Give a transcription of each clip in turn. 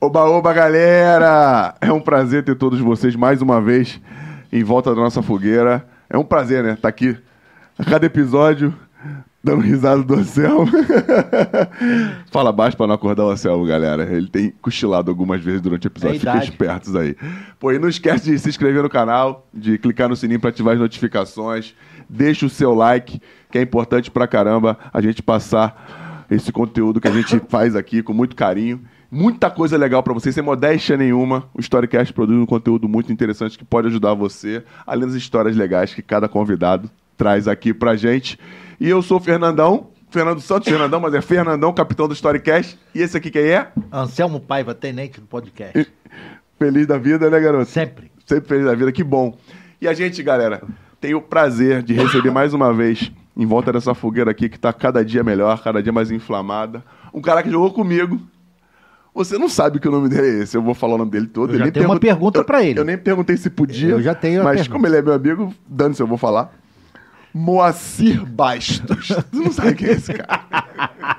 Oba, oba, galera! É um prazer ter todos vocês mais uma vez em volta da nossa fogueira. É um prazer, né? Tá aqui a cada episódio dando risada do Anselmo. Fala baixo pra não acordar o Anselmo, galera. Ele tem cochilado algumas vezes durante o episódio. É a Fiquem idade. espertos aí. Pô, e não esquece de se inscrever no canal, de clicar no sininho pra ativar as notificações. Deixa o seu like, que é importante pra caramba a gente passar esse conteúdo que a gente faz aqui com muito carinho. Muita coisa legal pra vocês, sem modéstia nenhuma. O Storycast produz um conteúdo muito interessante que pode ajudar você, além das histórias legais que cada convidado traz aqui pra gente. E eu sou o Fernandão, Fernando Santos, Fernandão, mas é Fernandão, capitão do Storycast. E esse aqui quem é? Anselmo Paiva, tenente do podcast. Feliz da vida, né, garoto? Sempre. Sempre feliz da vida, que bom. E a gente, galera, tem o prazer de receber mais uma vez, em volta dessa fogueira aqui, que tá cada dia melhor, cada dia mais inflamada, um cara que jogou comigo. Você não sabe que o nome dele é esse, eu vou falar o nome dele todo. Eu já nem tenho uma pergun- pergunta eu- pra ele. Eu nem perguntei se podia. Eu já tenho a Mas pergunta. como ele é meu amigo, dane-se, eu vou falar. Moacir Bastos. Você não sabe quem é esse cara.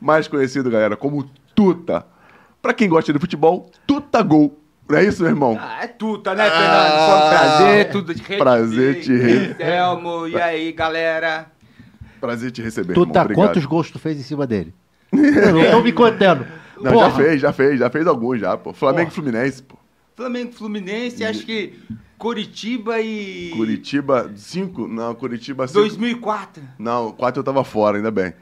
mais conhecido, galera, como Tuta. Pra quem gosta de futebol, Tuta Gol. Não é tá, isso, meu irmão? Ah, é tuta, né, Fernando? Foi um Ah, prazer, tudo de prazer te re- Selmo, e aí, galera? Prazer te receber, Tu irmão. tá Obrigado. quantos gols tu fez em cima dele? Eu não tô me contando. Não, já fez, já fez, já fez alguns já, pô. Flamengo e Fluminense, pô. Flamengo, Fluminense, acho que Curitiba e... Curitiba 5? Não, Curitiba 5. 2004. Não, 4 eu tava fora, ainda bem.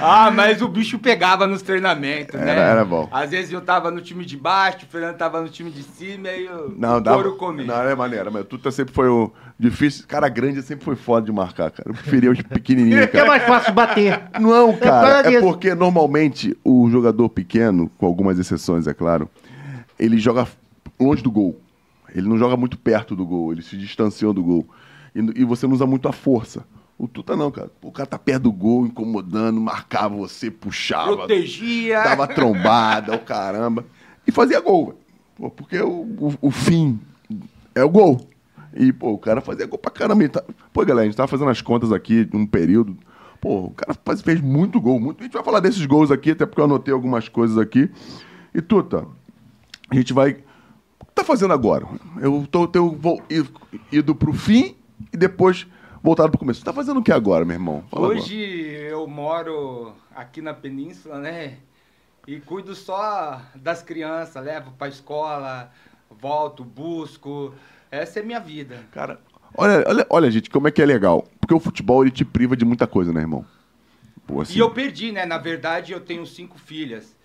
Ah, mas o bicho pegava nos treinamentos, né? Era- era bom. Às vezes eu tava no time de baixo, o Fernando tava no time de cima, aí eu... Não, o dá. couro comia. Não, é maneira, mas o Tuta sempre foi o difícil. Cara grande sempre foi foda de marcar, cara. Eu preferia os pequenininhos, É cara. mais fácil bater. Não, fala cara. É disso. porque normalmente o jogador pequeno, com algumas exceções, é claro, ele joga longe do gol. Ele não joga muito perto do gol, ele se distanciou do gol. E, n- e você não usa muito a força. O Tuta não, cara. O cara tá perto do gol, incomodando, marcava você, puxava. Protegia. Dava trombada, o caramba. E fazia gol, velho. Pô, Porque o, o- o fim é o gol. E, pô, o cara fazia gol pra caramba. Ele tá- Pô, galera, a gente tava fazendo as contas aqui de um período. Pô, o cara faz- fez muito gol. Muito... A gente vai falar desses gols aqui, até porque eu anotei algumas coisas aqui. E, Tuta, a gente vai. O que tá fazendo agora? Eu tô, tenho vou- ido- ido pro fim e depois voltado pro começo. Você tá fazendo o que agora, meu irmão? Fala agora. Hoje eu moro aqui na península, né? E cuido só das crianças, levo pra escola, volto, busco. Essa é minha vida. Cara, olha, olha, olha, gente, como é que é legal. Porque o futebol, ele te priva de muita coisa, né, irmão? Pô, assim, E eu perdi, né? Na verdade, eu tenho cinco filhas.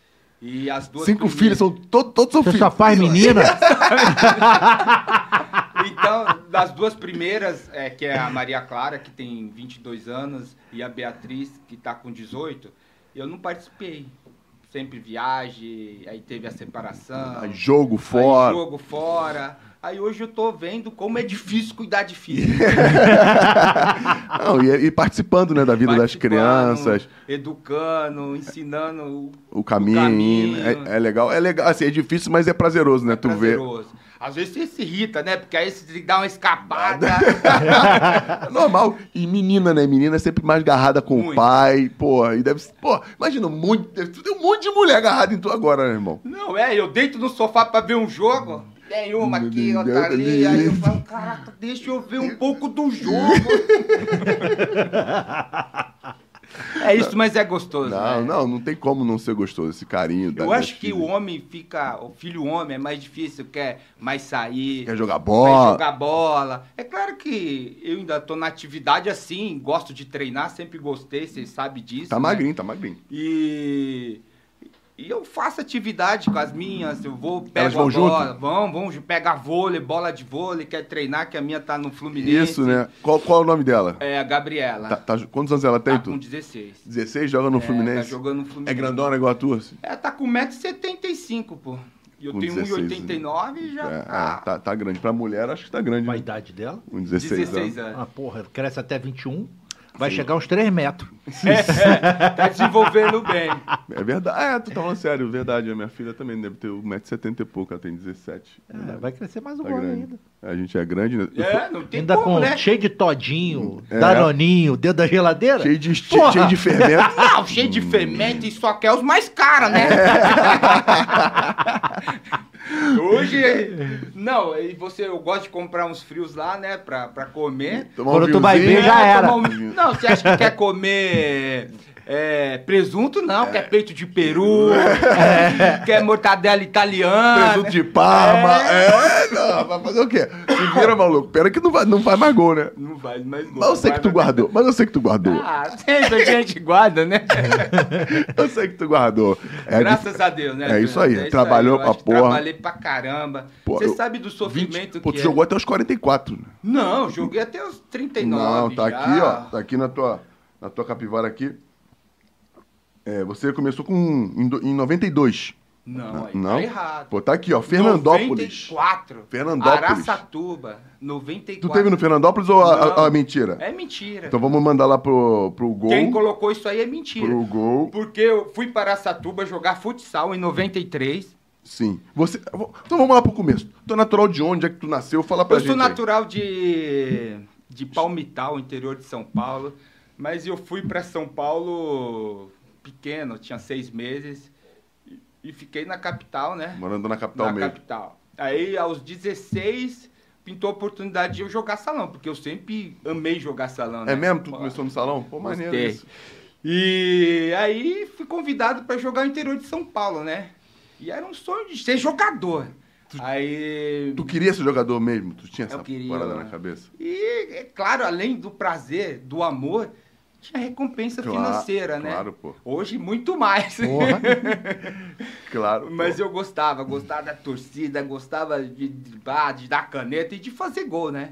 E as duas. cinco primeiras- filhos, são to- todos são Você filhos. só faz menina? Então, das duas primeiras, é, que é a Maria Clara, que tem 22 anos, e a Beatriz, que tá com 18, eu não participei. Sempre viagem, aí teve a separação. Ah, Jogo fora. Aí jogo fora. Aí hoje eu tô vendo como é difícil cuidar de filho. Não, e, e participando, né, da vida das Participando, crianças, Educando, ensinando o o caminho. O caminho. É, é legal, é legal. Assim, é difícil, mas é prazeroso, né? tu vê. prazeroso. Às vezes você se irrita, né? Porque aí você dá uma escapada. É normal. E menina, né? Menina é sempre mais agarrada com o Muito. pai, porra. E deve ser. Pô, imagina, muito, deve- tu tem um monte de mulher agarrada em tu agora, né, irmão? Não, é, eu deito no sofá pra ver um jogo. Tem uma aqui, outra ali. Aí eu falo, caraca, deixa eu ver um pouco do jogo. É isso, mas é gostoso. Não, né? não, não tem como não ser gostoso esse carinho. da- Eu das acho que filhas. o homem fica. O filho homem é mais difícil, quer mais sair. Quer jogar Vai bola. jogar bola. É claro que eu ainda tô na atividade assim, gosto de treinar, sempre gostei, vocês sabem disso. Tá né? magrinho, tá magrinho. E, e eu faço atividade com as minhas, eu vou, pego Elas vão a bola, junto? vão, vão, ju- pega vôlei, bola de vôlei, quer treinar, que a minha tá no Fluminense. Isso, né? Qual, qual é o nome dela? É, a Gabriela. Tá- tá- quantos anos ela tem, tá tu? com 16. 16, joga no É, Tá Fluminense. jogando no Fluminense. É grandona igual a tua? assim? É, tá com 1,75m, pô. E eu Com tenho 16, 1,89m e já É, tá. é, tá, tá grande. Pra mulher, acho que tá grande. Qual a né? idade dela? Com 16, anos. anos. Ah, porra, cresce até 21. Vai chegar uns 3 metros. Tá desenvolvendo bem. É verdade. É, tu tá falando sério, verdade. A minha filha também deve ter 1,70m e pouco, ela tem 17. É, vai crescer mais um Tá ano grande. ainda. A gente é grande, né? Eu É, não tem Ainda como, com né? cheio de todinho, É. danoninho, dentro da geladeira. Cheio de, Porra! cheio de fermento. Não, Ah, cheio de fermento e só quer os mais caros, né? Hoje. Não, e você, eu gosto de comprar uns frios lá, né? Pra, pra comer. Tomar um Quando tu vai vinhozinho. ver, já É, era. tomar um- Não, você acha que quer comer é, presunto? Não, quer peito de peru, quer mortadela italiana. É. Presunto de Parma. É. não, vai fazer o quê? Se vira, maluco. Pera que não vai, não faz mais gol, né? Não faz mais gol. Mas eu sei que tu guardou. Mas eu sei que tu guardou. Ah, sempre a gente guarda, né? Eu sei que tu guardou. É Graças dif- a Deus, né? É isso aí, trabalhou eu pra acho que porra. Trabalhei pra caramba. Pô, Você eu- sabe do 20 sofrimento Pô, que tu é. jogou até os 44. né? Não, joguei até os 39 Não, tá já. aqui, ó. Tá aqui na tua, na tua capivara aqui. É, você começou com em, do- em 92. Não, aí Não? tá errado. Pô, tá aqui, ó. Fernandópolis. 94. Fernandópolis. Araçatuba, 94. Tu teve no Fernandópolis ou a, a- Não. a mentira? É mentira. Então vamos mandar lá pro, pro gol. Quem colocou isso aí é mentira. Pro gol. Porque eu fui para Araçatuba jogar futsal em 93. Sim. Você, então vamos lá pro começo. Tu é natural de onde? É que tu nasceu? Fala pra Eu gente. sou aí. natural de, de Palmital, interior de São Paulo, mas eu fui para São Paulo pequeno, tinha seis meses, e, e fiquei na capital, né? Morando na capital na mesmo. capital. Aí, aos 16, pintou a oportunidade de eu jogar salão, porque eu sempre amei jogar salão. É né? mesmo? Tu Pô, começou no salão? Pô, maneiro Gostei. isso. E aí fui convidado para jogar o interior de São Paulo, né? E era um sonho de ser jogador. Aí Tu queria ser jogador mesmo? Tu tinha Eu essa queria, parada na mano. cabeça? E, é claro, além do prazer, do amor, tinha recompensa Claro, financeira, né? claro, pô. Hoje, muito mais. Porra. Claro. Mas pô. eu gostava, gostava da torcida, gostava de, de, bah, de dar caneta e de fazer gol, né?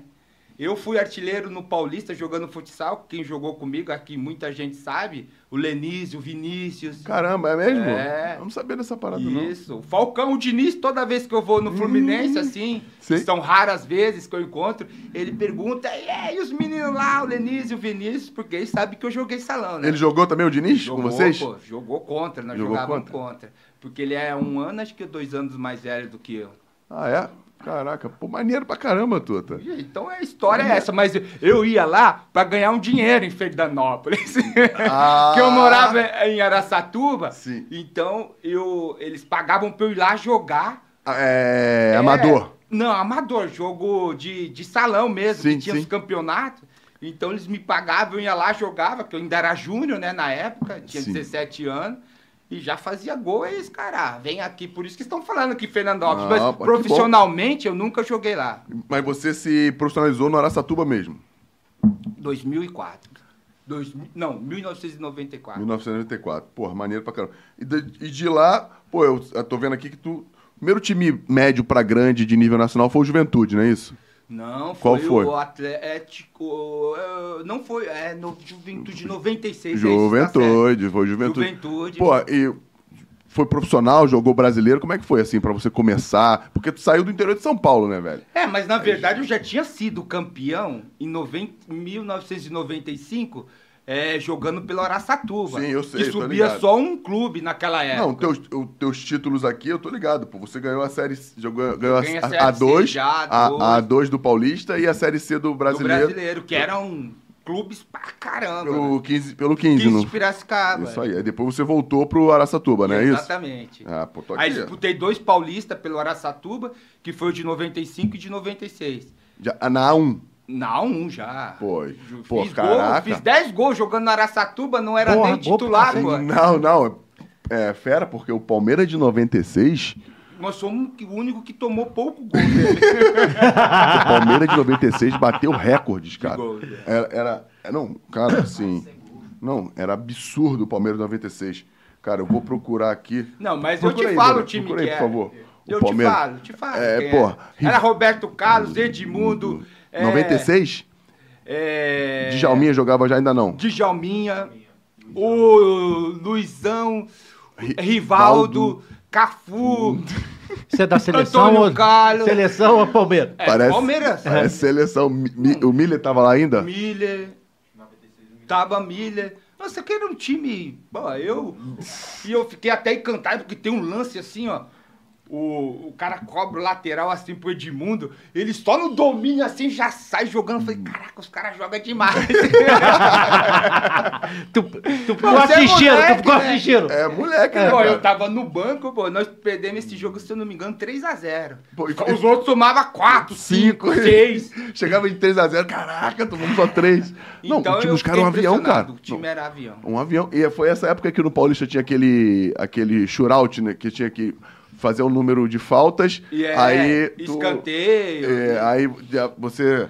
Eu fui artilheiro no Paulista jogando futsal. Quem jogou comigo aqui, muita gente sabe. O Lenise, o Vinícius. Caramba, é mesmo? É. Eu não Uhum. sabia dessa parada, Isso. O Falcão, o Diniz, toda vez que eu vou no Fluminense, assim, Sei. são raras vezes que eu encontro, ele pergunta, e, aí, os meninos lá, o Lenise e o Vinícius, porque ele sabe que eu joguei salão, não. né? Ele jogou também o Diniz com vocês? Pô, jogou contra, nós Jogou jogávamos contra? contra. Porque ele é um ano, acho que dois anos mais velho do que eu. Ah, é? Caraca, pô, maneiro pra caramba, Tota. Tuta. E, Então a história é essa, mas eu ia lá pra ganhar um dinheiro em Fernandópolis. Ah. que eu morava em Araçatuba, Sim. então eu, eles pagavam pra eu ir lá jogar É, amador. Não, amador, jogo de, de salão mesmo, Sim, que tinha sim. os campeonatos. Então eles me pagavam, eu ia lá, jogava, que eu ainda era júnior, né, na época, tinha Sim. 17 anos, e já fazia gol, é esse cara, vem aqui, por isso que estão falando aqui, Fernandópolis, Ah, mas pô, que bom. profissionalmente eu nunca joguei lá, Mas você se profissionalizou no Araçatuba mesmo, 2004, Dois, não, 1994. 1994. Porra, maneiro pra caramba. E de, e de lá, pô, eu, eu tô vendo aqui que tu. Primeiro time médio pra grande de nível nacional foi o Juventude, não é isso? Não, Qual foi, foi? o Atlético, eh, não foi, é, no Juventude 96. é isso, tá certo. Juventude, foi Juventude. Juventude. Pô, e foi profissional, jogou brasileiro, como é que foi assim pra você começar? Porque tu saiu do interior de São Paulo, né, velho? É, mas na verdade eu já tinha sido campeão em 90, 1995 é, jogando pela Araçatuba. Sim, eu sei, Que tô subia ligado. só um clube naquela época. Não, teus, o- teus títulos aqui, eu tô ligado, pô. Você ganhou a série, C- jogou, ganhou Ganhei a, a Série a, C dois, já, a, a dois do Paulista e a série C do do brasileiro, brasileiro, que eram clubes pra caramba. né? pelo 15, pelo 15, 15 não? de Piracicaba. Isso aí. Aí depois você voltou pro Araçatuba, não é isso? Exatamente. Ah, pô, tô aqui. Aí disputei dois paulistas pelo Araçatuba, que foi o de 95 e de 96. Já, ah, na A1. Não, um já. Foi. Ju- Pô, fiz caraca. Gol, fiz 10 gols jogando na Araçatuba, não era Porra, gol nem pra titular, cacete. pô. Não, não. É fera, porque o Palmeiras de 96 Nós somos o único que tomou pouco gol dele. O Palmeiras de 96 bateu recordes, cara. gols, Era, era- é, Não, cara, assim. Não, era absurdo o Palmeiras de 96. Cara, eu vou procurar aqui. Não, mas Procura eu te aí, falo Dora, o time procura que aí, é. por favor. O Eu Palmeiras. te falo, te falo. É, quem porra. Era Roberto Carlos, Edmundo. é, 96? É, Djalminha jogava já ainda não. Djalminha. O Luizão. Rivaldo. Cafu. Você é da seleção Antônio ou... Carlos. Seleção ou Palmeiras? É, Palmeiras. parece seleção. Mi- mi- O Miller tava lá ainda? Miller. Taba Miller. Nossa, eu quero um time. Pô, eu. E eu fiquei até encantado porque tem um lance assim, ó. O, o cara cobra o lateral assim pro Edmundo, ele só no domínio assim já sai jogando. Eu falei, caraca, os caras jogam demais. Tu, tu ficou Você é assistindo, tu moleque, ficou né? assistindo. É moleque, né? pô, cara? eu tava no banco, pô, nós perdemos esse jogo, se eu não me engano, 3x0. Pô, e- Os outros somavam 4, 5, Cinco. 6. Chegava em 3x0, caraca, tomamos só 3. Não, o time, Então, eu os caras um fiquei avião, impressionado, cara. O time era avião. Um avião. E foi essa época que no Paulista tinha aquele, aquele shootout, né? Que tinha que fazer um número de faltas. E é, aí tu- escanteio. né? É, aí já você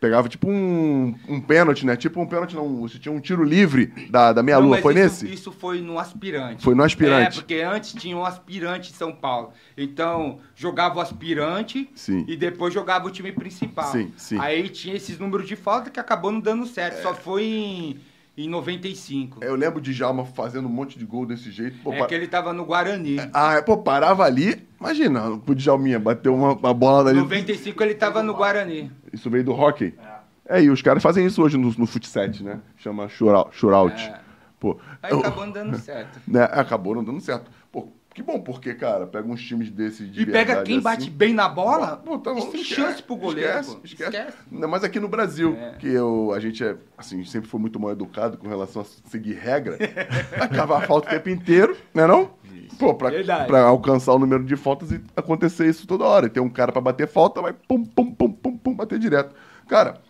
pegava tipo um, um pênalti, né? Tipo um pênalti, não. Você tinha um tiro livre da, da Não, meia-lua. mas É Foi isso, nesse? Isso foi no aspirante. Foi no aspirante. É, porque antes tinha um aspirante em São Paulo. Então, jogava o aspirante Sim. e depois jogava o time principal. Sim, sim. É. Aí tinha esses números de falta que acabou não dando certo. Só foi em, em 95. Eu lembro de Djalma fazendo um monte de gol desse jeito. Pô, É pa- que ele tava no Guarani. Ah, é, pô, parava ali. Imagina, o Djalminha bateu uma, uma bola Em dali. 95 ele tava no Guarani. Isso veio do hockey. É, e os caras fazem isso hoje no, no futset, né? Chama shootout. shootout. É. Pô, Aí eu- acabou não dando certo. né, acabou não dando certo. Pô, que bom, porque, cara, pega uns times desses de E pega verdade quem bate assim. bem na bola, Pô, tá bom, isso tem esquece, chance pro goleiro. Esquece, pô. esquece. Ainda mais aqui no Brasil, que eu, a gente é, assim, sempre foi muito mal educado com relação a seguir regra. Acaba a falta o tempo inteiro, né não? Pô, pra, Verdade. pra alcançar o número de faltas e acontecer isso toda hora. E tem um cara pra bater falta, vai pum, pum, pum, pum, pum, bater direto. Cara,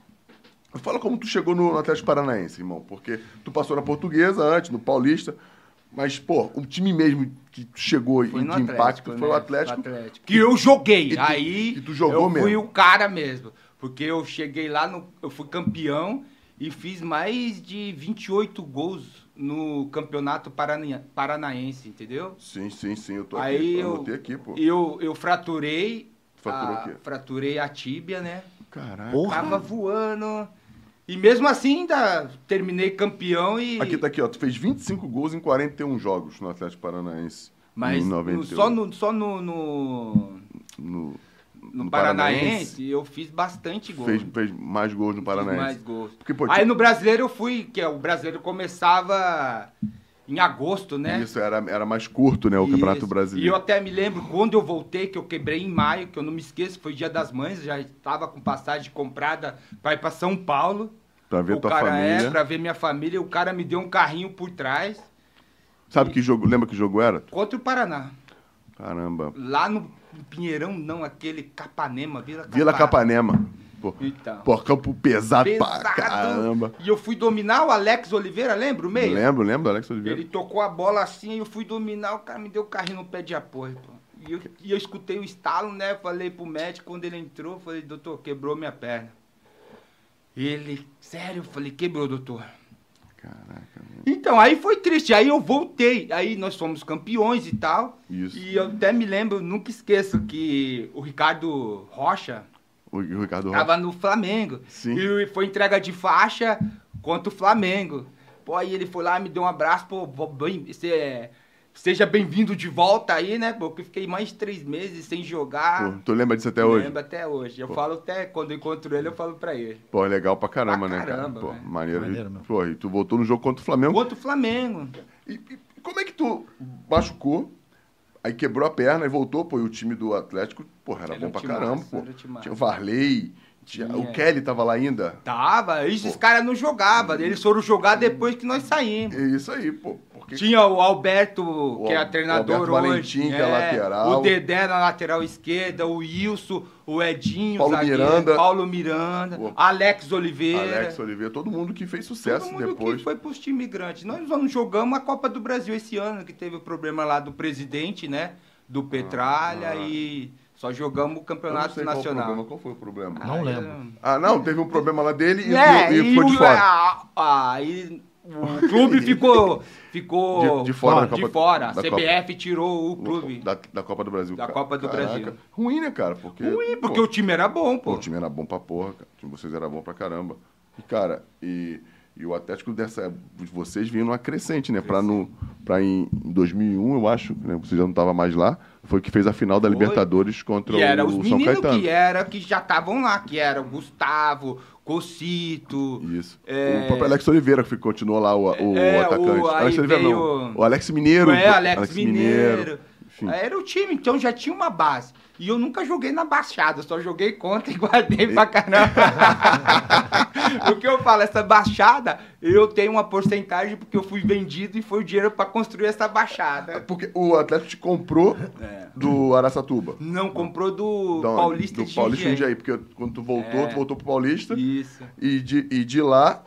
fala como tu chegou no, no Atlético Paranaense, irmão. Porque tu passou na Portuguesa antes, no Paulista. Mas, pô, o time mesmo que tu chegou e de Foi no Atlético, impacto né? foi o Atlético. Que eu joguei. E tu- aí e tu jogou eu fui mesmo? o cara mesmo. Porque eu cheguei lá, no, eu fui campeão e fiz mais de 28 gols no campeonato parana- paranaense, entendeu? Sim, sim, sim. Eu tô aqui, Aí eu eu, anotei aqui, pô. eu, eu fraturei. Fraturou a, o quê? Fraturei a tíbia, né? Caraca. Tava voando. E mesmo assim ainda terminei campeão e. Aqui tá aqui, ó. Tu fez 25 gols em 41 jogos no Atlético Paranaense. Mas em no- 91. só no- Só no- no... No- No, No Paranaense, Paranaense? eu fiz bastante gol. fez, Fiz fez mais gols no Paranaense. mais gols. Porque, pô, Aí tinha- no Brasileiro eu fui, que é, o Brasileiro começava em agosto, né? Isso era, era mais curto, né? O Campeonato Isso. E Brasileiro. eu até me lembro quando eu voltei, que eu quebrei em maio, que eu não me esqueço, foi dia das mães, já estava com passagem comprada para ir para São Paulo. Pra ver o tua cara família. é, pra ver minha família, o cara me deu um carrinho por trás Sabe que jogo? Lembra que jogo era? contra o Paraná. Caramba. Lá no Pinheirão, não, aquele Capanema, Vila Capanema. Vila Capanema. Pô, Então. pô, campo pesado, pra Pesado. caramba. E eu fui dominar o Alex Oliveira, lembra o meio? Lembro, lembro do Alex Oliveira. Ele tocou a bola assim e eu fui dominar, o cara me deu o carrinho no pé de apoio, pô. E eu, e eu escutei o estalo, né? Falei pro médico, quando ele entrou, eu falei, doutor, quebrou minha perna. Ele, sério? Eu falei, quebrou, doutor. Caraca. mano. Então, aí foi triste. Aí eu voltei. Aí nós fomos campeões e tal. Isso. E eu até me lembro, nunca esqueço, que o Ricardo Rocha, O, e o Ricardo Rocha. Tava no Flamengo. Sim. E foi entrega de faixa contra o Flamengo. Pô, aí ele foi lá, me deu um abraço, pô, bo- bem, cê, é, seja bem-vindo de volta aí, né? Porque eu fiquei mais de três meses sem jogar. Pô, tu lembra disso até Eu hoje? Lembro até hoje. Eu Pô. falo até, quando eu encontro ele, eu falo pra ele. Pô, legal pra caramba, Pra né, caramba, cara? Pô, né? maneiro. Maneiro mesmo. Pô, e tu voltou no jogo contra o Flamengo. Contra o Flamengo. E, e como é que tu machucou, aí quebrou a perna e voltou, pô, e o time do Atlético, porra, era, Era bom um pra timaço, caramba, pô. era um timaço. Tinha o Varley, tinha- o Tinha. Kelly tava lá ainda. Tava, esses caras não jogavam. Eles foram jogar depois que nós saímos. É isso aí, pô. Porque Tinha o Alberto, que Al- é o treinador Alberto hoje. né? Valentim, que é lateral. O Dedé na lateral esquerda, o Wilson, o Edinho, Paulo zagueiro, Miranda. Paulo Miranda, O- Alex Oliveira. Alex Oliveira, todo mundo que fez sucesso Todo mundo depois. que foi pros times grandes. Nós não jogamos a Copa do Brasil esse ano, que teve o problema lá do presidente, né? Do Petralha ah. e só jogamos o Eu não Campeonato sei qual, o problema, Nacional. qual foi o problema? Não lembro. Ah, não, teve um problema lá dele e, É, e- e ficou o- de fora. a- a- aí o clube ficou, ficou De- de fora da de Copa- fora. A da Copa. CBF tirou o clube. Da, da Copa do Brasil. Da cara. Copa do Brasil. Ruim, né, cara? Porque, Ruim, É, porque pô, o time era bom, Pô, pô. o time era bom pra porra, cara. O time de vocês era bom pra caramba. E, cara, e, e o Atlético dessa. um, Vocês vinham numa crescente, né? Pra, no, pra em, em 2001, eu acho, né? Você já não tava mais lá. Foi que fez a final da Foi. Libertadores contra E era os o São meninos Caetano. que era que já estavam lá, que era o Gustavo, Cocito. Isso. É. O próprio Alex Oliveira que ficou- continuou lá, o, o É, atacante. o- aí Alex Oliveira não. veio- O Alex Mineiro. é, Alex, Mineiro. Enfim. Era o time, então já tinha uma base. E eu nunca joguei na Baixada, só joguei contra e guardei pra caramba. o que eu falo, essa Baixada, eu tenho uma porcentagem porque eu fui vendido e foi o dinheiro pra construir essa Baixada. É Porque o Atlético te comprou do Araçatuba. Não comprou É. do Da onde? Paulista do Paulista Jundiaí. Jundiaí, porque quando tu voltou, É. tu voltou pro Paulista Isso. e de, e de lá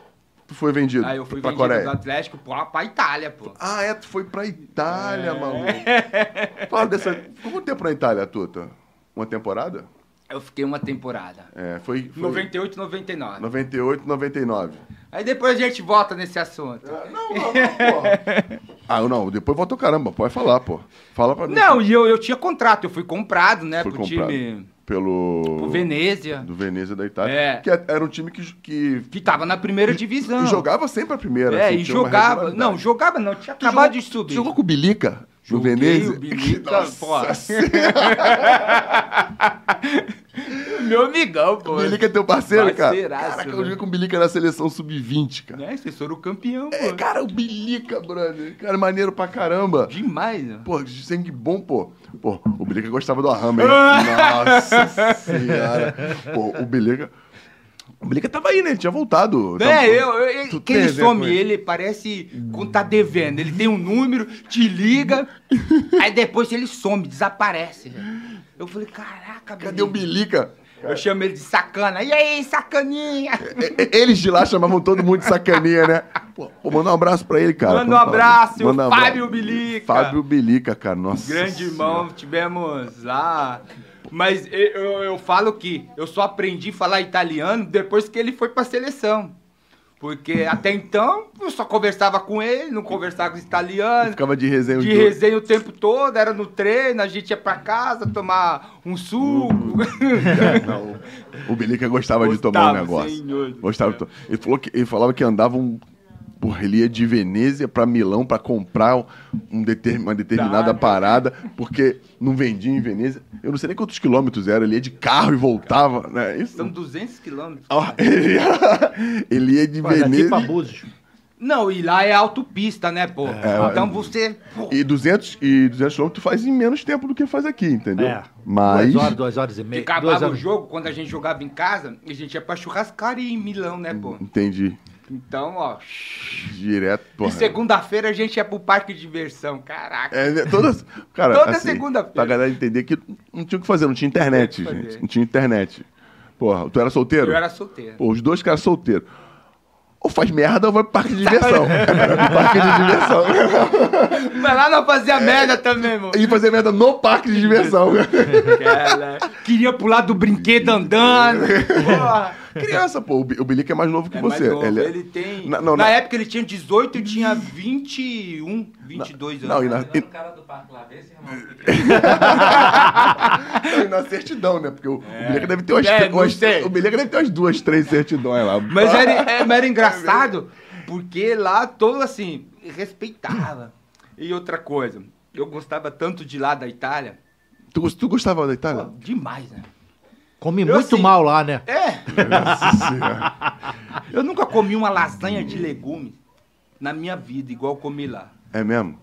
tu foi vendido Aí Ah, eu fui pra vendido Coreia. do Atlético pra, pra Itália, pô. Ah, é, tu foi pra Itália, É. maluco. Fala dessa. Ficou quanto tempo na Itália, Tuta? Uma temporada? Eu fiquei uma temporada. É, foi. foi 98, 99. 98, 99. Aí depois a gente volta nesse assunto. Não, não, não, porra. Ah, não, depois voltou caramba, pode falar, pô. Fala pra mim. Não, e eu, eu tinha contrato, eu fui comprado, né, Foi pro comprado. time. Pelo. Pro Venezia, Do Veneza da Itália. É. Que era um time que. que... que tava na primeira e- divisão. E jogava sempre a primeira. É, assim, e tinha uma jogava. regularidade. Não, jogava não, tinha Tu acabado jogou- de subir. Jogou com o Bilica no Joguei Veneza? o Bilica, Nossa pô. senhora. Meu amigão, pô. O Bilica é teu parceiro, cara. Parceiraço, Caraca, eu mano. joguei com o Bilica na seleção sub-20, cara. Né, vocês foram o campeão, pô. É, cara, o Bilica, brother. Cara, maneiro pra caramba. Demais, né? Pô, sangue bom, pô. Pô, o Bilica gostava do Arramba, hein? Nossa senhora. Pô, o Bilica... O Bilica tava aí, né? Ele tinha voltado. Tava- É, eu, eu- eu- tá Tu quem tem a ver com some ele parece quando tá devendo. Ele tem um número, te liga, aí depois ele some, desaparece. velho. Eu falei, caraca, Cadê o Bilica? Bilica? Eu chamo ele de sacana. E aí, sacaninha? E- e- Eles de lá chamavam todo mundo de sacaninha, né? Pô, pô, manda um abraço pra ele, cara. Manda um Vamos falar. abraço, Manda Fábio Bilica. Fábio Bilica, cara. Nossa Grande senhora. irmão, tivemos lá. Mas eu, eu, eu falo que eu só aprendi a falar italiano depois que ele foi pra seleção. Porque até então eu só conversava com ele, não conversava com os italianos. Ficava de resenha os De dois. resenha o tempo todo, era no treino, a gente ia pra casa tomar um suco. Não, o Belica gostava, de Gostava, tomar um negócio. senhor do gostava de céu. to... ele, falou que, ele falava que andava um. Porra, ele ia de Veneza pra Milão pra comprar um deter- uma determinada Tá. parada, porque não vendia em Veneza. Eu não sei nem quantos quilômetros era, ele ia de carro e voltava, né? Isso. São 200 quilômetros. Ah, Ele ia, ele ia de Pô, daqui tipo pra Veneza. Búzios. Não, e lá é autopista, né, pô? É, então é. você. pô, E 200, e 200 quilômetros tu faz em menos tempo do que faz aqui, entendeu? É. Mas. Duas horas, duas horas e Que meia. Duas acabava o horas... jogo, quando a gente jogava em casa, a gente ia pra churrascaria em Milão, né, pô? Hum. Entendi. Então, ó. Direto, porra. E segunda-feira a gente ia pro parque de diversão, caraca. É, né, todas, cara, Toda assim, segunda-feira. Pra galera entender que não tinha o que fazer, não tinha internet, Não tinha o que gente. fazer. Não tinha internet. Porra, tu era solteiro? Eu era solteiro. Pô, os dois caras solteiros. Ou faz merda ou vai pro parque Tá. de diversão. Era no parque de diversão. Mas lá não É. fazia merda também, mano. E fazer merda no parque de diversão. Cara, Queria pular do brinquedo andando. Porra. Criança, pô, o Bi- o Bilico é mais novo que É mais você. novo, Ele Ele, é- tem. Na- Na, não, na- época ele tinha 18, eu tinha 21, 22 Não, e anos. né? na, Pegando o cara do parque lá, vê esse irmão. e na certidão, né? Porque o, o Bilico deve ter umas, É, tre- não umas- sei. O Bilico deve ter umas duas, três certidões lá. Mas era, é, mas era engraçado, porque lá todo assim, respeitava. E outra coisa, eu gostava tanto de lá da Itália, Tu, gos- tu gostava da Itália? demais, né? Come Eu assim, muito sim. mal lá, né? É, Nossa senhora. eu nunca comi uma lasanha de legumes na minha vida, igual eu comi lá. É mesmo?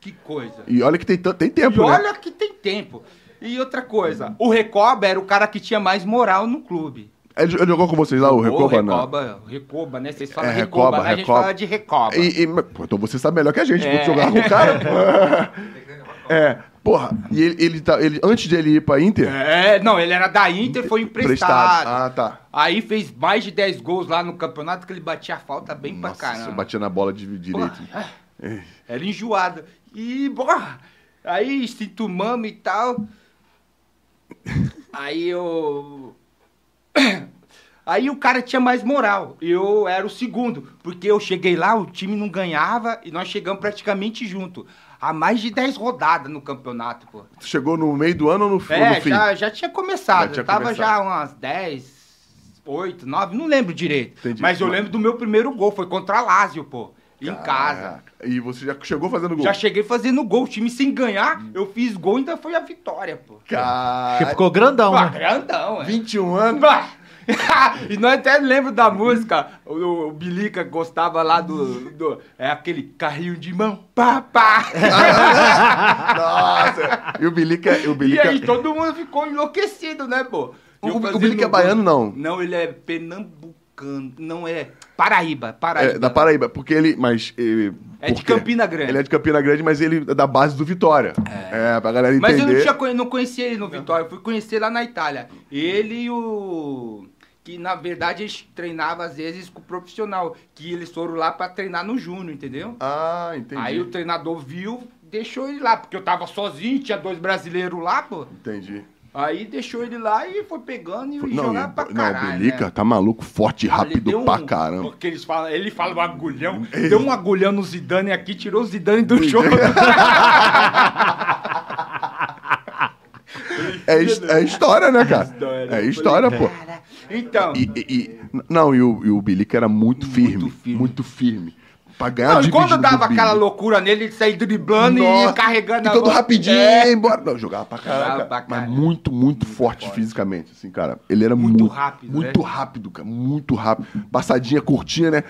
Que coisa. E olha que tem, tan- tem tempo, E né? olha que tem tempo. E outra coisa, o Recoba era o cara que tinha mais moral no clube. Ele, ele jogou com vocês lá, o Recoba, né? Ô, não? Recoba, Recoba, né? Vocês falam É, Recoba, Recoba, né? a gente Recoba. fala de Recoba. E, e- mas, pô, então você sabe melhor que a gente, porque É. tu jogava com o cara. pô. é, porra. E ele, ele, tá- ele- antes de ele ir pra Inter... É, não, ele era da Inter, foi emprestado. Ah, tá. Aí fez mais de 10 gols lá no campeonato que ele batia a falta bem Nossa, pra você caramba. batia na bola de direito. Porra, é. Era enjoado. E, porra, aí sinto mama e tal. Aí eu. Aí o cara tinha mais moral. Eu era o segundo. Porque eu cheguei lá, o time não ganhava e nós chegamos praticamente junto. Há mais de 10 rodadas no campeonato, pô. Tu chegou no meio do ano ou no, fi- É, no fim? já, já tinha começado. Já tinha eu tava começado. já umas 10, 8, 9, não lembro direito. Entendi. Mas eu Mas- lembro do meu primeiro gol, foi contra a Lázio, pô. Em casa. Caraca. E você já chegou fazendo gol. Já cheguei fazendo gol. O time sem ganhar, eu fiz gol, ainda foi a vitória, pô. Você Cara, ficou grandão, Ah, né? grandão, é. 21 anos. Bah! e nós até lembro da música, o, o Bilica gostava lá do, do- É aquele carrinho de mão, pá, pá. Nossa. E o Bilica... E o E Bilica... aí todo mundo ficou enlouquecido, né, pô? O- Eu o fazendo Bilica é gol. baiano, não? Não, ele é pernambucano, não é... Paraíba, Paraíba. É, da Paraíba, porque ele. Mas. ele- É de por quê? Campina Grande. Ele é de Campina Grande, mas ele é da base do Vitória. É, pra galera entender. Mas eu não, tinha, conhe- não conhecia ele no Vitória, eu fui conhecer lá na Itália. Ele e o. Que na verdade eles treinavam às vezes com o profissional, que eles foram lá pra treinar no Júnior, entendeu? Ah, entendi. Aí o treinador viu, deixou ele lá, porque eu tava sozinho, tinha dois brasileiros lá, pô. Entendi. Aí deixou ele lá e foi pegando e Não, jogava pra e- não, caralho. o Bilica tá maluco, forte, né? Ele rápido deu pra um- caramba. Porque eles falam, ele fala um agulhão, deu um agulhão no Zidane aqui, tirou o Zidane do jogo. É, his- é história, né, cara? História. É história, pô. Então. E, e- e- não, e o, e o Bilica era muito firme. Muito firme. Pra ganhar Não, e quando dividido do dava aquela Bilica. loucura nele, ele sair driblando Nossa, e carregando E todo bola. rapidinho, É, embora. Não, jogava pra caralho. Jogava cara. pra Mas caralho. muito, muito, forte fisicamente, assim, cara. Ele era muito, Muito rápido, Muito né? rápido, cara. Muito rápido. Passadinha curtinha, né?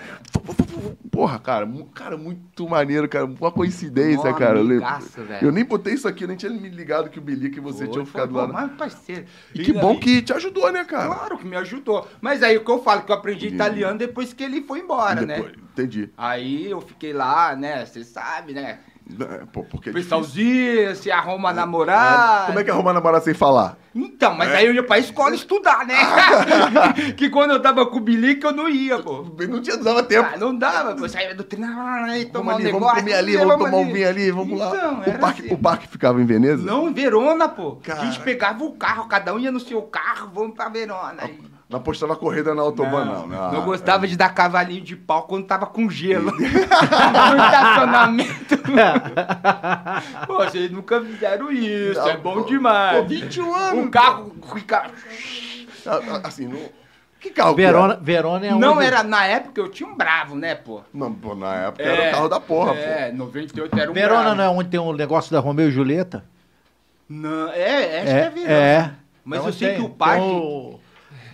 Porra, cara. mu- Cara, muito maneiro, cara. Uma coincidência, Mó cara. Eu, lembro. amigaço, velho. eu nem botei isso aqui, eu nem tinha me ligado que o Bilica e você foi, tinham foi, ficado foi, lá. né? Mas parceiro. E que bom que te ajudou, né, cara? Claro que me ajudou. Mas aí o que eu falo, que eu aprendi Entendi. italiano depois que ele foi embora, né? Depois- Entendi. Aí eu fiquei lá, né? Você sabe, né? É, Pô, porque é difícil. Pessoalzinho, se arruma a namorar. Como é que arrumar namorada sem falar? Então, É. mas aí eu ia pra escola estudar, né? que quando eu tava com o bilico, eu não ia, pô. Não tinha, não dava tempo. Ah, não dava, pô. Saía do treino, ah, ia Vamos tomar ali, um negócio. vamos comer ali, né, vamos, tomar um vinho ali, vamos Então, lá. era O parque, assim. o parque ficava em Veneza? Não, em Verona, pô. Cara. A gente pegava o carro, cada um ia no seu carro, vamos pra Verona. Aí- Não apostava corrida na autobahn, não. Não, eu gostava de dar cavalinho de pau quando tava com gelo. no estacionamento. pô, vocês nunca fizeram isso, Não, é bom pô. demais. Pô, 21 anos. O carro fica... Ah, ah, Assim, não... Que carro que Verona, Verona é Não onde- era, na época eu tinha um bravo, né, pô? era? Não, pô, na época era o carro da porra, É, 98 era um Verona bravo. não é onde tem o negócio da Romeu e Julieta? Não, é, acho que é Verona. é. Mas É eu onde sei tem. Então, que o parque... Tem o-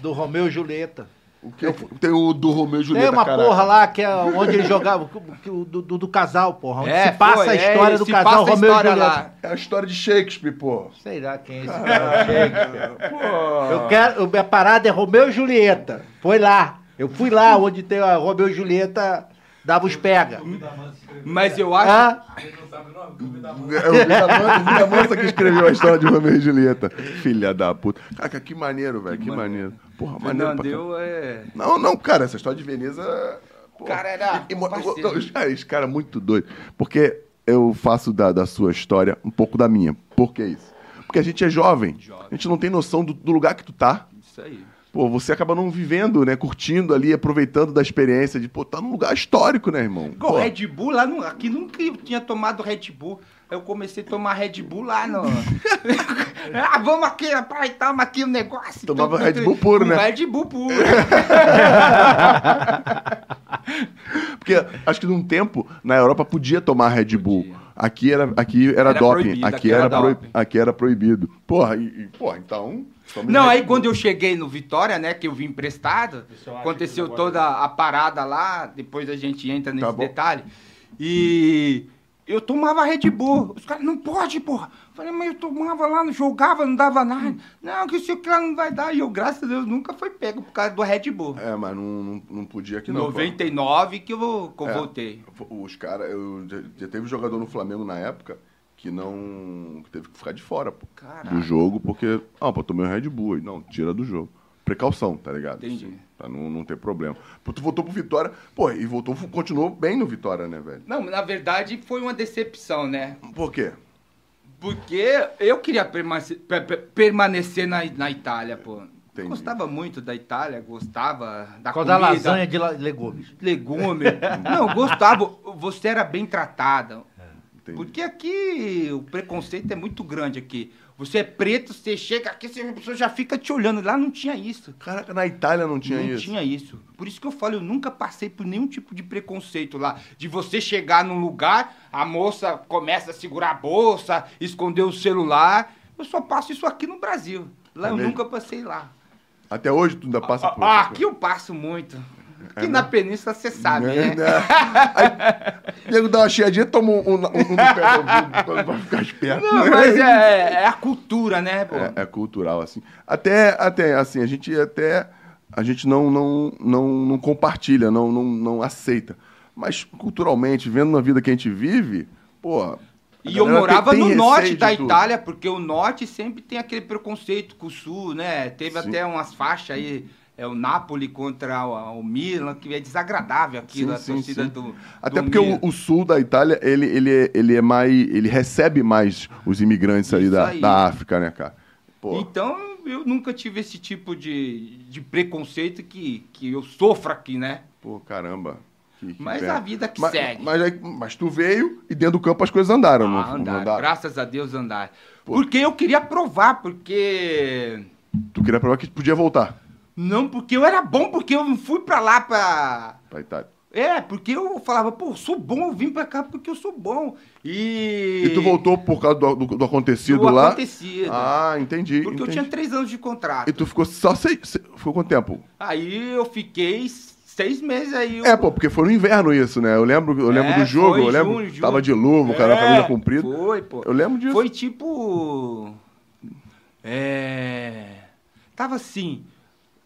do Romeu e Julieta. pô. O que? Tem o do Romeu e Julieta, tem uma caraca. porra lá que é onde ele jogava, que- que o do, do- do casal, porra. Onde É, se passa foi, a é, história do se casal passa a Romeu e história Julieta. lá. É a história de Shakespeare, pô. Sei lá quem é esse cara. Shakespeare. Eu quero. Minha parada é Romeu e Julieta. Foi lá. Eu fui lá onde tem a Romeu e Julieta dava os pega. Mas eu acho... Hã? Ele não sabe o nome, clube da mão. É o Vida Mansa- o Vida Mansa que escreveu a história de Romeu e Julieta. Filha da puta. Caraca, que maneiro, velho. Que, maneiro. Porra, maneiro Fernando, pra caralho. eu é... Não, não, cara, essa história de Veneza. pô. Cara, era E, e, mo- parceiro. não, os- ah, esse cara é muito doido. Porque eu faço da, da sua história um pouco da minha. Por que isso? Porque a gente é jovem. Jovem. A gente não tem noção do, do lugar que tu tá. Isso aí. Pô, você acaba não vivendo, né? Curtindo ali, aproveitando da experiência de, pô, tá num lugar histórico, né, irmão? Igual Pô, Red Bull lá, no, aqui nunca eu tinha tomado Red Bull. Eu comecei a tomar Red Bull lá no. ah, vamos aqui, rapaz, toma aqui o negócio. Tomava Tudo, Red tudo. Bull puro, Com né? Red Bull puro. Porque acho que num tempo, na Europa, podia tomar Red Bull. Aqui era, aqui era, Era doping. proibido, Aqui aqui era, era proi- doping. aqui era proibido. Porra, e, e, porra então. toma Não, Red aí Bull. quando eu cheguei no Vitória, né, que eu vim emprestado, eu acho aconteceu que o negócio- toda a parada lá, depois a gente entra nesse Tá bom. detalhe. E eu tomava Red Bull. Os caras, não pode, porra. Falei, mas eu tomava lá, não jogava, não dava nada. Hum. Não, que isso aqui lá não vai dar. E eu, graças a Deus, nunca fui pego por causa do Red Bull. É, mas não, não, não podia aqui não. pô. 99 que eu, que eu É. voltei. Os caras, eu já, já teve jogador no Flamengo na época que não. que teve que ficar de fora, pô. Caraca. Do jogo, porque. Ah, pô, tomei um Red Bull aí. Não, tira do jogo. Precaução, tá ligado? Entendi. pra não, não ter problema. Pô, tu voltou pro Vitória, pô, e voltou, continuou bem no Vitória, né, velho? Não, na verdade foi uma decepção, né? Por quê? Porque eu queria permace- pe- pe- permanecer na, na Itália, pô. Entendi. Gostava muito da Itália, gostava da Quando comida, a lasanha de la- legumes. legume. Não, gostava. Você era bem tratada. Entendi. Porque aqui o preconceito é muito grande aqui. Você é preto, você chega aqui, você, a pessoa já fica te olhando. Lá não tinha isso. Caraca, na Itália não tinha não isso. tinha isso. Por isso que eu falo, eu nunca passei por nenhum tipo de preconceito lá. De você chegar num lugar, a moça começa a segurar a bolsa, esconder o celular. Eu só passo isso aqui no Brasil. Lá É eu mesmo? nunca passei lá. Até hoje tu ainda passa por. É, Ah, aqui eu passo muito. Aqui na península você sabe, Né? né? Aí, o nego dá uma cheadinha, toma um, um, um no pé do ouvido pra- pra ficar esperto. Não, mas é, é a cultura, né, pô? É, é cultural, assim. Até, até, assim, a gente até. A gente não, não, não, não compartilha, não, não, não aceita. Mas culturalmente, vendo na vida que a gente vive, pô. a E eu galera morava tem- no tem norte receio da de tudo. Itália, porque o norte sempre tem aquele preconceito com o sul, né? Teve Sim. até umas faixas aí, é o Napoli contra o, o Milan, que é desagradável aquilo, Sim, a sim, torcida sim. do. Até do porque Milan. o, o sul da Itália, ele, ele, é- ele é mais. ele recebe mais os imigrantes ali Isso da, aí. da África, né, cara? Pô. Então eu nunca tive esse tipo de, de preconceito que, que eu sofro aqui, né? Pô, caramba. Que- que Mas pena. a vida que mas, segue. Mas, aí- mas tu veio e dentro do campo as coisas andaram, não, Ah, não andar, andaram? graças a Deus andar. Porque eu queria provar, porque. Tu queria provar que tu podia voltar Não, porque eu era bom, porque eu não fui pra lá pra. pra Itália. É, porque eu falava, pô, eu sou bom, eu vim pra cá porque eu sou bom. E. E tu voltou por causa do, do- do acontecido Do lá? acontecido. Ah, entendi. Porque eu entendi. tinha três anos de contrato. E tu ficou só seis. se- Ficou quanto tempo? Aí eu fiquei seis meses aí. eu- É, pô, porque foi no inverno isso, né? Eu lembro, eu lembro É, do jogo, foi eu lembro. junho, junho. Tava de luva, o cara, É, camisa comprida. Foi, pô. Eu lembro disso. Foi tipo. É. Tava assim.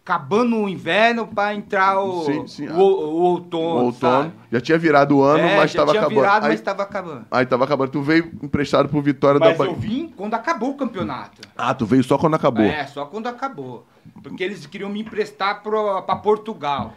Acabando o inverno pra entrar o, Sim, sim, o, ah. o o outono. outono. sabe? Já tinha virado o ano, É, mas já tava tinha acabando. virado, aí, mas tava acabando. aí tava acabando. Tu veio emprestado pro Vitória da Mas Bahia. eu vim quando acabou o campeonato. Ah, tu veio só quando acabou. É, só quando acabou. Porque eles queriam me emprestar pro, pra Portugal.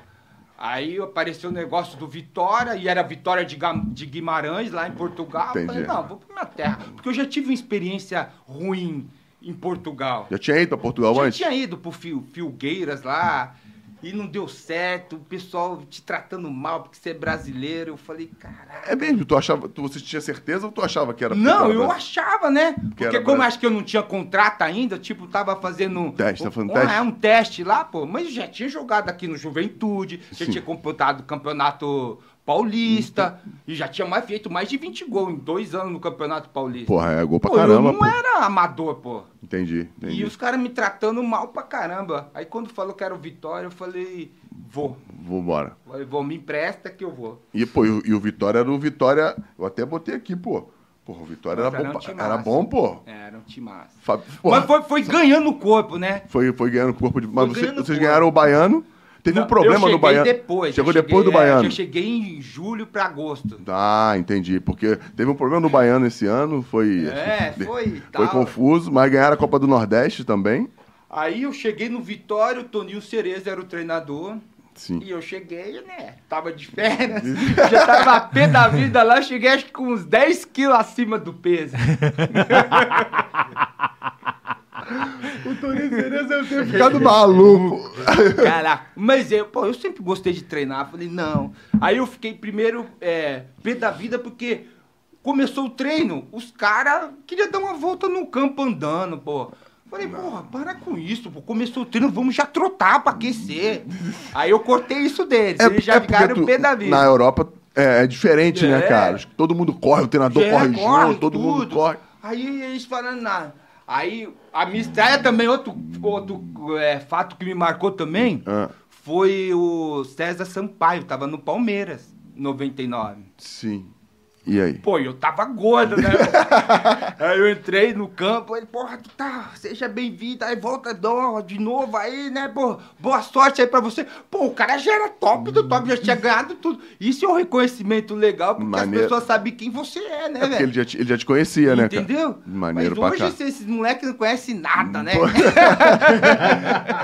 Aí apareceu o negócio do Vitória, e era Vitória de, Ga- de Guimarães, lá em Portugal. Eu falei, Entendi. não, vou pra minha terra. Porque eu já tive uma experiência ruim em Portugal. Já tinha ido pra Portugal Já antes? tinha ido pro Fio, Filgueiras lá, e não deu certo, o pessoal te tratando mal porque você é brasileiro. Eu falei, caralho. É mesmo, tu achava, tu, você tinha certeza ou tu achava que era Não, eu acho. achava, né? Porque era como eu Brasil. acho que eu não tinha contrato ainda, tipo, tava fazendo... Teste, tá fazendo um, teste? É, um teste lá, pô. Mas eu já tinha jogado aqui no Juventude, já Sim. tinha completado o Campeonato Paulista, Então. e já tinha mais feito mais de 20 gols em dois anos no Campeonato Paulista. Porra, é gol pra Pô, caramba, eu não pô. era amador, pô. Entendi, entendi. E os caras me tratando mal pra caramba. Aí quando falou que era o Vitória, eu falei, vou. Vou embora. Eu vou, me empresta que eu vou. E, pô, e, o- e o Vitória era o Vitória. Eu até botei aqui, pô. Porra, o Vitória era Mas bom, era um pra- time era massa. bom, pô. Era um time massa. Fábio- porra, Mas foi, foi ganhando o corpo, né? foi, foi ganhando o corpo de. Mas Foi você- ganhando vocês corpo. ganharam o baiano. Teve Não, um problema eu no cheguei baiano. Depois, Chegou eu cheguei- depois do é, baiano. Eu cheguei em julho pra agosto. Ah, entendi. Porque teve um problema no baiano esse ano. Foi. É, foi e Foi tal. confuso, mas ganharam a Copa do Nordeste também. Aí eu cheguei no Vitória, o Toninho Cereza era o treinador. Sim. E eu cheguei, né? Tava de férias, já tava a pé da vida lá, cheguei acho que com uns 10 quilos acima do peso. Ficado maluco. Caraca. Mas eu, pô, eu sempre gostei de treinar. Falei, não. Aí eu fiquei primeiro é, pé da vida porque começou o treino, os caras queriam dar uma volta no campo andando, pô. Falei, porra, para com isso, pô. Começou o treino, vamos já trotar pra aquecer. Aí eu cortei isso deles. eles já É, porque ficaram tu- pé da Na vida. Europa é, é diferente, né, É. cara? Acho que Todo mundo corre, o treinador É, corre, corre, junto, todo mundo tudo. corre. Aí eles falando nada. Aí a minha estreia também, outro, outro é, fato que me marcou também, Ah. foi o César Sampaio, tava no Palmeiras, 99. Sim. E aí? Pô, eu tava gordo, né? aí eu entrei no campo, ele, porra, tu tá, seja bem-vindo, aí volta dó de novo aí, né, pô, boa sorte aí pra você. Pô, o cara já era top do top, já tinha ganhado tudo. Isso é um reconhecimento legal, porque Maneiro. as pessoas sabem quem você é, É né, porque ele velho? já, te, ele já te conhecia, né, cara? Entendeu? Maneiro Mas pra cá. hoje cê- esses moleques não conhecem nada, né?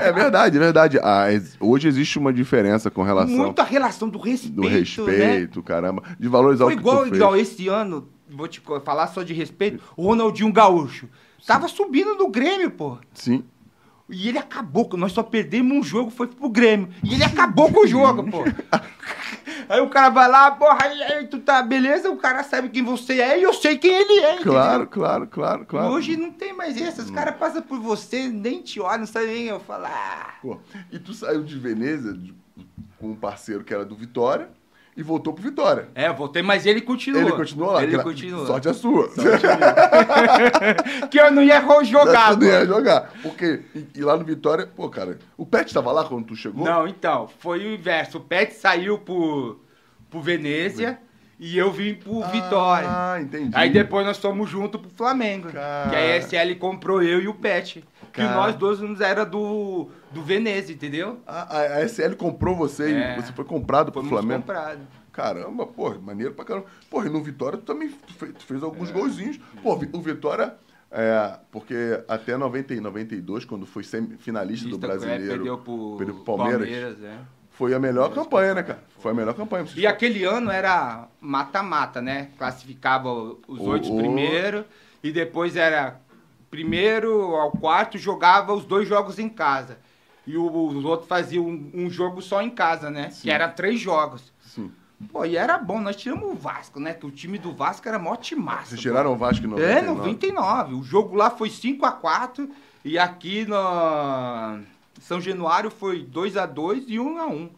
É verdade, é verdade. Ah, ex- hoje existe uma diferença com relação É Muito a relação do respeito, do né? respeito, caramba. De valorizar Foi o que igual, tu fez. igual esse ano, vou te co- falar só de respeito, o Ronaldinho Gaúcho. Tava subindo do Grêmio, pô. Sim. E ele acabou, nós só perdemos um jogo, foi pro Grêmio. E ele acabou com o jogo, pô. Aí o cara vai lá, porra, aí, aí tu tá, beleza? O cara sabe quem você é e eu sei quem ele é. entendeu? Claro, claro, claro, claro. Hum. Hoje não tem mais isso, os caras passam por você, nem te olham, não sabe nem eu falar. Pô, e tu saiu de Veneza de- com um parceiro que era do Vitória e voltou pro Vitória. É, eu voltei, mas ele continuou. Ele continuou lá? Ele Gra- continuou. é Sorte a sua. Que eu não ia jogar, Não ia pô. jogar. Porque, e, e lá no Vitória, pô, cara, o Pet tava lá quando tu chegou? Não, então, foi o inverso. O Pet saiu pro, pro Venezia e eu vim pro Vitória. Ah, entendi. Aí depois nós fomos junto pro Flamengo. Cara. Que a ESL comprou eu e o Pet. Que Cara. nós dois nos era do, do Venezia, entendeu? A, a- a SL comprou você É. e você foi comprado pro Fomos Flamengo. comprados. Caramba, pô, maneiro pra caramba. Pô, e no Vitória tu também tu fez, tu fez alguns golzinhos. Pô, vi- o Vitória, é, porque até 90 e 92, quando foi semifinalista do Lista, é, brasileiro, Perdeu pro, perdeu pro Palmeiras. Palmeiras, é. foi a melhor campanha, né, cara? Foi a melhor campanha. E aquele ano era mata-mata, né? Classificava o- os O- oito o- primeiro e depois era primeiro ao quarto, jogava os dois jogos em casa. E o- os outros faziam um, um jogo só em casa, né? Que era três jogos. Sim. Pô, e era bom, nós tiramos o Vasco, né? Que o time do Vasco era mó timaço. Vocês um pô. tiraram o Vasco em 99. É, 99. O jogo lá foi 5x4 e aqui no São Januário foi 2x2 e 1x1.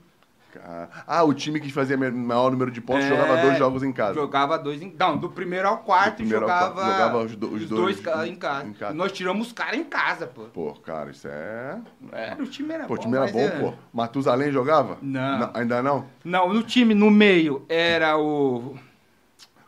Cara. Ah, o time que fazia me- maior número de pontos É, jogava dois jogos em casa. Jogava dois em Não, do primeiro ao quarto Do primeiro ao jogava, quarto, jogava os do- os dois ca- em, casa. em casa. Nós tiramos os caras em casa, pô. Pô, cara, isso é. Era, o time era Pô, o bom. time era mas bom, é- pô. Matusalém jogava? Não. Na- Ainda não? Não, no time, no meio, era o.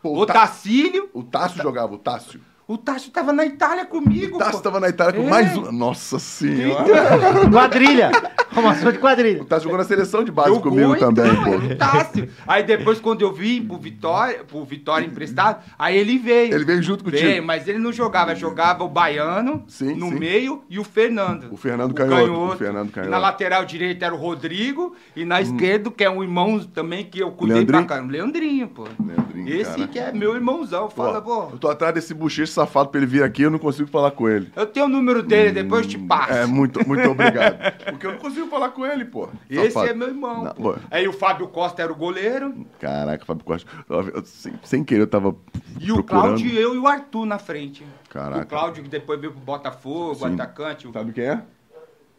Pô, O Ta- Tacílio. o Tássio jogava, o Tássio. O Tássio tava na Itália comigo, O Tássio pô. tava na Itália com É. mais um. Nossa senhora. Quadrilha. Formação de O quadrilha. Tássio jogou na seleção de base Deu comigo gol, então, também, era pô. o Tássio. Aí depois, quando eu vim pro Vitória, pro Vitória emprestado, aí ele veio. Ele veio junto contigo. Veio, mas ele não jogava. Jogava o Baiano Sim, no sim. meio e o Fernando. O Fernando Canhoto, o Fernando E na Canhoto. Hum. lateral direita era o Rodrigo. E na esquerda, que é um irmão também que eu cuidei Leandrinho? pra caramba. Leandrinho, pô. Leandrinho, Esse cara. que é meu irmãozão. Fala, Pô, pô. eu tô atrás desse bochecho safado pra ele vir aqui, eu não consigo falar com ele. Eu tenho o número dele, depois eu te passo. É, muito, muito obrigado. Porque eu não consigo falar com ele, pô. Esse Safado. é meu irmão. Não, pô. pô. Aí o Fábio Costa era o goleiro. Caraca, Fábio Costa. Eu- eu- sem, sem querer, eu tava E o procurando. Cláudio, eu e o Arthur na frente. Caraca. O Cláudio que depois veio pro Botafogo, Sim. atacante. o- Sabe quem é?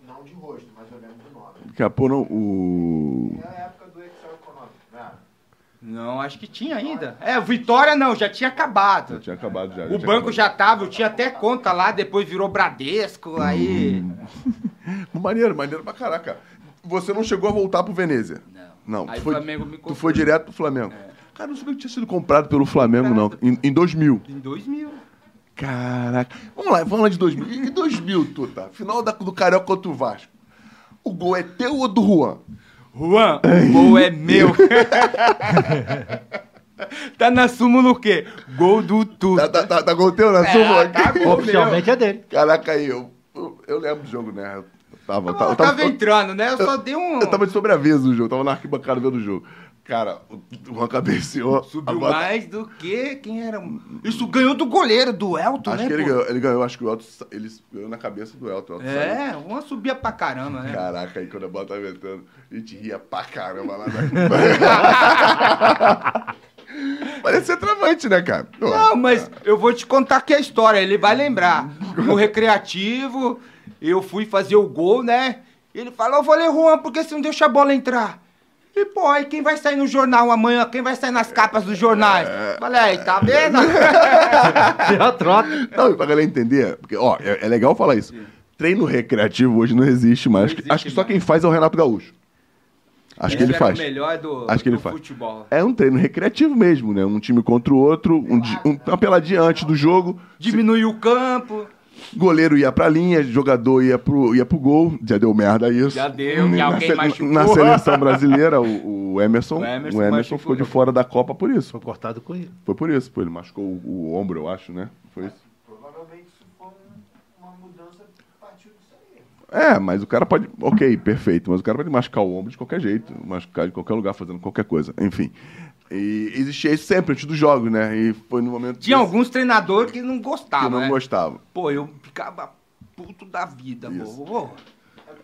Não de rosto, mas eu lembro do nome. Daqui a pouco não, o... É a época do Excel Econômico, né? Não, acho que tinha ainda. É, o Vitória não, já tinha acabado. Já tinha acabado já. O tinha banco acabado. já tava, eu tinha até conta lá, depois virou Bradesco, aí. Hum. Maneiro, maneiro pra caraca. Você não chegou a voltar pro Venezia? Não. Aí tu o foi, Flamengo me É. Tu comprou. foi direto pro Flamengo. Cara, não sabia que tinha sido comprado pelo Flamengo, não. Em, em 2000. Em 2000. Caraca. Vamos lá, vamos lá de 2000. Em 2000, Tuta. Final da, do Carioca contra o Vasco. O gol é teu ou do Juan? Juan, o gol é meu. tá na súmula o quê? Gol do Tá, Tuta. tá, tá, tá gol teu na súmula? tá gol. Oficialmente é dele. Caraca, aí eu, eu, eu lembro do jogo, né? Eu tava, tava, Eu tava, eu tava, tá. eu, entrando, né? Eu, só dei um. eu tava de sobreaviso no jogo, tava na arquibancada vendo o jogo. Cara, o o Juan cabeceou. Subiu a bola- mais do que quem era. Isso ganhou do goleiro, do Elton, Acho né? que ele pô? ganhou, ele ganhou, acho que o Elton, sa- ele ganhou na cabeça do Elton. o Elton saiu. É, o Juan subia pra caramba, né? Caraca, aí quando a bola tava entrando, a gente ria pra caramba lá na Parece ser travante, né, cara? Pô, Não, mas eu vou te contar aqui a história, ele vai lembrar. No recreativo, eu fui fazer o gol, né? Ele falou, eu falei, Juan, por que você não deixa a bola entrar? E, pô, aí quem vai sair no jornal amanhã? Quem vai sair nas capas dos jornais? É. Falei, aí, tá vendo? Deu a troca. Não, e pra galera entender, porque, ó, é, é legal falar isso. Treino recreativo hoje não existe mais. Acho que- existe acho que só mais. quem faz é o Renato Gaúcho. Acho que ele Esse era faz. o melhor do, Acho que ele do faz. futebol. É um treino recreativo mesmo, né? Um time contra o outro, um, di- um- uma peladinha antes do jogo. Diminuiu o campo, Goleiro ia pra linha, jogador ia pro, ia pro gol. Já deu merda isso. Já deu, que Na alguém se- machucou. Na seleção brasileira, o, o Emerson, O o Emerson Emerson, machucou. ficou de fora da Copa por isso. Foi cortado com ele. Foi por isso, pô. Ele machucou o, o ombro, eu acho, né? Foi isso. Provavelmente isso foi um- uma mudança que partiu disso aí. É, mas o cara pode. Ok, perfeito. Mas o cara pode machucar o ombro de qualquer jeito. Machucar de qualquer lugar, fazendo qualquer coisa. Enfim. E existia isso sempre antes dos jogos, né? E foi no momento. tinha desse alguns treinadores que não que gostavam, eu não né? gostava. Pô, eu ficava puto da vida, Isso. amor.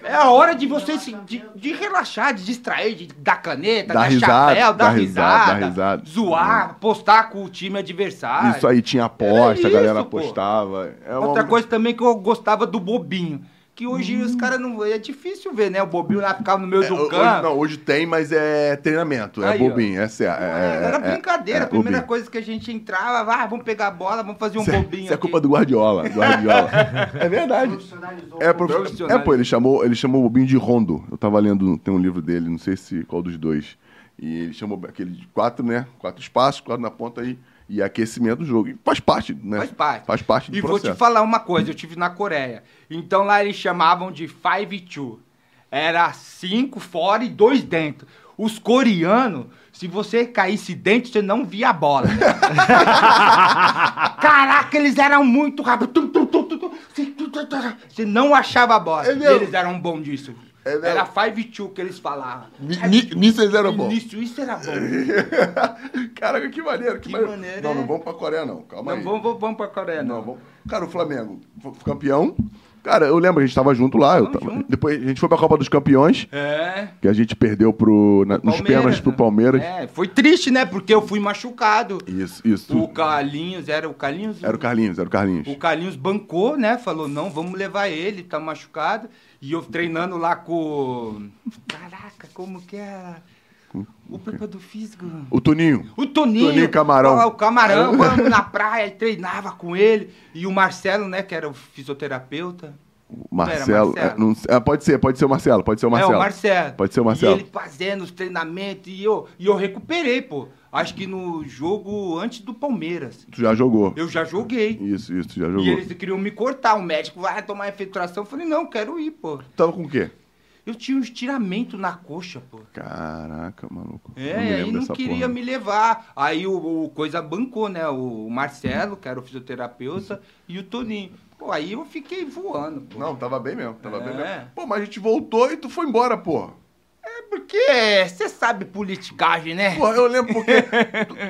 É a hora de você se, de, de relaxar, de distrair, de dar caneta, Dar dar risada, chapéu, dar dar risada, risada, dar risada. Uhum. zoar, postar com o time adversário. Isso aí tinha aposta, a galera isso, pô. apostava. É uma- Outra coisa também que eu gostava do bobinho. Que hoje os caras não. É difícil ver, né? O bobinho lá ficava no meio Hum. É, do hoje, campo. não, hoje tem, mas é treinamento, é Aí, ó. bobinho, é, sé- é, é, Era é, brincadeira. é a primeira bobinho. coisa que a gente entrava, ah, vamos pegar a bola, vamos fazer um Isso é- bobinho. Isso é aqui. culpa do Guardiola. Guardiola. é verdade. Profissionalizou. É, prof- Profissional. é, pô, ele chamou, ele chamou o Bobinho de Rondo. Eu tava lendo, tem um livro dele, não sei se qual dos dois. E ele chamou aquele de quatro, né? Quatro espaços, quatro na ponta aí. E aquecimento do jogo. E faz parte, né? Faz parte. Faz parte do E vou Um processo. te falar uma coisa, eu tive na Coreia. Então lá eles chamavam de five two. Era cinco fora e dois dentro. Os coreanos, se você caísse dentro, você não via a bola. né? Caraca, eles eram muito rápidos. Tum, tum, tum, tum, tum. Você- tum, tum, tum. Você não achava a bola. É mesmo? eles eram bons disso. É mesmo? era five two que eles falavam. Ni- ni- Nisso eles eram bons. É. Isso, isso era bom. Caraca, que maneiro, que, Que maneiro. maneiro, Não, é? não vamos pra Coreia, não. Calma Não, aí. vamos, vamos, vamos pra Coreia, Não, não. vamos. Cara, o Flamengo, f- campeão. Cara, eu lembro, a gente tava junto lá. eu Tamo tava- junto. Depois a gente foi pra Copa dos Campeões, É. que a gente perdeu pro, na- nos Palmeiras, pênaltis pro né? Palmeiras. É, foi triste, né? Porque eu fui machucado. Isso, isso. O Carlinhos, era o Carlinhos? Era o Carlinhos, era o Carlinhos. O Carlinhos bancou, né? Falou, não, vamos levar ele, tá machucado. E eu treinando lá com... Caraca, como que era? O preparador do físico... O Toninho. O Toninho. é? Toninho Camarão. Ah, o Camarão, vamos na praia, e treinava com ele. E o Marcelo, né, que era o fisioterapeuta. O Não era Marcelo. Marcelo? é, não sei- é, pode ser, pode ser o Marcelo, pode ser o Marcelo. É, o Marcelo. Pode ser o Marcelo. E ele fazendo os treinamentos e eu, e eu recuperei, pô. Acho que no jogo antes do Palmeiras. Tu já jogou. Eu já joguei. Isso, isso, tu já jogou. E eles queriam me cortar. O médico vai tomar infiltração. Eu falei, não, quero ir, pô. Tava com o quê? Eu tinha um estiramento na coxa, pô. Caraca, maluco. É, não me aí lembro não dessa queria porra. me levar. Aí o, o coisa bancou, né? O Marcelo, que era o fisioterapeuta, e o Toninho. Pô, aí eu fiquei voando, pô. Não, tava bem mesmo, tava É. bem mesmo. Pô, mas a gente voltou e tu foi embora, porra. É porque você sabe politicagem, né? Porra, eu lembro porque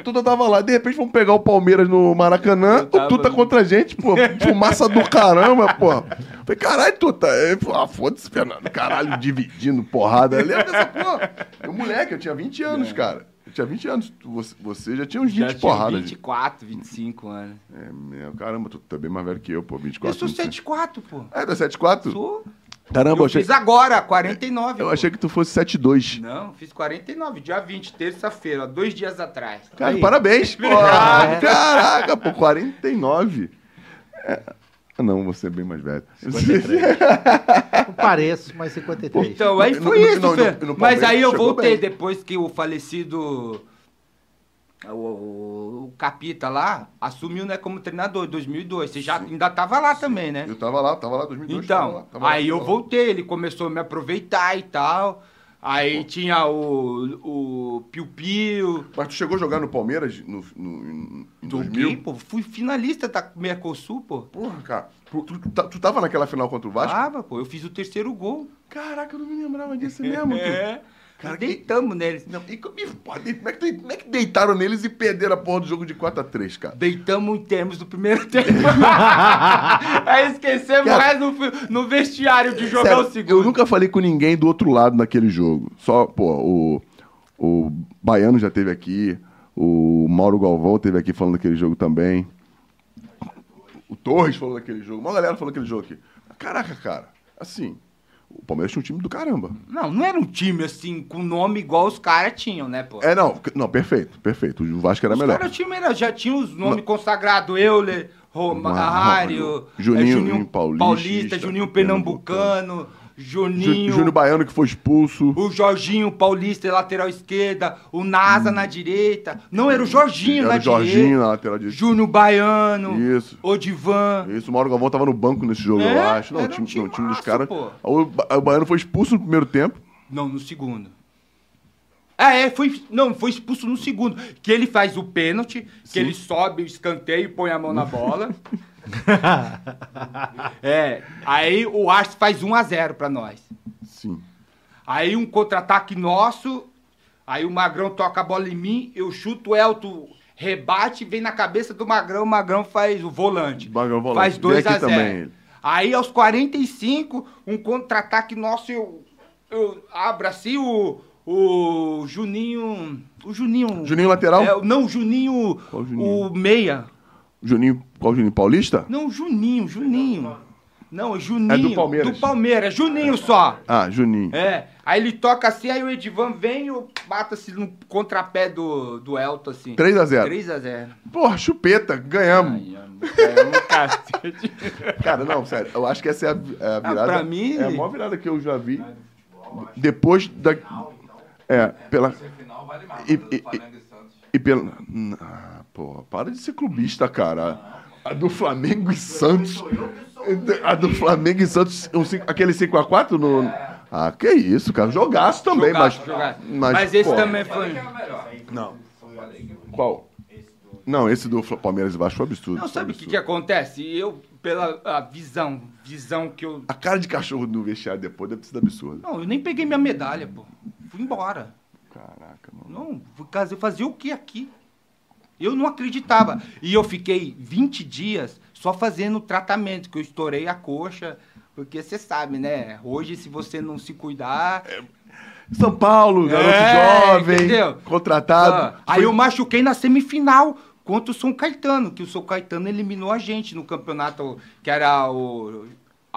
tu- tu, tava lá, de repente vamos pegar o Palmeiras no Maracanã, Eu tava o Tuta no- contra a gente, pô, fumaça do caramba, pô. Falei, caralho, Tuta. Ele falou, ah, foda-se, Fernando, caralho, dividindo porrada. Eu lembro dessa porra. Eu, moleque, eu tinha 20 anos, cara. Eu tinha 20 anos. Tu- Você, você já tinha uns 20 É. já tinha porradas. 24, 25 anos. É, meu, caramba, tu tá bem mais velho que eu, pô, 24. Eu sou 25. 74, pô. É, tá 74? Sou. Caramba, eu eu achei, fiz agora, 49. eu pô. achei que tu fosse 72. Não, fiz 49, dia 20, terça-feira, ó, dois dias atrás. Cara, Aí. parabéns, pô. Obrigado. Caraca, pô, 49. É... Não, você é bem mais velho. Não pareço, mas 53. Então, aí No- foi no- isso, no- no- Fê. no Mas Palmeiras aí eu chegou voltei bem. depois que o falecido. O, o- o Capita lá assumiu, né, como treinador em 2002. Você já ainda tava lá também, né? Eu tava lá, tava lá em 2002. Então, tava lá, tava lá, aí tava eu lá. voltei, ele começou a me aproveitar e tal. Aí tinha o, o Piu Piu. Mas tu chegou a jogar no Palmeiras no, no, em Joguei, 2000? pô. Fui finalista da Mercosul, pô. Porra, cara. Tu, tu, tá- tu tava naquela final contra o Vasco? Tava, pô. Eu fiz o terceiro gol. Caraca, eu não me lembrava disso mesmo. tu. É. Cara, que- Deitamos neles. Não, e como, e, pô, de- como é que, de- como é que deitaram neles e perderam a porra do jogo de 4x3, cara? Deitamos em termos do primeiro tempo. Aí esquecemos Cara, mais no, fi- no vestiário de jogar Sério, o segundo. Eu nunca falei com ninguém do outro lado naquele jogo. Só, pô, o, o Baiano já teve aqui, o Mauro Galvão teve aqui falando daquele jogo também. O Torres falou daquele jogo, uma galera falou daquele jogo aqui. Caraca, cara, assim, o Palmeiras tinha um time do caramba. Não, não era um time assim, com nome igual os caras tinham, né, pô? É, não, não, perfeito, perfeito. O Vasco era os melhor. caras tinham, era- já tinham os nomes consagrados, Euler, Romário, Juninho Paulista, Juninho Pernambucano, Jú- Juninho, Júnior Baiano que foi expulso. o Jorginho Paulista, lateral esquerda, o Nasa na direita. Não, era o Jorginho Hum. Era na o Jorginho direita. na lateral direita. Júnior Baiano, Isso. Odivan. Isso, o Mauro Galvão tava no banco nesse jogo, É, eu acho. Não, o era um time, não, o time dos timaço, caras. pô. O, Ba- o Baiano foi expulso no primeiro tempo. Não, no segundo. É, é, foi, não, foi expulso no segundo. Que ele faz o pênalti, que ele sobe o escanteio, põe a mão na bola. é, aí o Arce faz 1 a 0 pra nós. Sim. Aí um contra-ataque nosso, aí o Magrão toca a bola em mim, eu chuto o Elton, rebate, vem na cabeça do Magrão, o Magrão faz o volante. Magrão é volante. Faz Vem 2 a aqui 0. também. Aí aos 45, um contra-ataque nosso, eu, eu abro assim o, o Juninho. O Juninho. Juninho lateral? É, não, o Juninho, Qual Juninho? O Meia. Juninho, qual Juninho? Paulista? Não, Juninho, Juninho. Não, Juninho. É do Palmeiras. Do Palmeiras, Juninho só. Ah, Juninho. É. Aí ele toca assim, aí o Edivan vem e mata-se no contrapé do, do Elton, assim. 3x0. 3x0. Porra, chupeta, ganhamos. Ganhamos, cacete. Cara, não, sério, eu acho que essa é a, vi- é a virada. Ah, pra mim- É a maior virada que eu já vi. Depois da. É, pela. Esse final vale mais. E- a do e- Flamengo e Santos. E pela. Ah, porra, para de ser clubista, cara. A do Flamengo e Santos. A do Flamengo e Santos, um cinco- aquele 5x4 no. Ah, que isso, cara. Jogaço também, Jogaço, mas, jogaço. mas. Mas esse pô, também Falei foi. que era é o melhor. Não. Falei que- Qual? Não, esse do Fla- Palmeiras e Vasco foi um absurdo. Não, foi um sabe o que, é- absurdo. que acontece? Eu, pela a visão, visão que eu. A cara de cachorro no vestiário depois deve ter sido absurda. Não, eu nem peguei minha medalha, pô. Fui embora. Caraca, mano. Não, fui casa- eu fazia o que aqui? Eu não acreditava. E eu fiquei 20 dias só fazendo tratamento, que eu estourei a coxa. Porque você sabe, né? Hoje, se você não se cuidar. São Paulo, garoto É, jovem, entendeu? contratado. Ah, Aí eu machuquei na semifinal contra o São Caetano, que o São Caetano eliminou a gente no campeonato que era o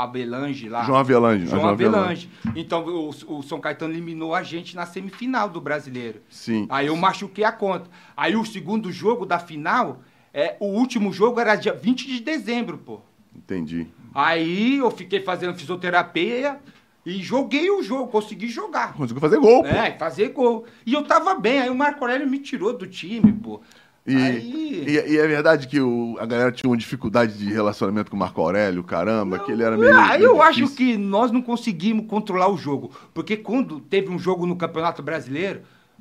Abelange lá. João Avelange. João Avelange. Então o, o São Caetano eliminou a gente na semifinal do brasileiro. Sim. Aí eu machuquei a conta. Aí o segundo jogo da final, é, o último jogo era dia 20 de dezembro, pô. Entendi. Aí eu fiquei fazendo fisioterapia e joguei o jogo, consegui jogar. Conseguiu fazer gol, pô. É, fazer gol. E eu tava bem, aí o Marco Aurélio me tirou do time, pô. E, aí... e- e é verdade que o- a galera tinha uma dificuldade de relacionamento com o Marco Aurélio, caramba, que ele era meio. Ah, meio eu acho difícil. que nós não conseguimos controlar o jogo. Porque quando teve um jogo no Campeonato Brasileiro,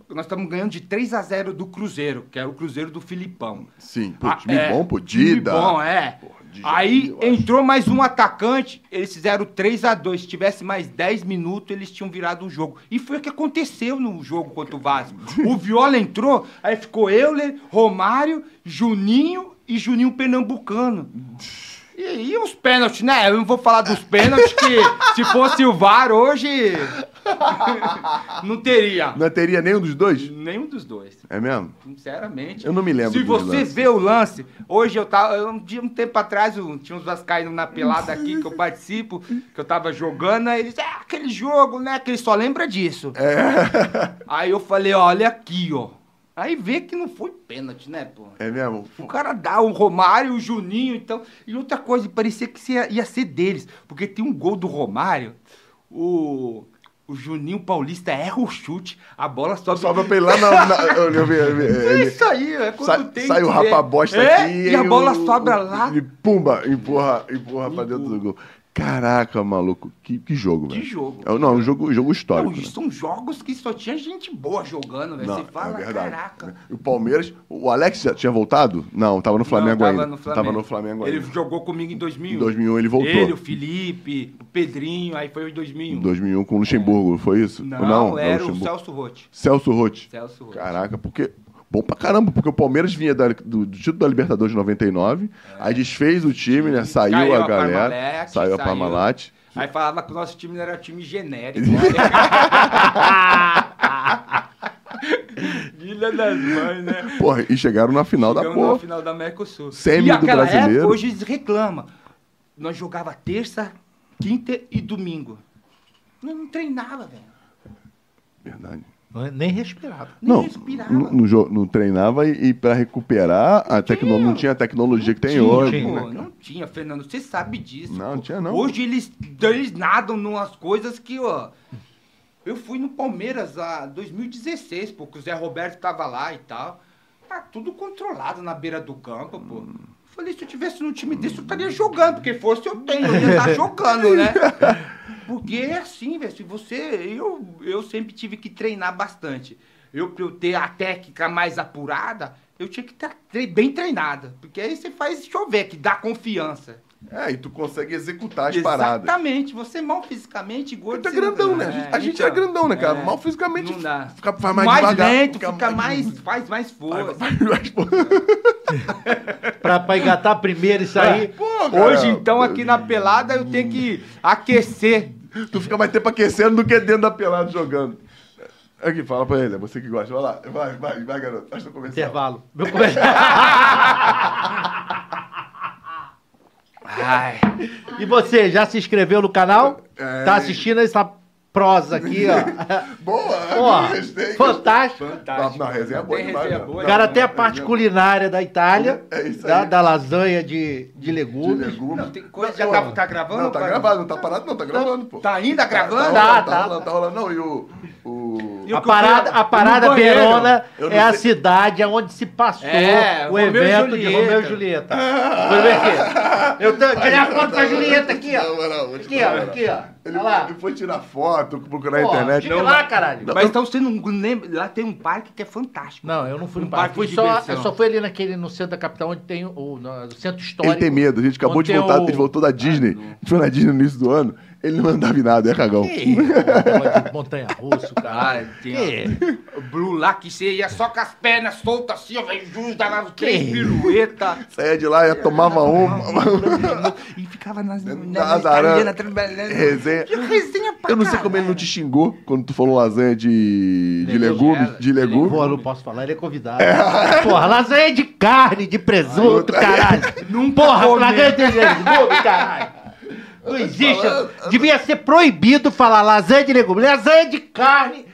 nós estamos ganhando de 3 a 0 do Cruzeiro, que era o Cruzeiro do Filipão. Sim, pô, Ah, time é, bom, pô, time Dida. bom, é. Porra, Dida, Aí eu acho. entrou mais um atacante, eles fizeram 3 a 2 Se tivesse mais 10 minutos, eles tinham virado o jogo. E foi o que aconteceu no jogo contra o Vasco. O Viola entrou, aí ficou Euler, Romário, Juninho e Juninho Pernambucano. E, e os pênaltis, né? Eu não vou falar dos pênaltis, que se fosse o VAR hoje, não teria. Não teria nenhum dos dois? Nenhum dos dois. É mesmo? Sinceramente. Eu não me lembro Se dos você lances. vê o lance, hoje eu tava. eu- Um, dia, um tempo atrás, eu, tinha uns vascaínos na pelada aqui que eu participo, que eu tava jogando, aí eles, ah, aquele jogo, né? Que ele só lembra disso. É. Aí eu falei, olha aqui, ó. Aí vê que não foi pênalti, né, pô? É mesmo? O cara dá o Romário, o Juninho, então. E outra coisa, parecia que ia, ia ser deles. Porque tem um gol do Romário, o. O Juninho Paulista erra o chute, a bola sobe. Sobe pra ele lá na. na- eu, eu vi- eu vi- É ele- isso aí, é quando sai, tem. sai o que rapa ver. bosta É, aqui. E a aí bola o- sobra o- lá. E pumba, empurra, empurra pra dentro do Empurra. gol. Caraca, maluco, que, que jogo, Que velho. jogo. É, não, é um jogo, jogo histórico. Não, né? isso são jogos que só tinha gente boa jogando, velho. é Você fala, caraca. né? E o Palmeiras, o Alex já tinha voltado? Não, tava no Flamengo Não, tava ainda. No Flamengo. Tava no Flamengo Ele ainda. jogou comigo em 2001. Em 2001 ele voltou. Ele, o Felipe, o Pedrinho, aí foi em 2001. Em 2001 com o Luxemburgo, foi isso? Não, não é era o Luxemburgo. Celso Rotti. Celso Rotti. Celso Rotti. Caraca, porque. Bom pra caramba, porque o Palmeiras vinha da- do, do título da Libertadores de 99, aí desfez o time, né? Saiu É. Caiu a a galera. Parmalat, saiu a saiu. Parmalat. Aí falava que o nosso time não era time genérico. né? Guilha das mães, né? Porra, e chegaram na final da Chegamos na porra. final da Mercosul. Semi e do aquela brasileiro. época, hoje eles reclamam. Nós jogava terça, quinta e domingo. Nós não treinava, velho. Verdade. é Nem respirava. Nem Não, respirava. não, não jo- não treinava e, e pra recuperar, a tecno, não tinha a tecnologia que tem Tinha, hoje. pô, né, cara? não tinha, Fernando. Você sabe disso. Não, pô. não tinha não. Hoje eles, eles nadam numas coisas que, ó. Eu fui no Palmeiras em 2016, pô, que o Zé Roberto tava lá e tal. Tá tudo controlado na beira do campo, pô. Hum. Falei, se eu tivesse num time desse, eu estaria jogando, porque força eu tenho, eu ia estar jogando, né? Porque é assim, velho. Se você. Eu, eu sempre tive que treinar bastante. Eu, pra eu ter a técnica mais apurada, eu tinha que estar tre- bem treinada. Porque aí você faz chover, que dá confiança. É, e tu consegue executar as paradas. Exatamente. Você mal fisicamente, gordo. Tu é você não grandão, né? dá. A gente- É, a gente era grandão, né, cara? é. Mal fisicamente Não dá. fica- faz mais devagar, lento, fica fica, mais- mais, Faz mais força. Mas, pô, pra, pra engatar primeiro isso aí. Hoje, então, aqui na pelada, eu tenho que aquecer. Tu fica mais tempo aquecendo do que dentro da pelada jogando. Aqui, fala pra ele, é você que gosta. Vai lá, vai, vai, vai, garoto. Faz teu Ah. comercial. Intervalo. Meu comercial. Ai, E você, já se inscreveu no canal? É. Tá assistindo essa prosa aqui, ó. Boa! Ó, gostei, fantástico. Não, não, a resenha é boa Tem demais, resenha mano. boa, O cara não, até a parte culinária da Itália, É isso da, aí. da lasanha de, de De legumes. legume. Não, tem coisa- já tá- tá gravando, Não, tá pai? gravado, não tá parado, não, tá gravando, pô. tá ainda gravando? Tá, rolando, tá, tá. rolando, Tá rolando, não, e o. o- E o A parada, a parada no banheiro. Verona Eu não é a sei- cidade onde se passou É, o Romeu e evento de Julieta. Romeu e Julieta. Foi bem aqui. Eu tenho, tirei a foto da Julieta aqui, Não, ó. não, não, vou te Aqui, falar, ó, não. aqui, ó. Ele, Olha lá. ele foi tirar foto, procurar na Pô, internet. tive lá, caralho. Mas então você não lembra. Lá tem um parque que é fantástico. Não, eu não fui Um no parque. parque Fui de só, diversão. eu só fui ali naquele, no centro da capital, onde tem o no- no centro histórico. É. Ele tem medo, a gente acabou onde de tem voltar, o- ele voltou da Disney. A gente foi na Disney no início do ano, ele não andava em nada, é cagão. Ih, pô, de montanha-russo, Ah, caralho. tem Que? a- o Blue lá que você ia só com as pernas soltas assim, ó, vem junto, dava três Que? pirueta Saía de lá, ia, tomava uma. e ficava nas Nas nas aranhas. italianas trabalhando. Resenha. Que resenha É. pra Eu não sei como ele não te xingou quando tu falou lasanha de, de legumes. De Pô, eu legumes. não posso falar, ele é convidado. Porra, lasanha de carne, de presunto, caralho. Nunca Porra, comi. lasanha de legume, caralho. Não existe. Devia ser proibido falar lasanha de legume. Lasanha de carne,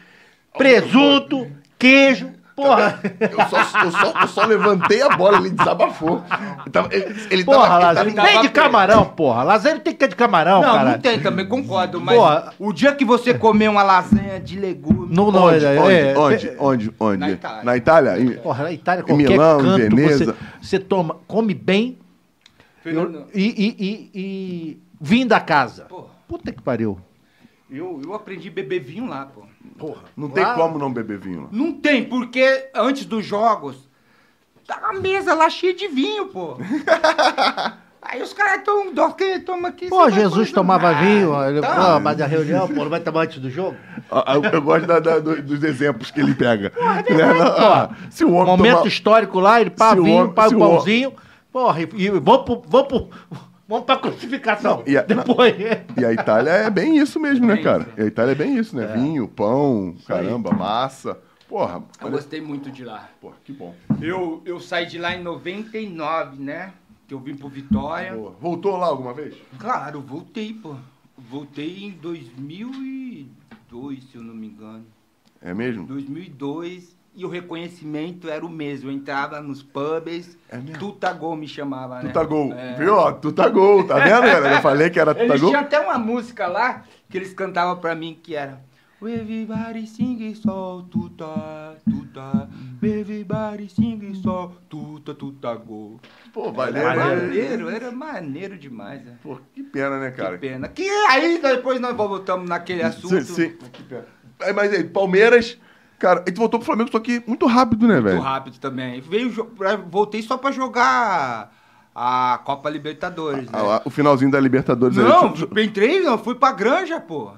presunto, queijo. Porra, Eu só, eu, só, eu só levantei a bola, ele desabafou. Ele tava. Ele, ele tava- porra, tá lasanha. ele tava Nem de preso. camarão, porra. Lasanha não tem que ter de camarão, Não, caralho. não tem também, concordo, mas Porra. o dia que você comer uma lasanha de legume. Não, não, Onde, é, é, onde, é, onde, onde? Na Itália. Na Itália? Em- Porra, na Itália, Em qualquer Milão, em canto, Veneza. Você, você toma, come bem Fernando, e, e, e, e vim da casa. Porra. Puta que pariu. eu, eu aprendi a beber vinho lá, pô. Porra. Não tem Lá- como não beber vinho lá. Não tem, porque antes dos jogos, tá a mesa lá cheia de vinho, pô. Aí os caras tão, dó que toma aqui. Pô, você vai Jesus fazer- tomava Ah, vinho, ele, tá. pô, mas a reunião, pô, não vai tomar antes do jogo? Ah, Eu, eu gosto da- da- do- dos exemplos que ele pega. Né? é ah, porra. se o homem Momento tomar- histórico lá, ele pá Se o vinho, homem- pá se o o homem- pãozinho, porra, e, e vamos pro, vamos pro, vamos pra crucificação. Não, e a- Depois, E a Itália é bem isso mesmo, né, Bem cara? E a Itália é bem isso, né? Vinho, pão, caramba, massa. Porra, Eu olha, gostei muito de lá. porra, que bom. Eu, eu saí de lá em 99, né? Que eu vim pro Vitória. Boa. Voltou lá alguma vez? Claro, voltei, pô. Voltei em 2002, se eu não me engano. É mesmo? 2002 e o reconhecimento era o mesmo. Eu entrava nos pubs, É mesmo? Tutagol me chamava, né? Tu tá gol. É. Viu? ó? Tu tá gol. Tá vendo, galera? Eu falei que era tu tá Eles gol. tinham até uma música lá que eles cantavam pra mim que era Everybody sing sol, tuta, tuta Everybody sing sol, tuta, tuta, go Pô, valeu. Era valeu. maneiro, era maneiro demais, né? Pô, que pena, né, cara? Que pena. Que aí depois nós voltamos naquele assunto. Sim, sim. Aí, Mas aí, Palmeiras, cara, e tu voltou pro Flamengo, só que muito rápido, né, Muito velho? rápido também. Veio, jo- pra- voltei só pra jogar a Copa Libertadores, né? Ah, lá, o finalzinho da Libertadores aí, Não, tu- tu- entrei, não, fui pra granja, pô.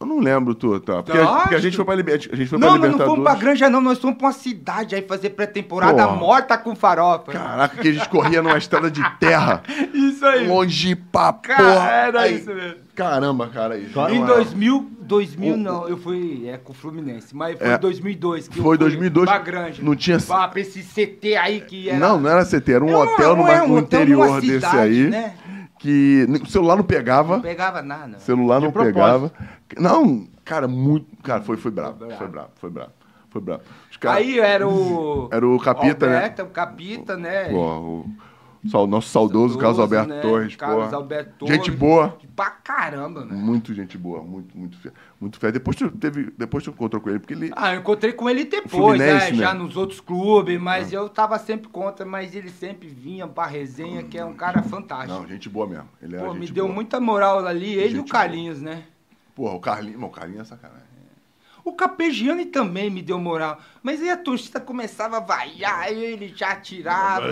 Eu não lembro, tu, tá? Porque, a- Lógico. porque a gente foi pra, Liber- a gente foi pra Não, nós não um Libertadores. fomos pra granja, não. Nós fomos pra uma cidade aí fazer pré-temporada Porra. morta com farofa. Caraca, que a gente corria numa estrada de terra, Isso aí. longe pra Cara, porra. era Aí- isso mesmo. Caramba, cara, isso. não Em é- 2000, 2000 O- não, eu fui é, com o Fluminense, mas foi É. em 2002 que eu Foi fui 2002, pra Granja. não tinha- Pra, pra esse CT aí que era... Não, não era CT, era um Não, hotel não numa- é um no hotel numa interior desse cidade, aí. né? Que o celular não pegava. Não pegava nada. celular não propósito. pegava. Não, cara, muito. Cara, foi, foi brabo. Foi brabo, foi brabo. Foi brabo. Os caras- Aí era o... Era o Capita, né? Alberto, O Capita, né? Porra, o, só- o nosso saudoso Carlos Alberto né? Torres, Carlos porra. Alberto Torres. Gente boa. Hum. Pra caramba, né? Muito gente boa, muito, muito fé. Muito fé. Depois tu teve. Depois tu encontrou com ele, porque ele. Ah, eu encontrei com ele depois, né? Fluminense, né? Ah. Já nos outros clubes, mas eu tava sempre contra, mas ele sempre vinha pra resenha, que é um cara fantástico. Não, gente boa mesmo. Ele era Pô, me gente deu boa. muita moral ali, ele e o Gente boa. Carlinhos, né? Porra, o Carlinhos. Não, o Carlinhos é sacanagem. O Capegiani também me deu moral, mas aí a torcida começava a vaiar, aí ele já tirava.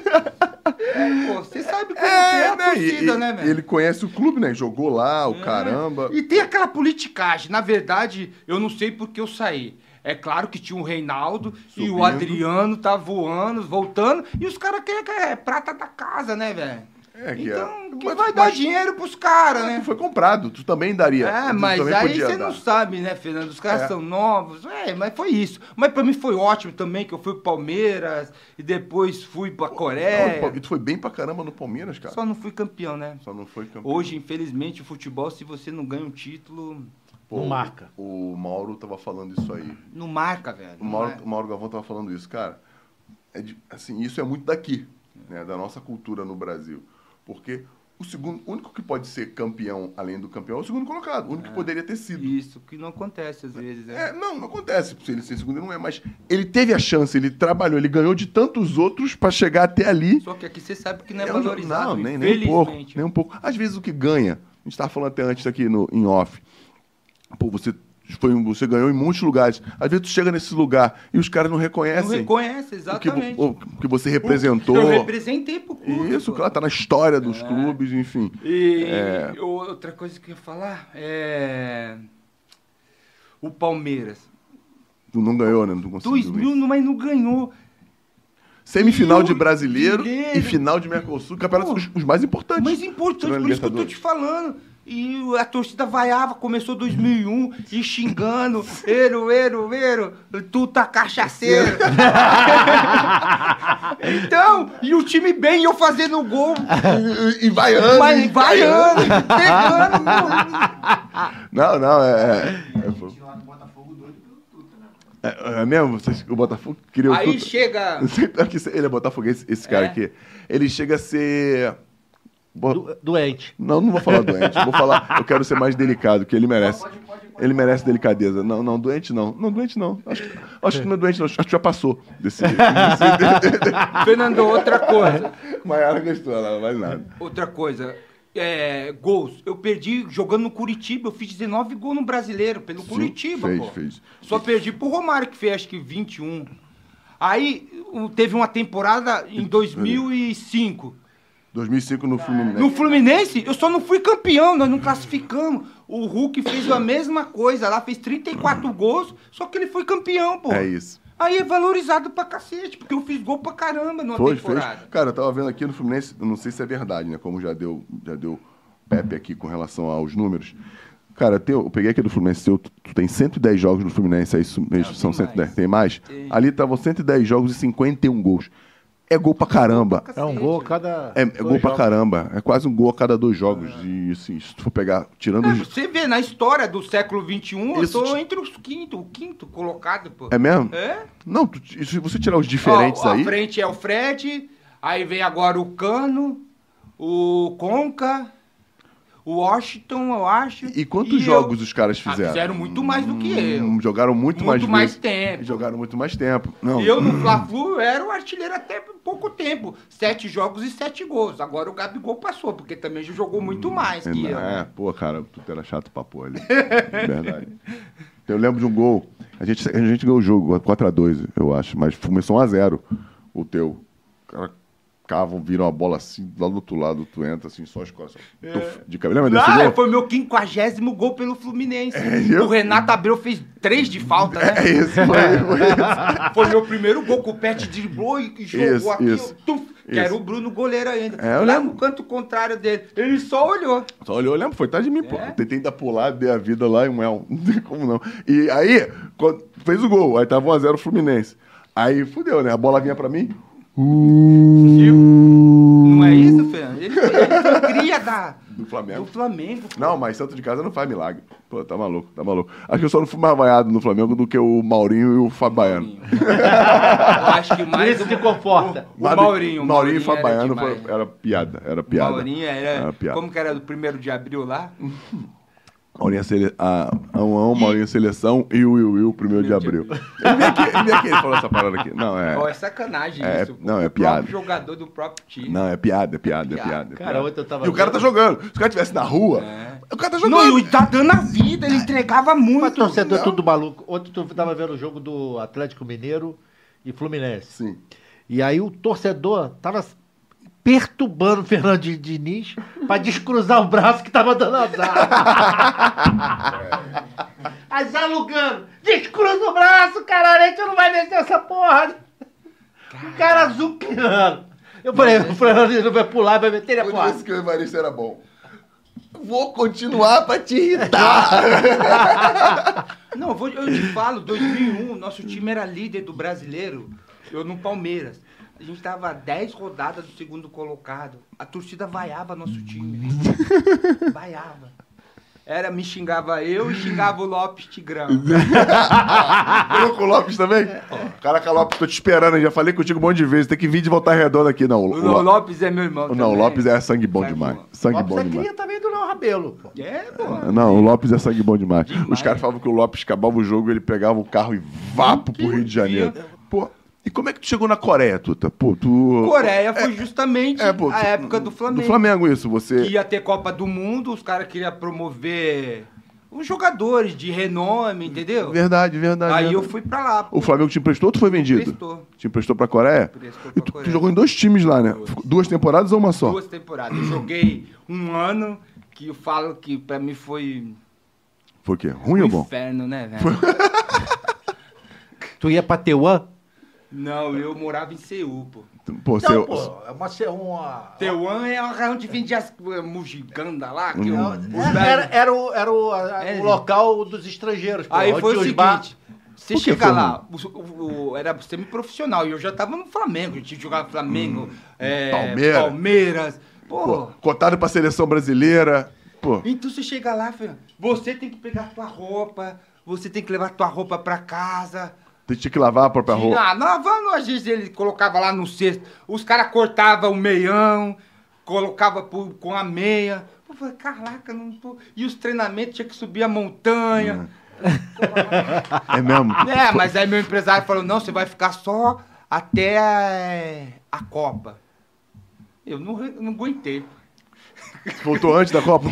é, pô, você sabe como é, a torcida, e, né, e- velho? É. Ele conhece o clube, né? Jogou lá, o caramba. E tem aquela politicagem. Na verdade, eu não sei porque eu saí. É claro que tinha o Reinaldo e Subindo. o Adriano tá voando, voltando, e os caras querem que é prata da casa, né, velho? É que é. Então, que Mas- vai dar mas- dinheiro pros caras, Ah, né? tu foi comprado, tu também daria. É, tu mas também aí podia você dar. não sabe, né, Fernando? Os caras É. são novos. É, mas foi isso. Mas pra mim foi ótimo também, que eu fui pro Palmeiras e depois fui pra Coreia. Não, e tu foi bem pra caramba no Palmeiras, um cara. Só, é. Só não fui campeão, né? não foi campeão. Hoje, infelizmente, o futebol, se você não ganha um título, Não marca. O Mauro tava falando isso aí. não marca, velho. O Não é. Mauro, marca. o Mauro Galvão tava falando isso, cara. É de- assim, isso é muito daqui, né, da nossa cultura no Brasil. Porque o segundo, o único que pode ser campeão além do campeão é o segundo colocado, o único que poderia ter sido. Isso, que não acontece às vezes, né? É, não, não acontece. Se ele ser segundo, ele não é, mas ele teve a chance, ele trabalhou, ele ganhou de tantos outros pra chegar até ali. Só que aqui você sabe que não é, um- valorizado, Não, nem, nem um pouco, infelizmente. nem um pouco. Às vezes o que ganha, a gente estava falando até antes aqui no, em off, pô, você, foi, um- você ganhou em muitos lugares. Às vezes tu chega nesse lugar e os caras não não reconhecem reconhece, é assim, o, que, exatamente. o que você representou. Eu representei pro clube. Isso, pô. claro, É. tá na história É. dos clubes, enfim. E e outra coisa que eu ia falar é. O Palmeiras. Tu não ganhou, né? Não conseguiu. 2000, não- mas não ganhou. Semifinal de mil brasileiro e brasileiro. final de Mercosul, campeonatos Pô. os, os mais importantes. Mas importante, Tirando por isso que eu tô Libertadores. te falando. E o- a torcida vaiava, começou 2001, e xingando, ero, ero, ero, tu tá cachaceiro. então, e o time bem, e eu fazendo gol, E, e vaiando. e mas vaiando, vaiando. pegando. pô. Não, não, é. E a gente lá no Botafogo doido pelo Tuta, né? É, é mesmo? Vocês- O Botafogo queria o Aí Tuta? chega... Pior que Ele é botafoguense, esse cara É? aqui. Ele chega a ser. Bo- Do- doente. Não, não vou falar doente. Vou falar. Eu quero ser mais delicado, que ele merece. Pode, pode, pode. Ele merece delicadeza. Não, não, doente não. Não, doente não. Acho que, acho que não é doente, não. Acho que já passou desse. Fernando, outra coisa. Maiara gostou, ela não vale nada. Outra coisa, é, gols. Eu perdi jogando no Curitiba, eu fiz 19 gols no brasileiro, pelo Curitiba, fez, pô. fez. Só perdi pro Romário, que fez acho que 21. Aí o- teve uma temporada em 2005. 2005 no Fluminense. Tá. No Fluminense, eu só não fui campeão, nós não classificamos. O Hulk fez a mesma coisa lá, fez 34 gols, só que ele foi campeão, pô. É isso. Aí é valorizado pra cacete, porque eu fiz gol pra caramba numa Foi, fez. temporada. Cara, eu tava vendo aqui no Fluminense, eu não sei se é verdade, né? Como já deu, já deu Pepe aqui com relação aos números. Cara, tem- eu peguei aqui do Fluminense, seu, tu, tu tem 110 jogos no Fluminense, é isso mesmo? Não, são tem 110. mais. Tem mais? Tem. Ali estavam 110 jogos e 51 gols. É gol pra caramba. É um gol a cada. É, é dois gol pra jogos. caramba. É quase um gol a cada dois jogos. Ah. E assim, se tu for pegar, tirando É, os. você vê, na história do século XXI, eu Isso tô te- entre os quinto, o quinto colocado, pô. É mesmo? É? Não, tu- se você tirar os diferentes Ó, ó, aí. À frente é o Fred, aí vem agora o Cano, o Conca, o Washington, eu acho. E quantos eu- jogos os caras Ah, fizeram? fizeram muito mais do que eu. Hum, Jogaram muito, mais Muito mais vezes. tempo. Jogaram muito mais tempo. Não. E eu no Fla-Flu era o artilheiro até pouco tempo. Sete jogos e sete gols. Agora o Gabigol passou, porque também já jogou muito mais É, que eu. né? é, pô, cara, tu era chato pra pôr ali. Verdade. Eu lembro de um gol. A gente, a gente ganhou o jogo, 4x2, eu acho, mas começou 1x0 o teu. O cara cavam, viram a bola assim, lá do outro lado, tu entra assim, só escorre. Só, tuf, de cabelo. Lembra desse Ah, gol? É. foi meu quinquagésimo gol pelo Fluminense. É, eu- o Renato Abreu fez três de falta, né? É esse, foi, foi esse. Foi meu primeiro gol com o Pet driblou e e jogou Isso, aqui. eu- isso, tuf, que isso. era o Bruno goleiro ainda. É, eu Lá lembro. no canto contrário dele. Ele só olhou. Só olhou, eu lembro, foi atrás de mim, pô. É? Tentei ainda pular, dei a vida lá e um el. Não tem como não. E aí, quando- fez o gol, aí tava 1x0 o Fluminense. Aí fudeu, né? A bola vinha pra mim. Não é isso, Fernando? Ele, ele cria da, Do Flamengo. do Flamengo. Não, mas santo de casa não faz milagre. Pô, tá maluco, tá maluco. Acho que eu só não fui mais vaiado no Flamengo do que o Maurinho e o Fábio Baiano. Eu acho que mais Isso o- se conforta. O, o Nada- Maurinho. o Maurinho e Fábio era Baiano demais. foi- era piada, era O piada. Maurinho era, Era piada. Como que era do primeiro de abril lá? Maurinho é sele... a, a, um, a um, Maurinho é Seleção e o Will Will, primeiro de abril. Ele vem aqui, ele vem aqui, ele falou essa parada aqui. Não, Ó, é é. sacanagem É, isso. pô. não, é o piada. próprio jogador do próprio time. Não, é piada, é piada, é piada. é Cara, piada. ontem eu tava E o cara tá vendo- jogando. Se o cara estivesse na rua, o cara tá Não, jogando. e o- tá dando a vida, ele entregava É. Mas muito. torcedor não. tudo maluco. Ontem tu tava vendo o jogo do Atlético Mineiro e Fluminense. Sim. E aí o torcedor tava perturbando o Fernando de- Diniz pra descruzar o braço que tava dando azar. As alugando. Descruza o braço, caralho, a gente não vai descer essa porra. O cara zupiando. Eu falei, o Fernando vai pular, vai meter a Por porra. isso que o Evaristo era bom. Vou continuar pra te irritar. Não, eu, vou- eu te falo, 2001, nosso time era líder do brasileiro, eu no Palmeiras. A gente tava 10 rodadas do segundo colocado. A torcida vaiava nosso time. né? Vaiava. Era, me xingava eu e xingava o Lopes Tigrão. Falou com o Lopes também? Caraca, Lopes, tô te esperando. eu Já falei contigo um monte de vezes. Tem que vir de voltar redonda aqui. Não, o, o O Lo- Lo- Lopes é meu irmão. não, o também. Lopes é sangue bom Sangue demais. bom. Sangue Lopes bom é demais. cria também do Léo Rabelo, pô. É, pô. Não, o Lopes é sangue bom demais. Os Demais. caras falavam que o Lopes acabava o jogo, ele pegava o carro e vapo pro Rio de Janeiro. Pô, e como é que tu chegou na Coreia, Tuta? Pô, tu. Coreia foi justamente É, pô, a tu- época do Flamengo. Do Flamengo, isso. Você. Que ia ter Copa do Mundo, os caras queriam promover os jogadores de renome, entendeu? Verdade, verdade. Aí eu verdade. fui pra lá. O Flamengo te emprestou ou tu foi vendido? Emprestou. Te emprestou pra Coreia? Emprestou E pra tu, Coreia. tu jogou em dois times lá, né? Ficou Duas temporadas ou uma só? duas temporadas. Eu joguei um ano que eu falo que pra mim foi Foi o quê? Ruim um ou bom? inferno, né, velho? Tu ia pra Teuã? Não, eu morava em Seul, pô. Pô, Não, seu- pô, é uma... se- uma... Teuan é onde vendia as eh, mugiganda lá, Hum. que É, eu- os velhos- Era, era, era o, era o, a- É. o local dos estrangeiros, pô. Aí onde foi o os seguinte. bar- Você Por que chega foi lá, o- o- o- era semi-profissional, e eu já tava no Flamengo, a gente jogava Flamengo, eh, Hum. Palmeiras. Palmeiras, pô. Pô, cotado pra seleção brasileira. Pô, Então você chega lá, filho, você tem que pegar tua roupa, você tem que levar tua roupa pra casa, tu tinha que lavar a própria roupa. Ah, não, vamos, às vezes ele colocava lá no cesto, os caras cortavam o meião, colocava pro- com a meia. Eu falei, caraca, não tô... E os treinamentos tinha que subir a montanha. É mesmo? É, mas aí meu empresário falou, não, você vai ficar só até eh, a Copa. Eu não, re- não aguentei. Voltou antes da Copa?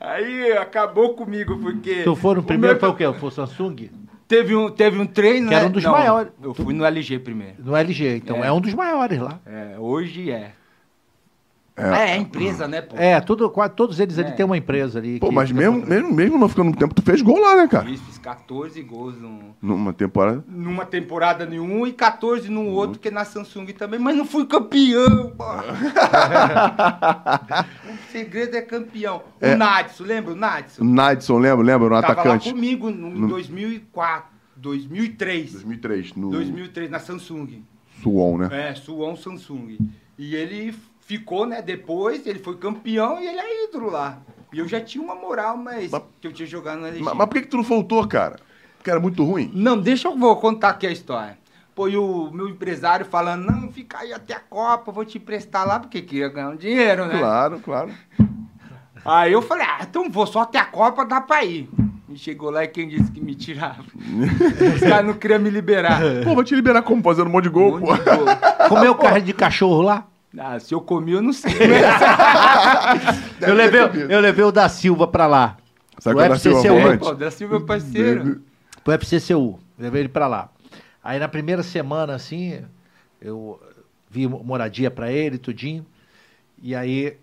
Aí acabou comigo, porque. Tu foi no o primeiro, meu- foi o tá- quê? Foi o Samsung? Teve um, teve um treino. Que era né? um dos Não, maiores. Eu fui no LG primeiro. No LG, então é, É. um dos maiores lá. É, hoje é. É. É, é empresa, né, pô? É, tudo, quase todos eles ali É. têm uma empresa ali. Pô, que mas fica mesmo, por- mesmo, mesmo não ficando no tempo, tu fez gol lá, né, cara? Luiz fiz 14 gols num- Numa temporada. numa temporada nenhum e 14 Uhum. num outro, que é na Samsung também, mas não fui campeão, pô. Ah. o segredo é campeão. O Nadson, lembra o Nadson? Nadson, lembra? Lembra? Um Tava atacante. lá comigo em 2004, 2003. 2003, no 2003, na Samsung. Suon, né? É, Suon Samsung. E ele ficou, né, depois, ele foi campeão e ele é ídolo lá. E eu já tinha uma moral, mas, Mas- que eu tinha jogado na LG. Mas, mas por que, que tu não voltou, cara? Porque era muito ruim? Não, deixa eu vou contar aqui a história. Pô, e o meu empresário falando, não, fica aí até a Copa, vou te emprestar lá, porque queria ganhar um dinheiro, né? Claro, claro. Aí eu falei, ah, então vou só até a Copa, dá pra ir. E chegou lá e quem disse que me tirava? Os caras não queriam me liberar. Pô, vou te liberar como? Fazendo um monte de gol, Um pô. monte de gol. Comeu carne de cachorro lá? Ah, se eu comi, eu não sei. né? Eu levei, comido. eu levei o da Silva pra lá. Sabe O quando UFC nasceu o seu É, avante? pô, da Silva é parceiro. pro FCCU. Levei ele pra lá. Aí na primeira semana, assim, eu vi mo- moradia pra ele, tudinho. E aí,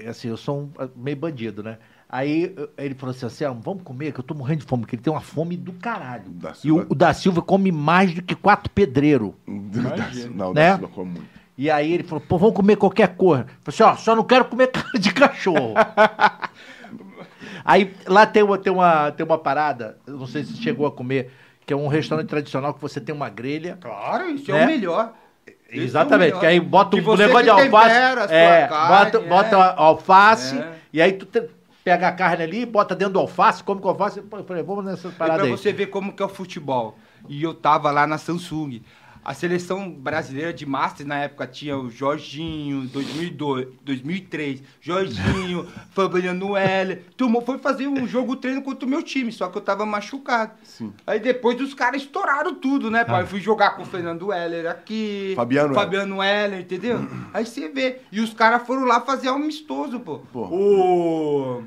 eh, assim, eu sou um, ah, meio bandido, né? Aí eu- ele falou assim, Anselmo, vamos comer, que eu tô morrendo de fome, porque ele tem uma fome do caralho. Da e o, Silva- o da Silva come mais do que quatro pedreiros. Não, Né? né? não come muito. E aí ele falou, pô, vamos comer qualquer coisa. Eu falei assim, ó, só não quero comer carne de cachorro. aí lá tem uma, tem, uma, tem uma parada, eu não sei se você chegou a comer, que é um restaurante tradicional que você tem uma grelha. Claro, isso é, Né? o melhor. Esse é o Exatamente, melhor. que aí bota um Que você negócio de que alface. tempera a sua É, carne, bota, é. bota a alface, É. e aí tu te- pega a carne ali, bota dentro do alface, come com alface. Pô, Eu falei, vamos nessa E parada pra aí. você ver como que é o futebol. E eu tava lá na Samsung. A seleção brasileira de Masters na época tinha o Jorginho, 2002, 2003, Jorginho, Fabiano Heller. Turma, foi fazer um jogo treino contra o meu time, só que eu tava machucado. Aí depois os caras estouraram tudo, né, pai? Eu fui jogar com o Fernando Heller aqui, Fabiano Fabiano Heller, entendeu? Aí você vê. E os caras foram lá fazer amistoso, pô. Pô. O...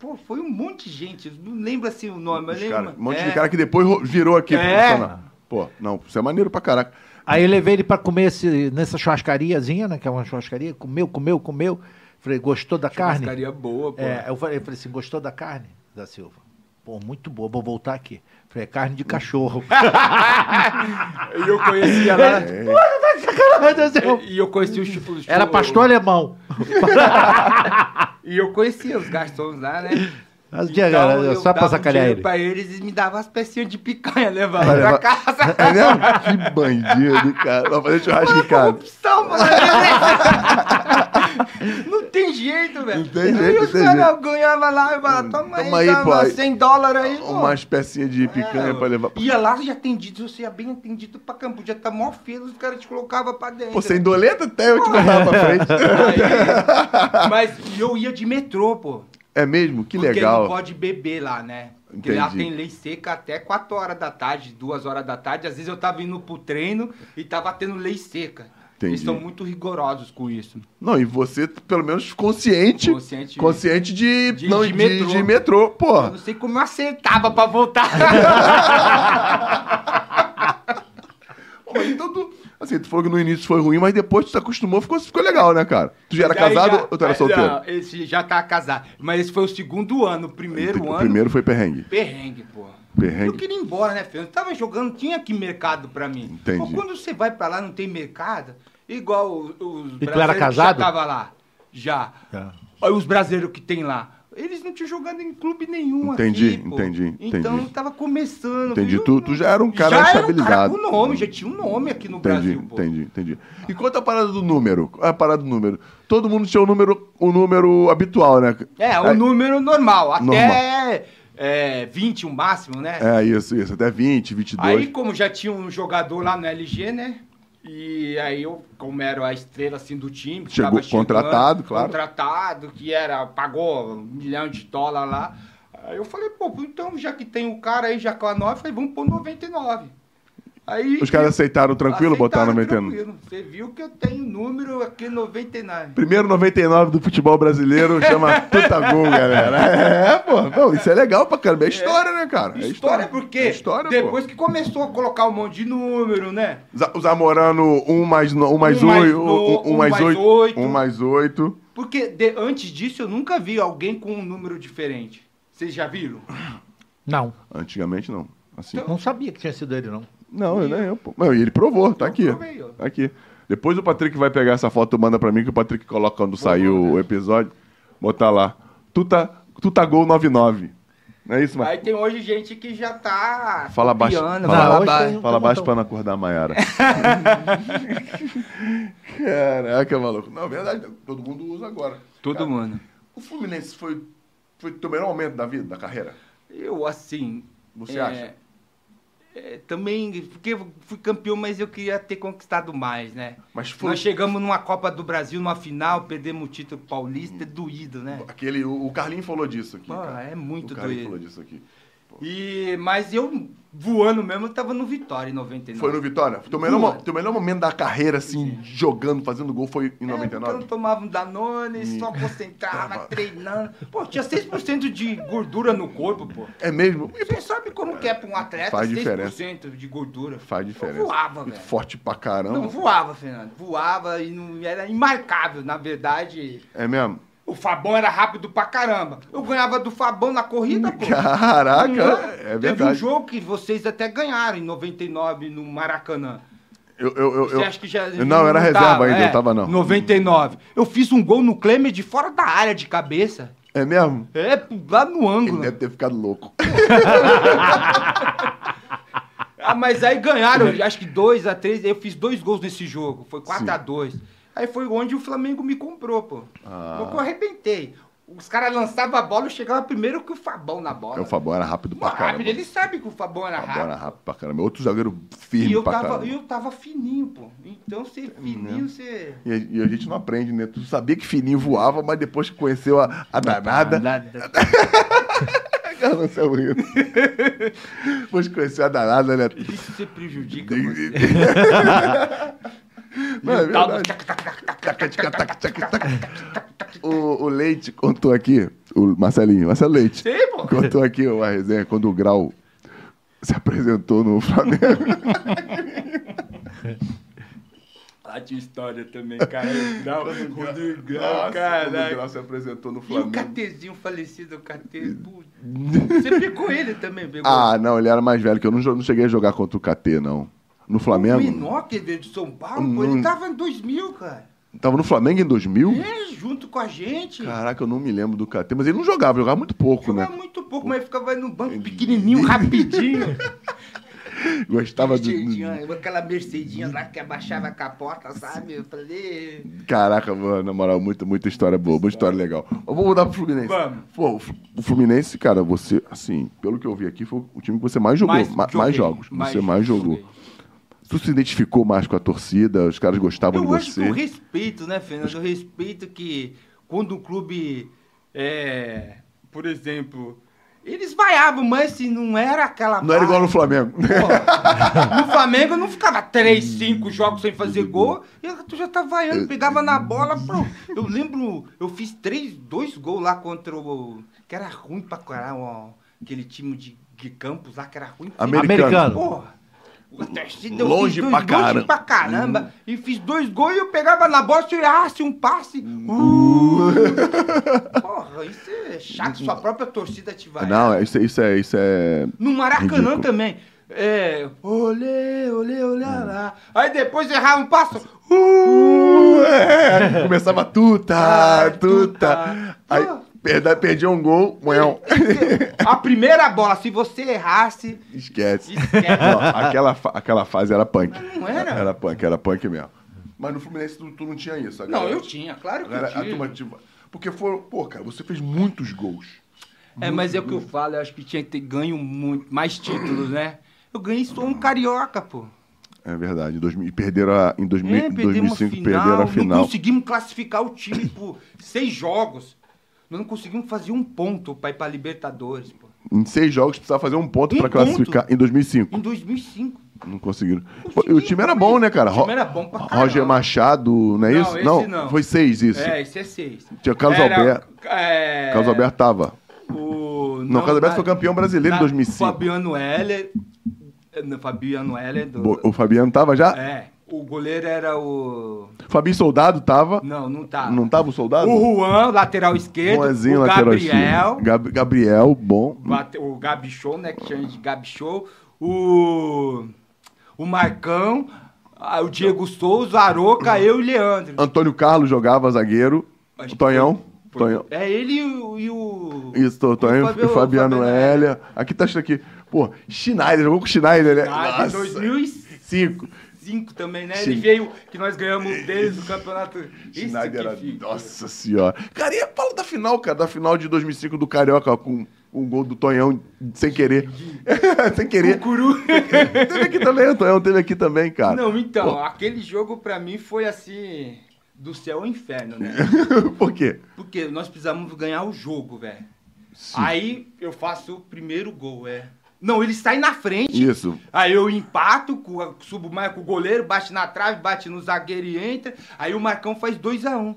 Pô, foi um monte de gente. eu Não lembro assim o nome, mas Os lembro. cara, um monte é. de cara que depois ro- virou aqui. pro É. profissional. Pô, não, isso é maneiro pra caraca. Aí eu levei ele pra comer esse, nessa churrascariazinha, né? Que é uma churrascaria. Comeu, comeu, comeu. Falei, gostou da carne? Churrascaria boa, pô. É, eu falei, eu falei assim, gostou da carne da Silva? Pô, muito boa, vou voltar aqui. Falei, é carne de cachorro. E eu conheci ela. É. Meu Deus do céu. É, E eu conheci o chupo Era pastor alemão. E eu conhecia os garçons lá, né? Mas, Diego, era eu só pra dava um sacanear dinheiro ele. Pra eles e me dava as pecinhas de picanha, levava Vai levar- pra casa. É mesmo? Que bandido, cara. Vai fazer churrasco em casa. Corrupção, mano. Não tem jeito, velho. Não tem jeito, E não os tem caras ganhavam lá e falavam, toma, Toma aí, aí, toma pai. 100 dólares aí, pô. Umas pecinhas de É. picanha pra levar. Ia lá, já atendido, você ia bem atendido pra campo, já tá mó fila, os caras te colocavam pra dentro. Pô, sem doleta até eu te mandava pra frente. Aí, mas e eu ia de metrô, pô. É mesmo? Que porque não legal. pode beber lá, né? Porque lá Entendi. tem lei seca até 4 horas da tarde, 2 horas da tarde. Às vezes eu tava indo pro treino e tava tendo lei seca. Entendi. Eles são muito rigorosos com isso. Não, e você, pelo menos, consciente. Consciente. Consciente de. De- não, de de, metrô. de metrô, Eu não porra. sei como eu acertava pra voltar. Pô, então tu. Assim, tu falou que no início foi ruim, mas depois tu se acostumou, ficou, ficou legal, né, cara? Tu já era Daí casado já- ou tu era solteiro? Não, esse já tá casado. Mas esse foi o segundo ano. O primeiro o ano, primeiro foi perrengue. perrengue, pô. Eu Perrengue. queria ir embora, né, Fernando? Tava jogando, tinha que mercado pra mim. Entendi. Pô, quando você vai pra lá, não tem mercado. Igual o- os E tu era brasileiros que casado? já tava lá. Já. É. Já. Aí Os brasileiros que tem lá. Eles não tinham jogado em clube nenhum Entendi, aqui, pô. entendi, Então entendi. tava começando. Entendi. viu? Tu- tu já era um cara já Era estabilizado. um cara com nome, já tinha um nome aqui no Entendi, Brasil, pô. entendi, entendi. E quanto a parada do número? A parada do número. Todo mundo tinha o número, o número habitual, né? É, um Aí- número normal. Até Normal. É, 20 o máximo, né? É, isso, isso. Até 20, 22. Aí, como já tinha um jogador lá no LG, né? E aí eu, como era a estrela assim do time, que Chegou tava chegando, contratado, claro. Contratado, que era, pagou um milhão de dólar lá. Aí eu falei, pô, então já que tem o cara aí já com a 9, falei, vamos pôr 99. Aí, Os caras aceitaram tranquilo, botaram 99. tranquilo. Você viu que eu tenho um número aqui 99. Primeiro 99 do futebol brasileiro chama Tuta Gol, galera. É, pô. Não, isso é legal pra caramba. É história, né, cara? É História, porque É história, depois pô. que começou a colocar um monte de número, né? Za- O Zamorano, 1 mais 1, um mais Um mais 8, no- 1 um mais mais 8, oito. 1 mais 8. Porque de- antes disso eu nunca vi alguém com um número diferente. Vocês já viram? Não, Antigamente, não. Assim, não sabia que tinha sido ele, não. Não, eu nem eu, pô. Não, e ele provou, tá Eu aqui. Então, provei, ó. Tá aqui. Depois o Patrick vai pegar essa foto e manda pra mim, que o Patrick coloca quando saiu o episódio. Botar lá. Tuta, Tuta Gol 99. Não é isso, Aí mas tem hoje gente que já tá. Fala baixo. copiando, Fala vai lá baixo. ba- tem- Fala tem baixo um pra não acordar a Mayara. Caraca, maluco. Não, é verdade, todo mundo usa agora. Todo mundo. O Fluminense foi, foi o teu melhor momento da vida, da carreira? Eu, assim. Você é, acha? é, também, porque eu fui campeão, mas eu queria ter conquistado mais, né? Mas foi- Nós chegamos numa Copa do Brasil, numa final, perdemos o título paulista, é doído, né? Aquele, o o Carlinho falou disso aqui. Pô, cara. é muito Hum. O Carlinho doido. falou disso aqui. E, mas eu, voando mesmo, eu tava no Vitória em 99. Foi no Vitória? Teu melhor, Boa. mo- teu melhor momento da carreira, assim, jogando, fazendo gol, foi em É, porque eu 99? não tomava um Danone, só concentrava, treinando. Pô, tinha 6% de gordura no corpo, pô. É mesmo? E Você sabe como que é pra um atleta Faz 6% diferença. de gordura? faz diferença. Eu voava, E velho. Forte pra caramba. Não voava, Fernando. Voava e não era imarcável, na verdade. É mesmo? O Fabão era rápido pra caramba. Eu ganhava do Fabão na corrida, pô. Caraca, Não dá. é Teve um verdade. jogo que vocês até ganharam em 99 no Maracanã. Eu, eu, eu, Você eu- acha que já. É, Não, eu era reserva ainda, eu tava não. 99. Eu fiz um gol no Klemer de fora da área de cabeça. É mesmo? É, lá no Ele é- ângulo. deve ter ficado louco. Ah, mas aí ganharam, é- eu acho que 2 a 3 Eu fiz dois gols nesse jogo. Foi 4 a 2 Aí foi onde o Flamengo me comprou, pô. Ah. Eu arrebentei. Os caras lançavam a bola e chegava primeiro que o Fabão na bola. É O Fabão era rápido Mó pra rápido, caramba. ele sabe que o Fabão era O Fabão era é rápido. rápido pra caramba. Outro zagueiro E firme eu pra tava, caramba. É eu tava fininho, pô. Então, ser fininho, você. E, a- e a gente não aprende, né? Tu sabia que Fininho voava, mas depois que conheceu a, a danada, Cara, você é bonito. Depois que conheceu a danada, né? Isso você prejudica você. Não, é E o tal do verdade. Taca, tica, taca, tica, taca. O, o Leite contou aqui, o Marcelinho, Marcelo Leite, Sei, pô. contou aqui uma resenha quando o Grau se apresentou no Flamengo. Ah, tinha história também, cara. Não, Rodrigão, Nossa, quando o cara. né? Grau se apresentou no E o Flamengo. Catezinho falecido, o Cate. puta. Você pegou ele também, pegou? Ah, não, ele era mais velho, que eu não, jo- não cheguei a jogar contra o KT, não. No O Flamengo? Minó, que veio de São Paulo, pô, Não- ele tava em 2000, cara. Tava no Flamengo em 2000? É, junto com a gente. Caraca, eu não me lembro do KT, mas ele não jogava, jogava muito pouco, Jogava né? muito pouco, mas ficava no banco pequenininho, rapidinho. Gostava do. Tinha Aquela Mercedinha lá que abaixava a capota, Assim. sabe? Eu falei... Caraca, mano, na moral, muita, muita história boa, muita história legal. Mas Vamos mudar pro Fluminense. Vamos. Pô, o Fl- o Fluminense, cara, você, assim, pelo que eu vi aqui, foi o time que você mais jogou, Mais ma- mais, joguei, jogos, mais você mais jogou. joguei. Tu se identificou mais com a torcida, os caras gostavam Eu de acho que você. o respeito, né, Fernando? O respeito que quando o clube é, por exemplo, eles vaiavam, mas se não era aquela Não era igual no Flamengo. Pô, no Flamengo eu não ficava três, Hum. cinco jogos sem fazer gol. E tu já tava É. vaiando, pegava na bola. Pô. Eu lembro, eu fiz três, dois gols lá contra o. Que era ruim pra caralho, ó, aquele time de, de campos lá que era ruim. Americano. Americano. Porra. O torcida, eu Longe fiz pra dois, caramba. Longe pra caramba. E fiz dois gols e eu pegava na bola, tirasse um passe. Uh. Porra, isso é chato. Sua própria torcida te vai. Não, isso, é- isso é. Isso é. No Maracanã Ridículo. Hum. também. É. Olê, olê, olê lá. Aí depois errava um passo. Uh. É, começava tuta, Ah, tuta. tuta. Ah. Aí perda, perdi um gol, moel. A primeira bola, se você errasse, Esquece. Não, esquece. aquela, fa- aquela fase era punk. é Não era? Era punk, era punk mesmo. Mas no Fluminense tu, tu não tinha isso. a Não, galera- eu tinha, claro que a galera- eu a tinha. turma tinha- Porque foram. Pô, cara, você fez muitos gols. É, mas é o que Hum. eu falo, eu acho que tinha que ter ganho muito, mais títulos, né? Eu ganhei só um carioca, pô. É verdade. Em 2000 e perderam a, em 2000, É, perdemos 2005 a final, perderam a Não final. conseguimos classificar o time por seis jogos. Nós não conseguimos fazer um ponto pra ir pra Libertadores, pô. Em seis jogos precisava fazer um ponto Um pra classificar. Em 2005. Em 2005. Não conseguiram. Pô, Consegui, e o time era bom, né, cara? O time Ro- era bom pra Roger caramba. Machado, não é Não, isso? esse não. Foi seis isso. É, esse é seis. Tinha Carlos Alberto. É, Carlos Alberto tava. O, Não, Carlos Alberto foi campeão brasileiro em na- 2005. Fabiano Heller. eh, não, Fabiano Heller. Do, Bo- O Fabiano tava já? É. O goleiro era o. Fabinho Soldado tava. Não, não tá. Não tava o soldado? O Juan, lateral esquerdo. Juanzinho, o lateral Gabriel. esquerdo. Gab- Gabriel, bom. bate- O Gabi Show, né? Que chama de Gabi Show. O. O Marcão. ah, O Diego Souza, Aroca, eu e Leandro. Antônio Carlos jogava zagueiro. Acho que Tonhão. foi- foi- Tonhão. É ele e o- e o. Isso, o Tonhão o e o Fabiano é- Hélia. Aqui tá achando aqui. Pô, Schneider, jogou com o Schneider, né? Ah, de Nossa. 2005 Cinco. também, né? Sim. Ele veio que nós ganhamos desde o campeonato. Isso Schneider é era. que fica. Nossa senhora. Cara, e fala da final, cara. Da final de 2005 do Carioca com um gol do Tonhão sem querer. sem querer. Cucuru. teve aqui também, o Tonhão teve aqui também, cara. Não, então, aquele jogo pra mim foi assim. Do céu ao inferno, né? Por quê? Porque nós precisamos ganhar o jogo, velho. Sim. Aí eu faço o primeiro gol, é. Não, ele sai na frente. Isso. Aí eu empato, com a- subo mais com o goleiro, bate na trave, bate no zagueiro e entra. Aí o Marcão faz 2x1.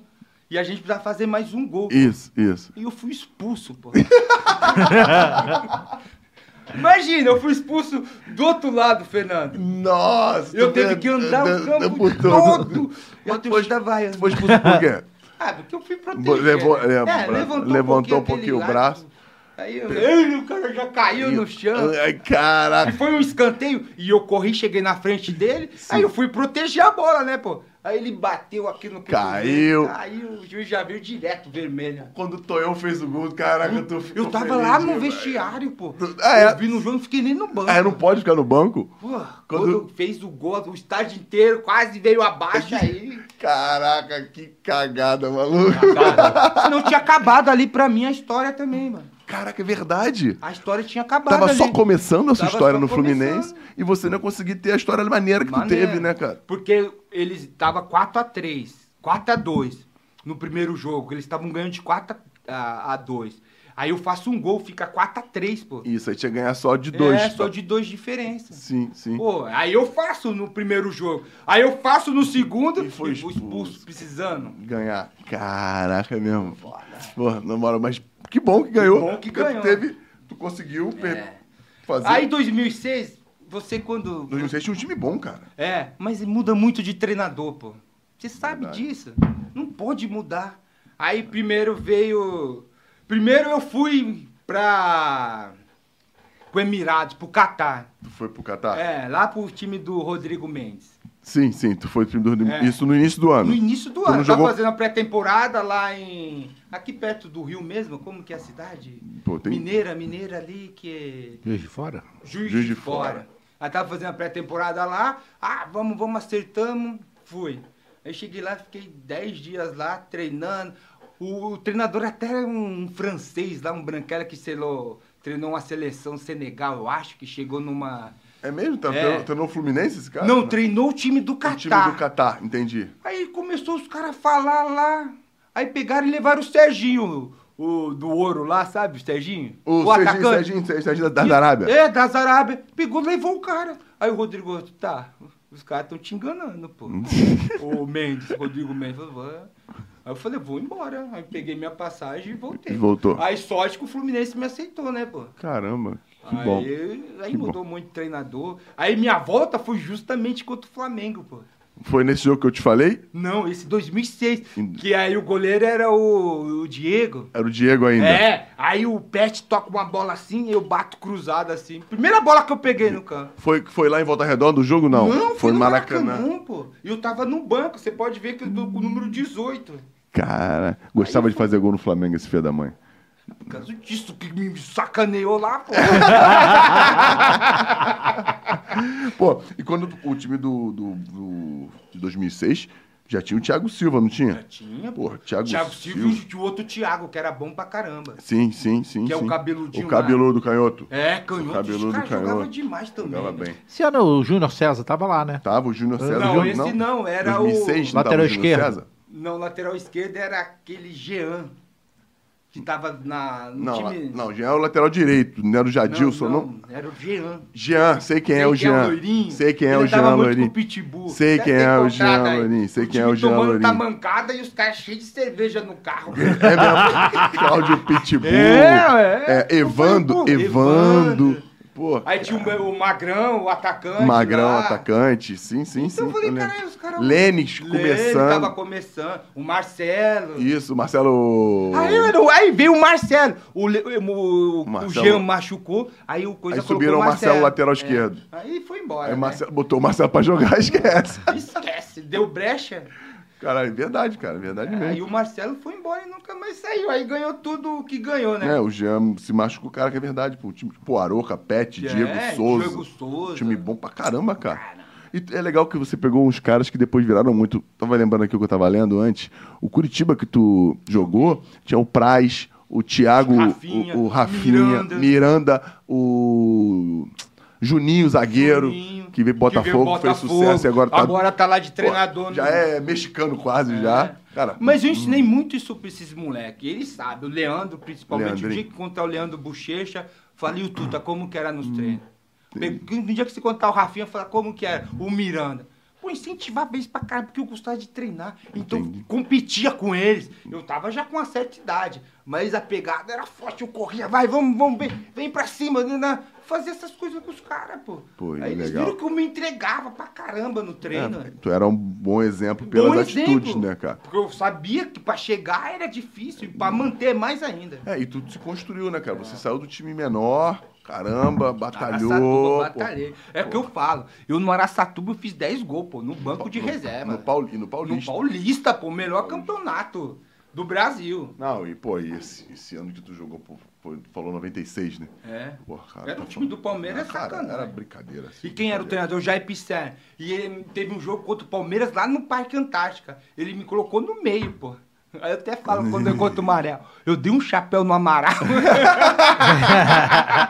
E a gente precisa fazer mais um gol. Isso, isso. E eu fui expulso, pô. Imagina, eu fui expulso do outro lado, Fernando. Nossa! Eu tu teve de- que andar de- o campo de- todo. Eu Mas tenho que vaiando. Foi expulso por quê? Ah, porque eu fui Bo- proteger. levou- né? leva- levantou um aquele pouquinho o lado. braço. Aí eu- Ei, o cara já caiu no chão. Ai, Aí caraca. foi um escanteio e eu corri, cheguei na frente dele. Aí eu fui proteger a bola, né, pô? Aí ele bateu aqui no Caiu. cotovelo, Caiu, o juiz já veio direto vermelho. Quando o Tonhão fez o gol, caraca, eu tô Eu ficou tava feliz lá no demais. vestiário, pô. Ah, é? Eu vi no jogo, não fiquei nem no banco. Ah, não pode ficar no banco? Pô, quando... Quando- fez o gol, o estádio inteiro quase veio abaixo aí. Caraca, que cagada, maluco. Cara, não tinha acabado ali pra mim a história também, mano. Caraca, é verdade. A história tinha acabado Tava ali. só começando a sua Tava história só no Fluminense começando. e você não conseguiu ter a história maneira que tu Maneiro. teve, né, cara? Porque eles tava 4x3, 4x2 no primeiro jogo. Eles estavam ganhando de 4x2. Aí eu faço um gol, fica 4x3, pô. Isso, aí tinha que ganhar só de dois. É, só de dois diferenças. Sim, sim. Pô, aí eu faço no primeiro jogo. Aí eu faço no segundo E foi fui expulso. precisando. Ganhar. Caraca, é mesmo. Porra, na moral, mas que bom que ganhou. bom que É. porque Tu ganhou. teve, tu conseguiu per- fazer. Aí em 2006 você quando. No Rio Seixas tinha um time bom, cara. É, mas muda muito de treinador, pô. Você sabe Verdade. disso. Não pode mudar. Aí primeiro veio. Primeiro eu fui pra. pro Emirados, pro Catar. Tu foi pro Catar? É, lá pro time do Rodrigo Mendes. Sim, sim, tu foi pro time do Rodrigo. É. Isso no início do ano. No início do Tu não ano, jogou- tá fazendo a pré-temporada lá em. Aqui perto do Rio mesmo, como que é a cidade? Pô, tem- Mineira, Mineira ali, que. é Juiz de fora? Juiz, de, fora. Aí tava fazendo a pré-temporada lá. Ah, vamos, vamos, acertamos. Fui. Aí cheguei lá, fiquei 10 dias lá treinando. O, o treinador até era um francês lá, um branquela que selou, treinou uma seleção Senegal, eu acho, que chegou numa. É mesmo? Tá, É. treinou- Treinou o Fluminense esse cara? Não, treinou o time do O Catar. time do Catar, entendi. Aí começou os caras a falar lá. Aí pegaram e levaram o Serginho, o do ouro lá, sabe? O Serginho? O, Serginho, Serginho, Serginho, Serginho da, da Arábia. É, das Arábia. Pegou, levou o cara. Aí o Rodrigo, tá, os caras estão te enganando, pô. o Mendes, Rodrigo Mendes. falou, "Vã." Aí eu falei, vou embora. Aí peguei minha passagem e voltei. E voltou. Aí sorte que o Fluminense me aceitou, né, pô. Caramba, que aí bom. aí que bom. mudou muito de treinador. Aí minha volta foi justamente contra o Flamengo, pô. Foi nesse jogo que eu te falei? Não, esse 2006. Em- Que aí o goleiro era o, o Diego. Era o Diego ainda. É, aí o Pet toca uma bola assim, eu bato cruzado assim. Primeira bola que eu peguei no campo. Foi, foi lá em Volta Redonda o jogo? Não. foi foi no Maracanã. Maracanã. pô. E eu tava no banco, você pode ver que eu tô com o número 18. Cara, gostava de fazer gol no Flamengo esse filho da mãe. Por causa disso que me sacaneou lá, pô. É. Pô, e quando o time do, do, do- de 2006 já tinha o Thiago Silva, não tinha? Tinha, pô. Pô, Thiago, Thiago Silva e o de outro Thiago, que era bom pra caramba. Sim, sim, sim. Que é o sim. cabeludinho O cabeludo do canhoto. É, canhoto, cabeludo os caras jogavam canhoto. demais também. Jogava né? bem. Esse ano o Júnior César tava lá, né? Tava o Júnior César. Não, Júnior- esse não, era o- 2006, não tava Lateral Júnior esquerdo. César? Não, lateral esquerdo era aquele Jean. Que tava na, no Não, time. la- não, Jean é o lateral direito, não era o Jadilson, não? Era o Jean. Jean, sei quem é Sei o Jean. loirinho. sei quem é Ele o tava Jean muito Loirinho. com o Pitbull. Sei Deve quem ter é o encontrado Jean aí. Loirinho, sei quem é time o Jean tomando Loirinho. tamancada e os caras cheios de cerveja no carro. É mesmo. Cláudio Pitbull. É, é. É, Evando, Eu falei, pô, Evando. Evando. Pô, Aí tinha o, o Magrão, o atacante. Magrão, lá. atacante. Sim, sim, sim. Então eu falei, lembro. caralho, os caras. Lênis Lê, ele começando. tava começando. O Marcelo. Isso, Marcelo. Aí, eu- aí veio o Marcelo. O, Le- o, o Marcelo. Jean machucou, aí o coisa Aí colocou subiram o Marcelo lateral É. esquerdo. Aí foi embora. Aí né? Marcelo, botou o Marcelo pra jogar, esquece. Esquece, deu brecha. Caralho, é verdade, cara, verdade É, Aí mesmo. o Marcelo foi embora e nunca mais saiu. Aí ganhou tudo o que ganhou, né? É, o Jean se machuca o cara que é verdade, pô. O time, tipo, Aroca, Pet, Diego Souza. É, Diego Souza. Time bom pra caramba, cara. E é legal que você pegou uns caras que depois viraram muito. Tava lembrando aqui o que eu tava lendo antes. O Curitiba que tu jogou tinha o Praz, o Thiago, Rafinha, o, o Rafinha, Miranda. Miranda. o Juninho, zagueiro, Juninho, que veio pro Botafogo, fez Botafogo. sucesso e agora tá. Agora tá lá de pô, treinador. Já no- é mexicano quase, É. já. Cara, hum. Mas eu ensinei muito isso pra esses moleques. Eles sabem, o Leandro, principalmente. O Leandrinho. dia que contar o Leandro Bochecha, falei o Tuta, como que era nos Hum. treinos. Pe- No dia que você contar o Rafinha, falar como que era. O Miranda. Pô, incentivar bem isso pra caramba, porque eu gostava de treinar. Então, Entendi. Hum. competia com eles. Eu tava já com uma certa idade, mas a pegada era forte. Eu corria, vai, vamos, vamos, vem, vem pra cima. Né, né. Fazia essas coisas com os caras, pô. Pô, Aí eles legal. viram que eu me entregava pra caramba no treino. né. é, tu era um bom exemplo pelas Bom exemplo, atitudes, né, cara? Hum. Porque eu sabia que pra chegar era difícil e pra manter mais ainda. É, e tu se construiu, né, cara? Você saiu do time menor, caramba, batalhou. Araçatuba, batalhei. É o que eu falo. Eu no Araçatuba eu fiz 10 gols, pô, no banco de reserva. No, Pauli, no Paulista. No Paulista, pô, o melhor campeonato do Brasil. Não, e pô, e esse, esse ano que tu jogou, pô, pô, tu falou 96, né? É. Pô, cara, Era tá o time do Palmeiras, é falando- Ah, sacanagem. Era brincadeira. assim, E quem era o brincadeira. treinador? O Jair Pissan. E ele teve um jogo contra o Palmeiras lá no Parque Antártica. Ele me colocou no meio, pô. Aí eu até falo quando eu encontro o Amarelo. Eu dei um chapéu no Amaral.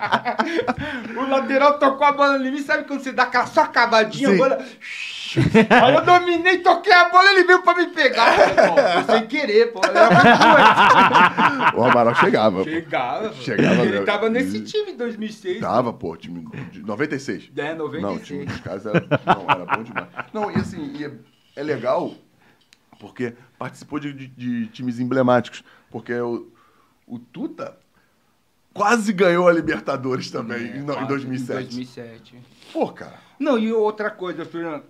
o lateral tocou a bola em mim. Sabe quando você dá aquela só cavadinha, a Sim. bola... Aí eu dominei, toquei a bola, ele veio pra me pegar. Eu falei, pô, foi sem querer, pô. Ele era muito O Amaral chegava. pô. doido. Chegava. pô. Chegava Ele mesmo. Tá. tava nesse time em 2006. Tava, pô, time de 96. É, 96. Não, o time dos caras era, não, era bom demais. Não, e assim, e é, é legal porque participou de, de- de times emblemáticos. Porque o, o Tuta quase ganhou a Libertadores também em, no- É, em quase, 2007. 2007. Pô, cara. Não, e outra coisa, Fernando,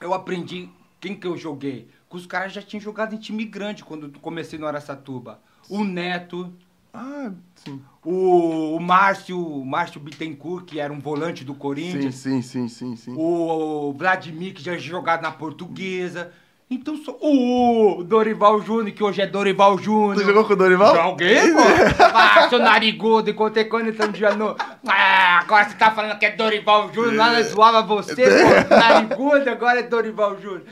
eu aprendi quem que eu joguei. Que os caras já tinham jogado em time grande quando eu comecei no Araçatuba. O Neto, Ah, sim. o, o Márcio, o Márcio Bittencourt, que era um volante do Sim, Corinthians. sim, sim, sim, sim. O, Vladimir, que já tinha jogado na portuguesa. Então, só- o Dorival Júnior, que hoje é Dorival Júnior. Tu jogou com o Dorival? Joguei, pô. Ah, seu narigudo, encontrei quando estamos de ano. Ah, agora você tá falando que é Dorival Júnior, lá nós zoava você, pô. Narigudo, agora é Dorival Júnior.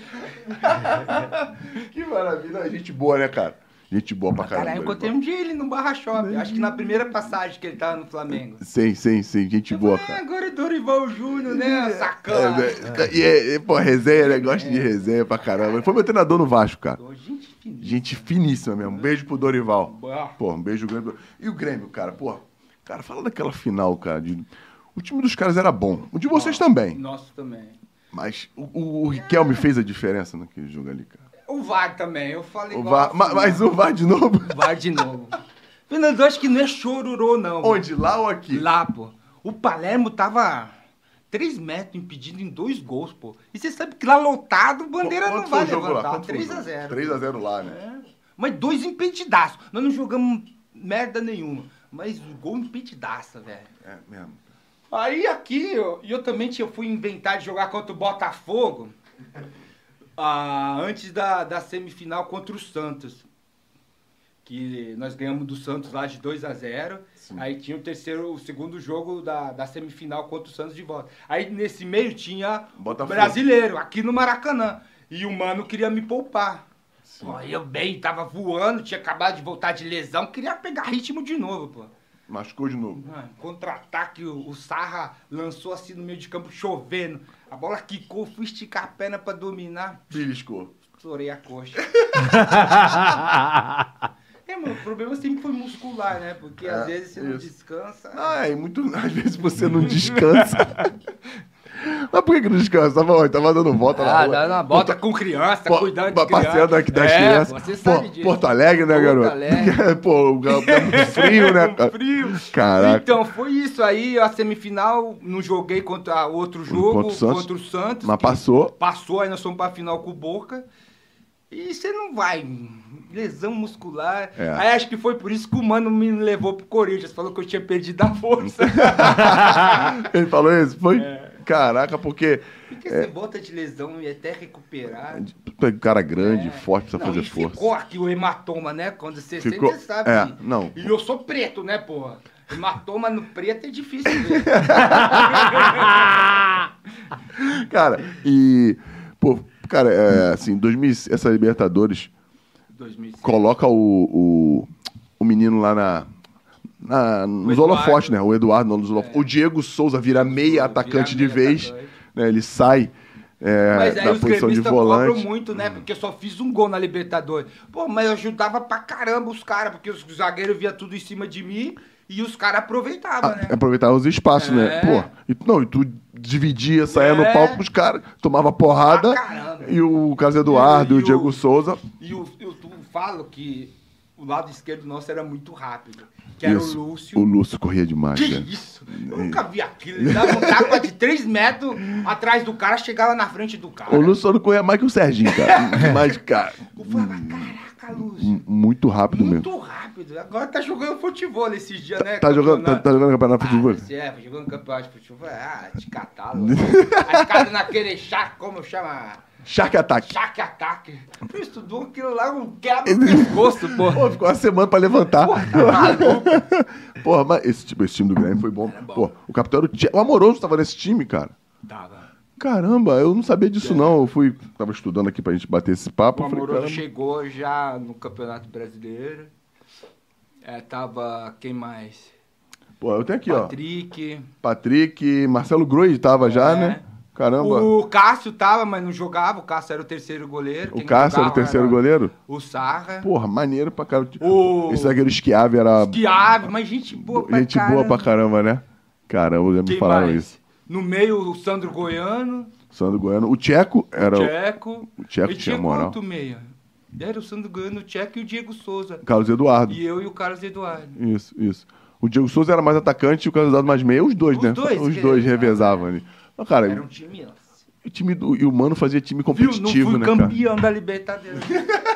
Que maravilha. Gente boa, né, cara? Gente boa pra caramba. Caralho, eu encontrei Dorival. um dia ele no Barra Shopping. Acho que na primeira passagem que ele tava no Flamengo. Sim, sim, sim. Gente Eu boa, falei, cara. ah, agora é Dorival Júnior, né? Sacana. É, é, e é, é, pô, resenha, né? Gosto É. de resenha pra caramba. Ele foi meu treinador no Vasco, cara. Gente finíssima. Gente finíssima mesmo. Um beijo pro Dorival. Bah. Pô, um beijo grande. pro- E o Grêmio, cara, pô. Cara, fala daquela final, cara. de- O time dos caras era bom. O de vocês também. Nosso também. Mas o, o, o Riquelme fez a diferença naquele jogo ali, cara. O VAR também, eu falei O igual VAR, a ma- mas o VAR de novo? VAR de novo. Fernando, eu acho que não é chororô, não. Onde? Lá ou aqui? Lá, pô. O Palermo tava 3 metros impedido em dois gols, pô. E você sabe que lá lotado, bandeira Quanto não foi vai o jogo lá? levantar. Quanto foi o 3 a jogo? 0 3x0 lá, né? É. Mas dois impedidaço. Nós não jogamos merda nenhuma. Mas o gol impedidaça, velho. É mesmo. Aí aqui, eu- e eu, também tinha, fui inventar de jogar contra o Botafogo ah, antes da, da semifinal contra o Santos. Que nós ganhamos do Santos lá de 2 a 0 Aí tinha o terceiro, o segundo jogo da, da semifinal contra o Santos de volta. Aí nesse meio tinha o Botafogo. brasileiro, aqui no Maracanã. E o mano queria me poupar. Pô, eu bem, tava voando, tinha acabado de voltar de lesão, queria pegar ritmo de novo, pô. Machucou de novo. Mano, Contra-ataque, o, o Sarra lançou assim no meio de campo, chovendo. A bola quicou, fui esticar a perna pra dominar, Beliscou. estourei a coxa. é, mano, o problema sempre foi muscular, né? Porque às É, vezes você não isso. descansa. Ah, é, e muito. Às vezes você não descansa. Mas por que, que não descansa? Tava, onde? tava dando volta na Ah, rua. dá na bota com criança, Po- Tá cuidando pa- de criança. Passeando aqui das É, crianças. Você Pô, sabe disso. Porto Alegre, né, Porto garoto? Alegre. Pô, o lugar é muito frio, né, cara? Frio. Caraca. Então, foi isso aí. A semifinal, não joguei contra outro jogo, contra o Santos. contra o Santos. Mas que passou. Passou, aí nós fomos pra final com o Boca. E você não vai. Lesão muscular. É. Aí acho que foi por isso que o Mano me levou pro Corinthians. Falou que eu tinha perdido a força. Ele falou isso? Foi? É. Caraca, porque. Porque você volta de lesão e até recuperar. O um cara grande, forte, precisa É. Não, fazer e força. ficou aqui o hematoma, né? Quando você Ficou- sente, você sabe. é, que- não. E eu sou preto, né, porra? Hematoma no preto é difícil ver. Cara, e. Pô, cara, é, assim, 2000, essa Libertadores 2006. coloca o, o, o menino lá na. na- nos Eduardo. É. holofotes, né? O Eduardo nos holofotes. O Diego Souza vira meia Vira atacante de meia vez. atacante. Né? Ele sai é, Mas aí da os posição de gremistas cobram volante. Hum. muito, né? Porque eu só fiz um gol na Libertadores. Pô, mas eu ajudava pra caramba os caras, porque os zagueiros via tudo em cima de mim e os caras aproveitavam, né? A- Aproveitar os espaços, né? É. Pô, e, tu- não, e tu dividia, saia no É. palco com os caras, tomava porrada. Pra caramba. e o Carlos Eduardo, E e o o- Diego Souza. E eu, eu tu- falo que o lado esquerdo nosso era muito rápido. Que era Isso. o Lúcio. O Lúcio corria demais, Que né? isso? Eu nunca vi aquilo. Ele dava um tapa de 3 metros atrás do cara, chegava na frente do cara. O Lúcio só não corria mais que o Serginho, cara. Mas, cara, Eu falava, caraca, Lúcio. m- muito rápido Hum, mesmo. Muito rápido. Agora tá jogando futebol esses dias, né? Tá jogando, tá, Campeonato. tá jogando campeonato de futebol? Ah, você é, jogando campeonato de futebol. Ah, te catalo. Aí cada naquele chá, como chama? Shark Attack. Chaque ataque. Tu estudou aquilo lá, um quebra no pescoço, pô. Tá Pô, ficou uma semana pra levantar. Porra, mas esse, time- esse time do Grêmio foi bom. É Pô, o capitão era o Thiago. O Amoroso tava nesse time, cara. Tava. Caramba, eu não sabia disso, não. Eu fui. Tava estudando aqui pra gente bater esse papo. É. O eu falei, Amoroso caramba. chegou já no Campeonato Brasileiro. É, tava quem mais? Pô, eu tenho aqui, ó. Patrick. Patrick, Marcelo Groi tava já, É. né? Caramba. O, O Cássio tava, mas não jogava. O Cássio era o terceiro goleiro. Quem Cássio era o jogava terceiro goleiro? O Sarra. Porra, maneiro pra caramba. O- Esse zagueiro esquiave era. Chiave, mas gente boa pra gente boa pra caramba, né? Caramba, já me Quem falaram mais? isso. No meio, o Sandro Goiano, Sandro Goiano. O Tcheco era. o- Tcheco. o Tcheco E tinha moral. quanto meia? Era o Sandro Goiano, o Tcheco e o Diego Souza. Carlos Eduardo. E eu e o Carlos Eduardo. Isso, isso. O Diego Souza era mais atacante e o Casado mais meia. Os dois, Os né? dois, Os que- dois revezavam ali. Mas, cara, Era um time assim. o time do, e o Mano fazia time Viu? Não competitivo, fui né, cara? campeão da Libertadores.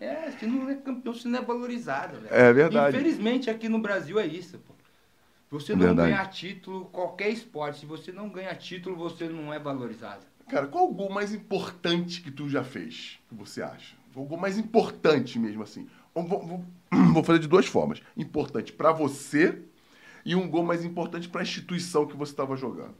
é, se não é campeão, se não é valorizado, velho. É verdade. É Infelizmente, aqui no Brasil é isso, pô. Você não Verdade. ganha título, qualquer esporte, se você não ganha título, você não é valorizado. Cara, qual o gol mais importante que tu já fez? Que você acha? O gol mais importante mesmo, assim. Vou, vou- vou fazer de duas formas. Importante pra você e um gol mais importante pra instituição que você tava jogando.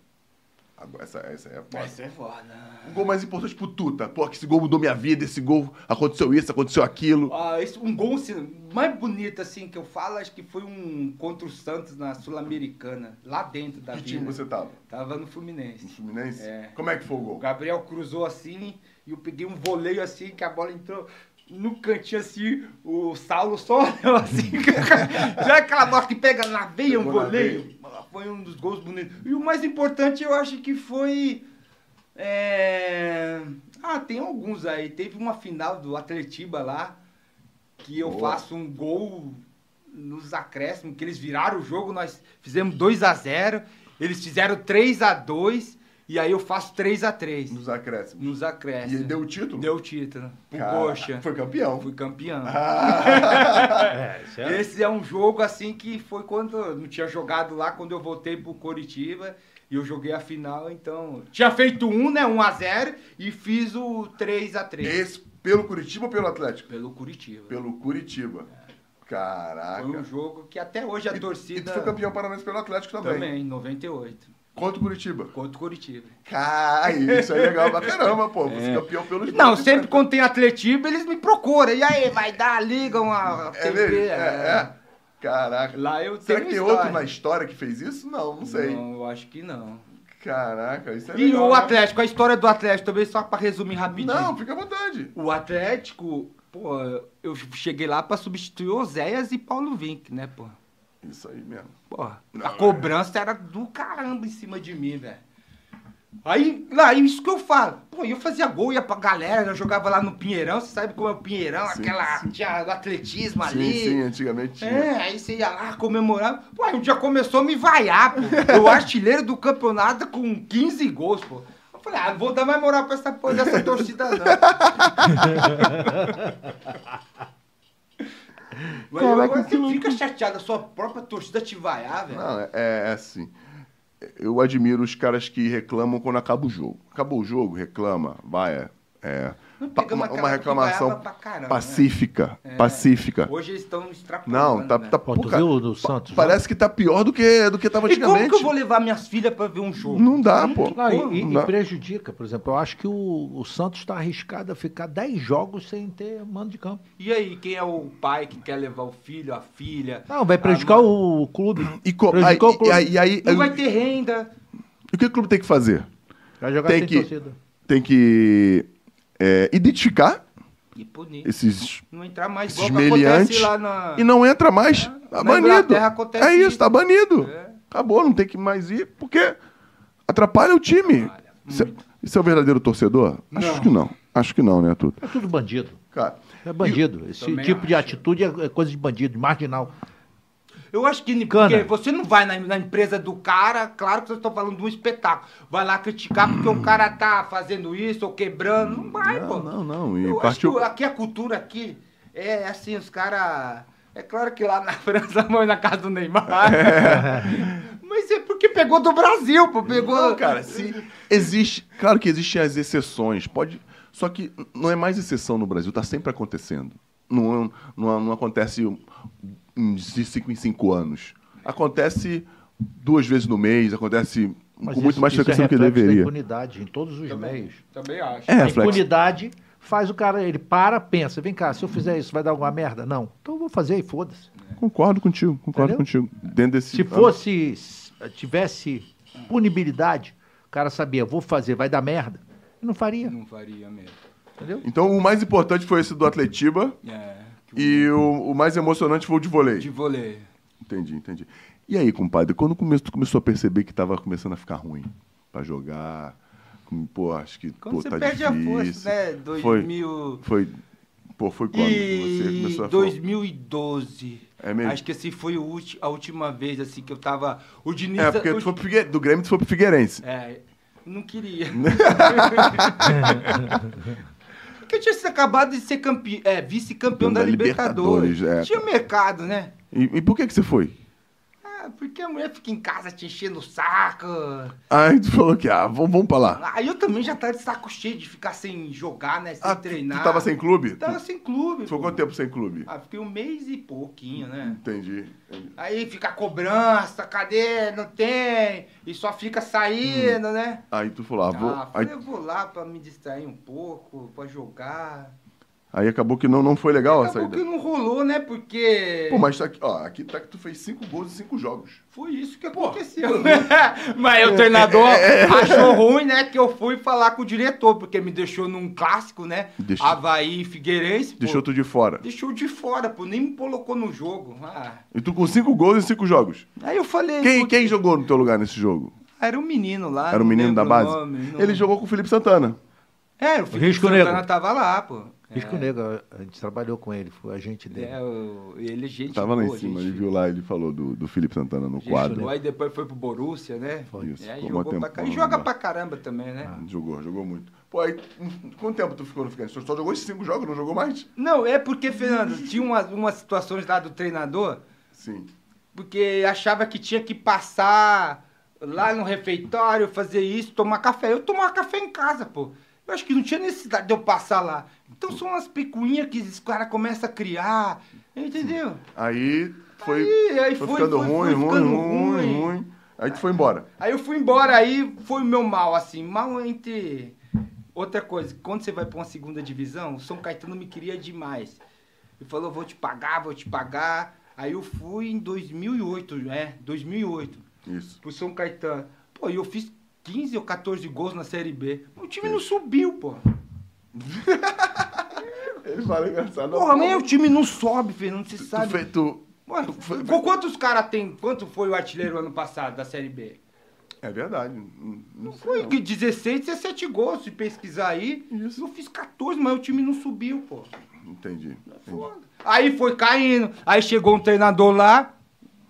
Agora, essa, essa é a foda. é foda. O gol mais importante pro Tuta. Pô, que esse gol mudou minha vida, esse gol aconteceu isso, aconteceu aquilo. Ah, esse, um gol assim, mais bonito assim que eu falo, acho que foi um contra o Santos na Sul-Americana, lá dentro da Que time vida. você tava? Tava no No Fluminense. Fluminense? É. Como é que foi o O gol? Gabriel cruzou assim e eu peguei um voleio assim que a bola entrou no cantinho assim, o Saulo só olhou assim. Já aquela bola que pega na veia um Pegou na voleio. Foi um dos gols bonitos. E o mais importante eu acho que foi. é, Ah, tem alguns aí. Teve uma final do Atletiba lá que eu Boa. faço um gol nos acréscimos, que eles viraram o jogo, nós fizemos 2 a 0 eles fizeram 3 a 2 e aí eu faço 3 a 3 Nos acréscimos. nos E acréscimos. ele deu o título? Deu o título. Pro Cara, Coxa. Foi Ah, campeão. Fui campeão. É, isso é- Esse é um jogo assim que foi quando eu não tinha jogado lá, quando eu voltei pro Coritiba e eu joguei a final, então. Tinha feito um, né? 1 a 0 e fiz o 3 a 3 Esse pelo Curitiba ou pelo Atlético? pelo Curitiba. Pelo Curitiba. Foi um Caraca. jogo que até hoje a E tu torcida. foi campeão paranaense pelo Atlético também. também, em 98. Contra o Curitiba. Contra o Curitiba. Caralho, isso é legal pra caramba, pô. Você é. campeão pelos Não, dois. sempre quando tem Atletiba, eles me procuram. E aí, vai dar, ligam a É TV. mesmo? É, é. Caraca. Lá eu Será tenho que tem história. outro na história que fez isso? Não, não sei. Não, eu acho que não. Caraca, isso é e legal. o né? Atlético, a história do Atlético também, só pra resumir rapidinho. Não, fica à vontade. O Atlético, pô, eu cheguei lá pra substituir Oséias e Paulo Vinck, né, pô? Isso aí mesmo. Porra, a é. cobrança era do caramba em cima de mim, velho. Aí, lá, é isso que eu falo. Pô, eu fazia gol, ia pra galera, eu jogava lá no Pinheirão, você sabe como é o Pinheirão, Sim, aquela, tinha o atletismo ali. Sim, sim, antigamente tinha. É, aí você ia lá comemorar. Pô, aí um dia começou a me vaiar, pô. Eu artilheiro do campeonato com 15 gols, pô. Eu falei, ah, não vou dar mais moral pra essa porra dessa torcida, não. Mas Caraca, é agora que você louco. fica chateado, a sua própria torcida te vaiar, velho. Não, é- É, é assim. Eu admiro os caras que reclamam quando acaba o jogo. Acabou o jogo, reclama, vai. É, Nós pa- pegamos uma, aquela uma vaiava reclamação pra caramba, pacífica. né? É. Pacífica. Hoje eles estão extrapolando. Não, tá. né? tá Pô, pô, tu cara, viu o do Santos? pa- parece que tá pior do que, do que tava E como antigamente. que eu vou levar minhas filhas pra ver um jogo? Não dá, pô. Não, e- e, e Não. prejudica, por exemplo. Eu acho que o, o Santos está arriscado a ficar 10 jogos sem ter mano de campo. E aí, quem é o pai que quer levar o filho, a filha? Não, vai prejudicar Ah, mano. o, o clube. E, co- aí, Prejudicou o e clube. aí, e aí- Não vai ter renda. o que o clube tem que fazer? Vai jogar tem sem que- torcida. Tem que é, identificar E punir. esses Não entrar mais esses igual que acontece meliantes lá na. É. e não entra mais. tá na banido. Inglaterra acontece É isso, isso. tá banido. É. Acabou, não tem que mais ir, porque atrapalha o time. Isso é- Isso é o verdadeiro torcedor? Acho Não. que não. Acho que não, né, Tuto? É tudo bandido. cara. É bandido. Esse Também tipo de acho. atitude é é coisa de bandido, marginal. Eu acho que porque Cana. você não vai na, na empresa do cara, claro que vocês estão falando de um espetáculo. Vai lá criticar porque o cara tá fazendo isso ou quebrando. Não vai, Não, pô. não, não, e Eu partiu- acho que aqui a cultura aqui é assim, os caras. É claro que lá na França mãe na casa do Neymar. Mas é porque pegou do Brasil, pô. Pegou. Não, cara, se. Existe, claro que existem as exceções, pode, só que n- não é mais exceção no Brasil, está sempre acontecendo. Não, é- não, é- não acontece um- um de cinco em cinco anos. Acontece duas vezes no mês, acontece Mas com muito isso- mais isso é frequência do que reflexo da deveria. impunidade em todos os meios. Também acho. É A reflexo. impunidade faz o cara, ele para, pensa, vem cá, se eu fizer isso vai dar alguma merda? Não. Então eu vou fazer e foda-se. Concordo contigo, concordo Entendeu? contigo. Dentro desse Se fosse, s- tivesse punibilidade, o cara sabia, vou fazer, vai dar merda. Ele não faria, Não faria mesmo. entendeu? Então o mais importante foi esse do Atletiba É. que o- e o, o mais emocionante foi o de vôlei. De vôlei. Entendi, entendi. E aí, compadre, quando come- tu começou a perceber que tava começando a ficar ruim pra jogar? com- Pô, acho que Quando pô, você tá perde né? difícil. a força, né? Foi. 2000. Foi Pô, foi quando que você começou E a falar? 2012. É mesmo? Acho que assim foi o ulti- a última vez assim que eu tava. O Diniz. É, porque o- tu foi pro Figue... do Grêmio tu foi pro Figueirense. É, não queria. Porque eu tinha se- acabado de ser campe... é, vice-campeão Da da, Libertadores. Libertadores, é. Tinha mercado, né? E, e por que que você foi? Ah, porque a mulher fica em casa te enchendo o saco. Aí tu falou que, ah, vamos, vamos pra lá. Aí eu também já tava de saco cheio de ficar sem jogar, né? Sem Ah, tu- treinar. Tu tava sem clube? Tava sem clube. Tu Foi pô. quanto tempo sem clube? Ah, fiquei um mês e pouquinho, né? Entendi. entendi. Aí fica cobrança, cadê? Não tem. E só fica saindo, né? Aí tu falou, Hum. ah, vou... Ah, aí, falei, eu vou lá pra me distrair um pouco, pra jogar. aí acabou que não, não foi legal a Acabou saída. que não rolou, né? Porque. Pô, mas tá aqui, ó, aqui tá que tu fez cinco gols em cinco jogos. Foi isso que aconteceu. mas É. o treinador achou ruim, né? Que eu fui falar com o diretor, porque me deixou num clássico, né? Deixou- Havaí e Figueirense. pô. Deixou tu de fora. Deixou de fora, pô. Nem me colocou no jogo. Ah. E tu com cinco gols em cinco jogos. Aí eu falei. Quem, pô, quem jogou no teu lugar nesse jogo? Era um menino lá. Era o não menino da lembro o base? nome, não- Ele jogou com o Felipe Santana. É, o Felipe Risco Santana Negro. tava lá, pô. Risco é, Negro, a gente trabalhou com ele, foi a gente dele. É, o- ele é gente. Tava lá em boa, cima, gente ele viu lá, ele falou do, do Felipe Santana no Gente, quadro. boa, Aí depois foi pro Borussia, né? Foi. Isso, É, aí ficou jogou mó pra tempão caramba. E no joga bar. pra caramba também, Ah. né? Jogou, jogou muito. Pô, aí, hum, quanto tempo tu ficou no Figueirense? Tu só jogou esses cinco jogos, não jogou mais? Não, é porque, Fernando, tinha umas, umas situações lá do treinador, Sim. porque achava que tinha que passar lá no refeitório, fazer isso, tomar café. Eu tomava café em casa, pô. Eu acho que não tinha necessidade de eu passar lá. Então são umas picuinhas que os caras começam a criar, entendeu? Aí foi, Aí- aí foi foi- ficando foi- ruim, foi ruim, ficando ruim, ruim. ruim. Aí tu foi embora. Aí eu fui embora, aí foi o meu mal, assim. Mal entre. Outra coisa, quando você vai pra uma segunda divisão, o São Caetano me queria demais. Ele falou: vou te pagar, vou te pagar. Aí eu fui em 2008, né? 2008, Isso. pro São Caetano. Pô, e eu fiz 15 ou 14 gols na Série B. O time não subiu, pô. Ele fala engraçado. Porra, mas o time não sobe, Fernando, você tu, sabe. fez- tu- Mano, foi- qu- quantos caras tem? Quanto foi o artilheiro ano passado da Série B? É verdade. Não, não sei Foi não. que 16, 17 gols, se pesquisar aí. Isso. Eu fiz 14, mas o time não subiu, pô. Entendi. é Foda. Aí foi caindo. Aí chegou um treinador lá.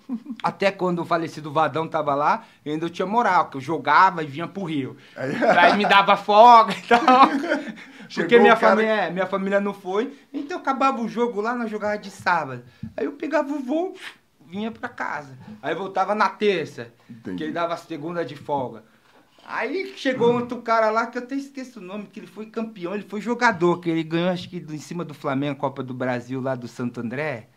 Até quando o falecido Vadão tava lá, eu ainda tinha moral, que eu jogava e vinha pro Rio. Aí- Aí me dava folga e tal. Porque Chegou minha, o cara- família, é, minha família não foi. Então eu acabava o jogo lá, nós jogava de sábado. Aí eu pegava o voo, vinha pra casa. Aí voltava na terça, Entendi. que ele dava a segunda de folga. Aí chegou outro cara lá, que eu até esqueço o nome, que ele foi campeão, ele foi jogador, que ele ganhou, acho que do- em cima do Flamengo, a Copa do Brasil, lá do Santo André,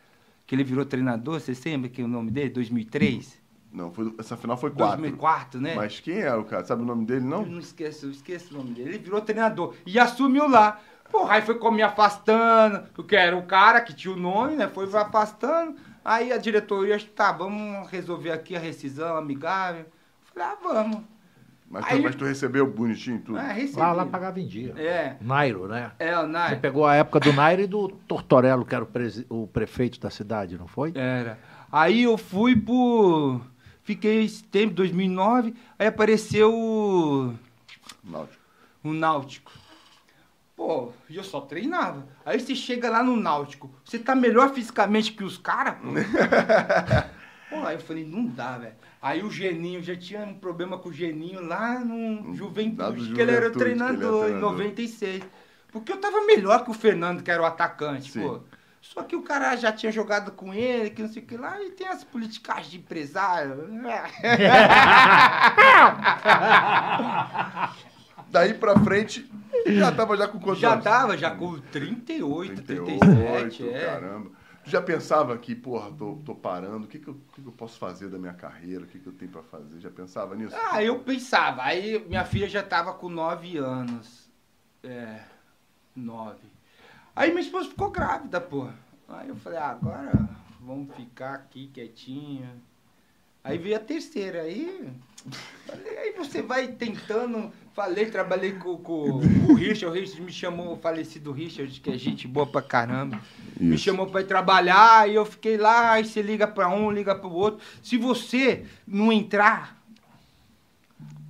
que ele virou treinador, você lembra que é o nome dele? 2003? Não, foi, essa final foi quatro. 2004, né? Mas quem era o cara? Sabe o nome dele, Eu não? não esqueço, eu esqueço o nome dele. Ele virou treinador e assumiu lá. Porra, aí foi como me afastando, porque era o cara que tinha o nome, né? Foi me afastando. Aí a diretoria, tá, vamos resolver aqui a rescisão amigável. Falei, ah, vamos. Mas, tu, Aí- mas tu recebeu bonitinho e tudo. Ah, recebi. Lá, lá pagava em dia. É, Nairo, né? é, o Você Nai. pegou a época do Nairo e do Tortorello, que era o, presi- o prefeito da cidade, não foi? Era. Aí eu fui pro... Fiquei esse tempo, 2009, aí apareceu o... Náutico. no Náutico. Pô, e eu só treinava. Aí você chega lá no Náutico, você tá melhor fisicamente que os caras, pô. Pô, aí eu falei, não dá, velho. Aí o Geninho, já tinha um problema com o Geninho lá no Lá do Juventude, que ele Juventude, que ele era o era treinador, em treinador. 96. Porque eu tava melhor que o Fernando, que era o atacante, Sim. pô. Só que o cara já tinha jogado com ele, que não sei o que lá, e tem as políticas de empresário. né? Daí pra frente, já tava já com quantos Já anos? tava, já com 38, 37, é. caramba. Tu já pensava que, porra, tô, tô parando, o que que, eu, o que que eu posso fazer da minha carreira, o que que eu tenho pra fazer? Já pensava nisso? Ah, eu pensava. Aí minha filha já tava com 9 anos. É, 9. Aí minha esposa ficou grávida, pô. Aí eu falei, ah, agora vamos ficar aqui quietinho. Aí veio a terceira, aí. falei, Aí você vai tentando. Falei, trabalhei com, com o Richard, o Richard me chamou, o falecido Richard, que é gente boa pra caramba. Me Isso. chamou pra ir trabalhar, e eu fiquei lá, aí você liga pra um, liga pro outro. Se você não entrar,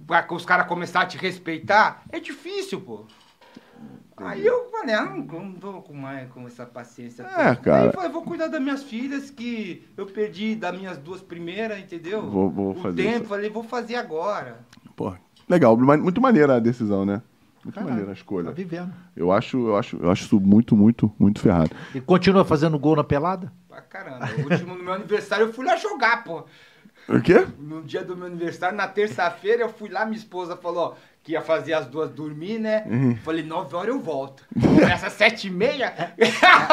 pra que os caras começarem a te respeitar, é difícil, pô. Aí eu falei, ah, não, não tô com, mais, com essa paciência. É, toda. cara. Aí eu falei, vou cuidar das minhas filhas, que eu perdi das minhas duas primeiras, entendeu? Vou- vou o fazer tempo, isso. falei, vou fazer agora. Pô, legal, ma- muito maneira a decisão, né? Muito maneira a Tá escolha. vivendo. Eu acho, eu acho, eu acho isso muito, muito, muito ferrado. E continua fazendo gol na pelada? Pra caramba. O último no meu aniversário eu fui lá jogar, pô. O quê? No dia do meu aniversário, na terça-feira, eu fui lá, minha esposa falou que ia fazer as duas dormir, né? Uhum. Falei, nove horas eu volto. Começa às sete e meia.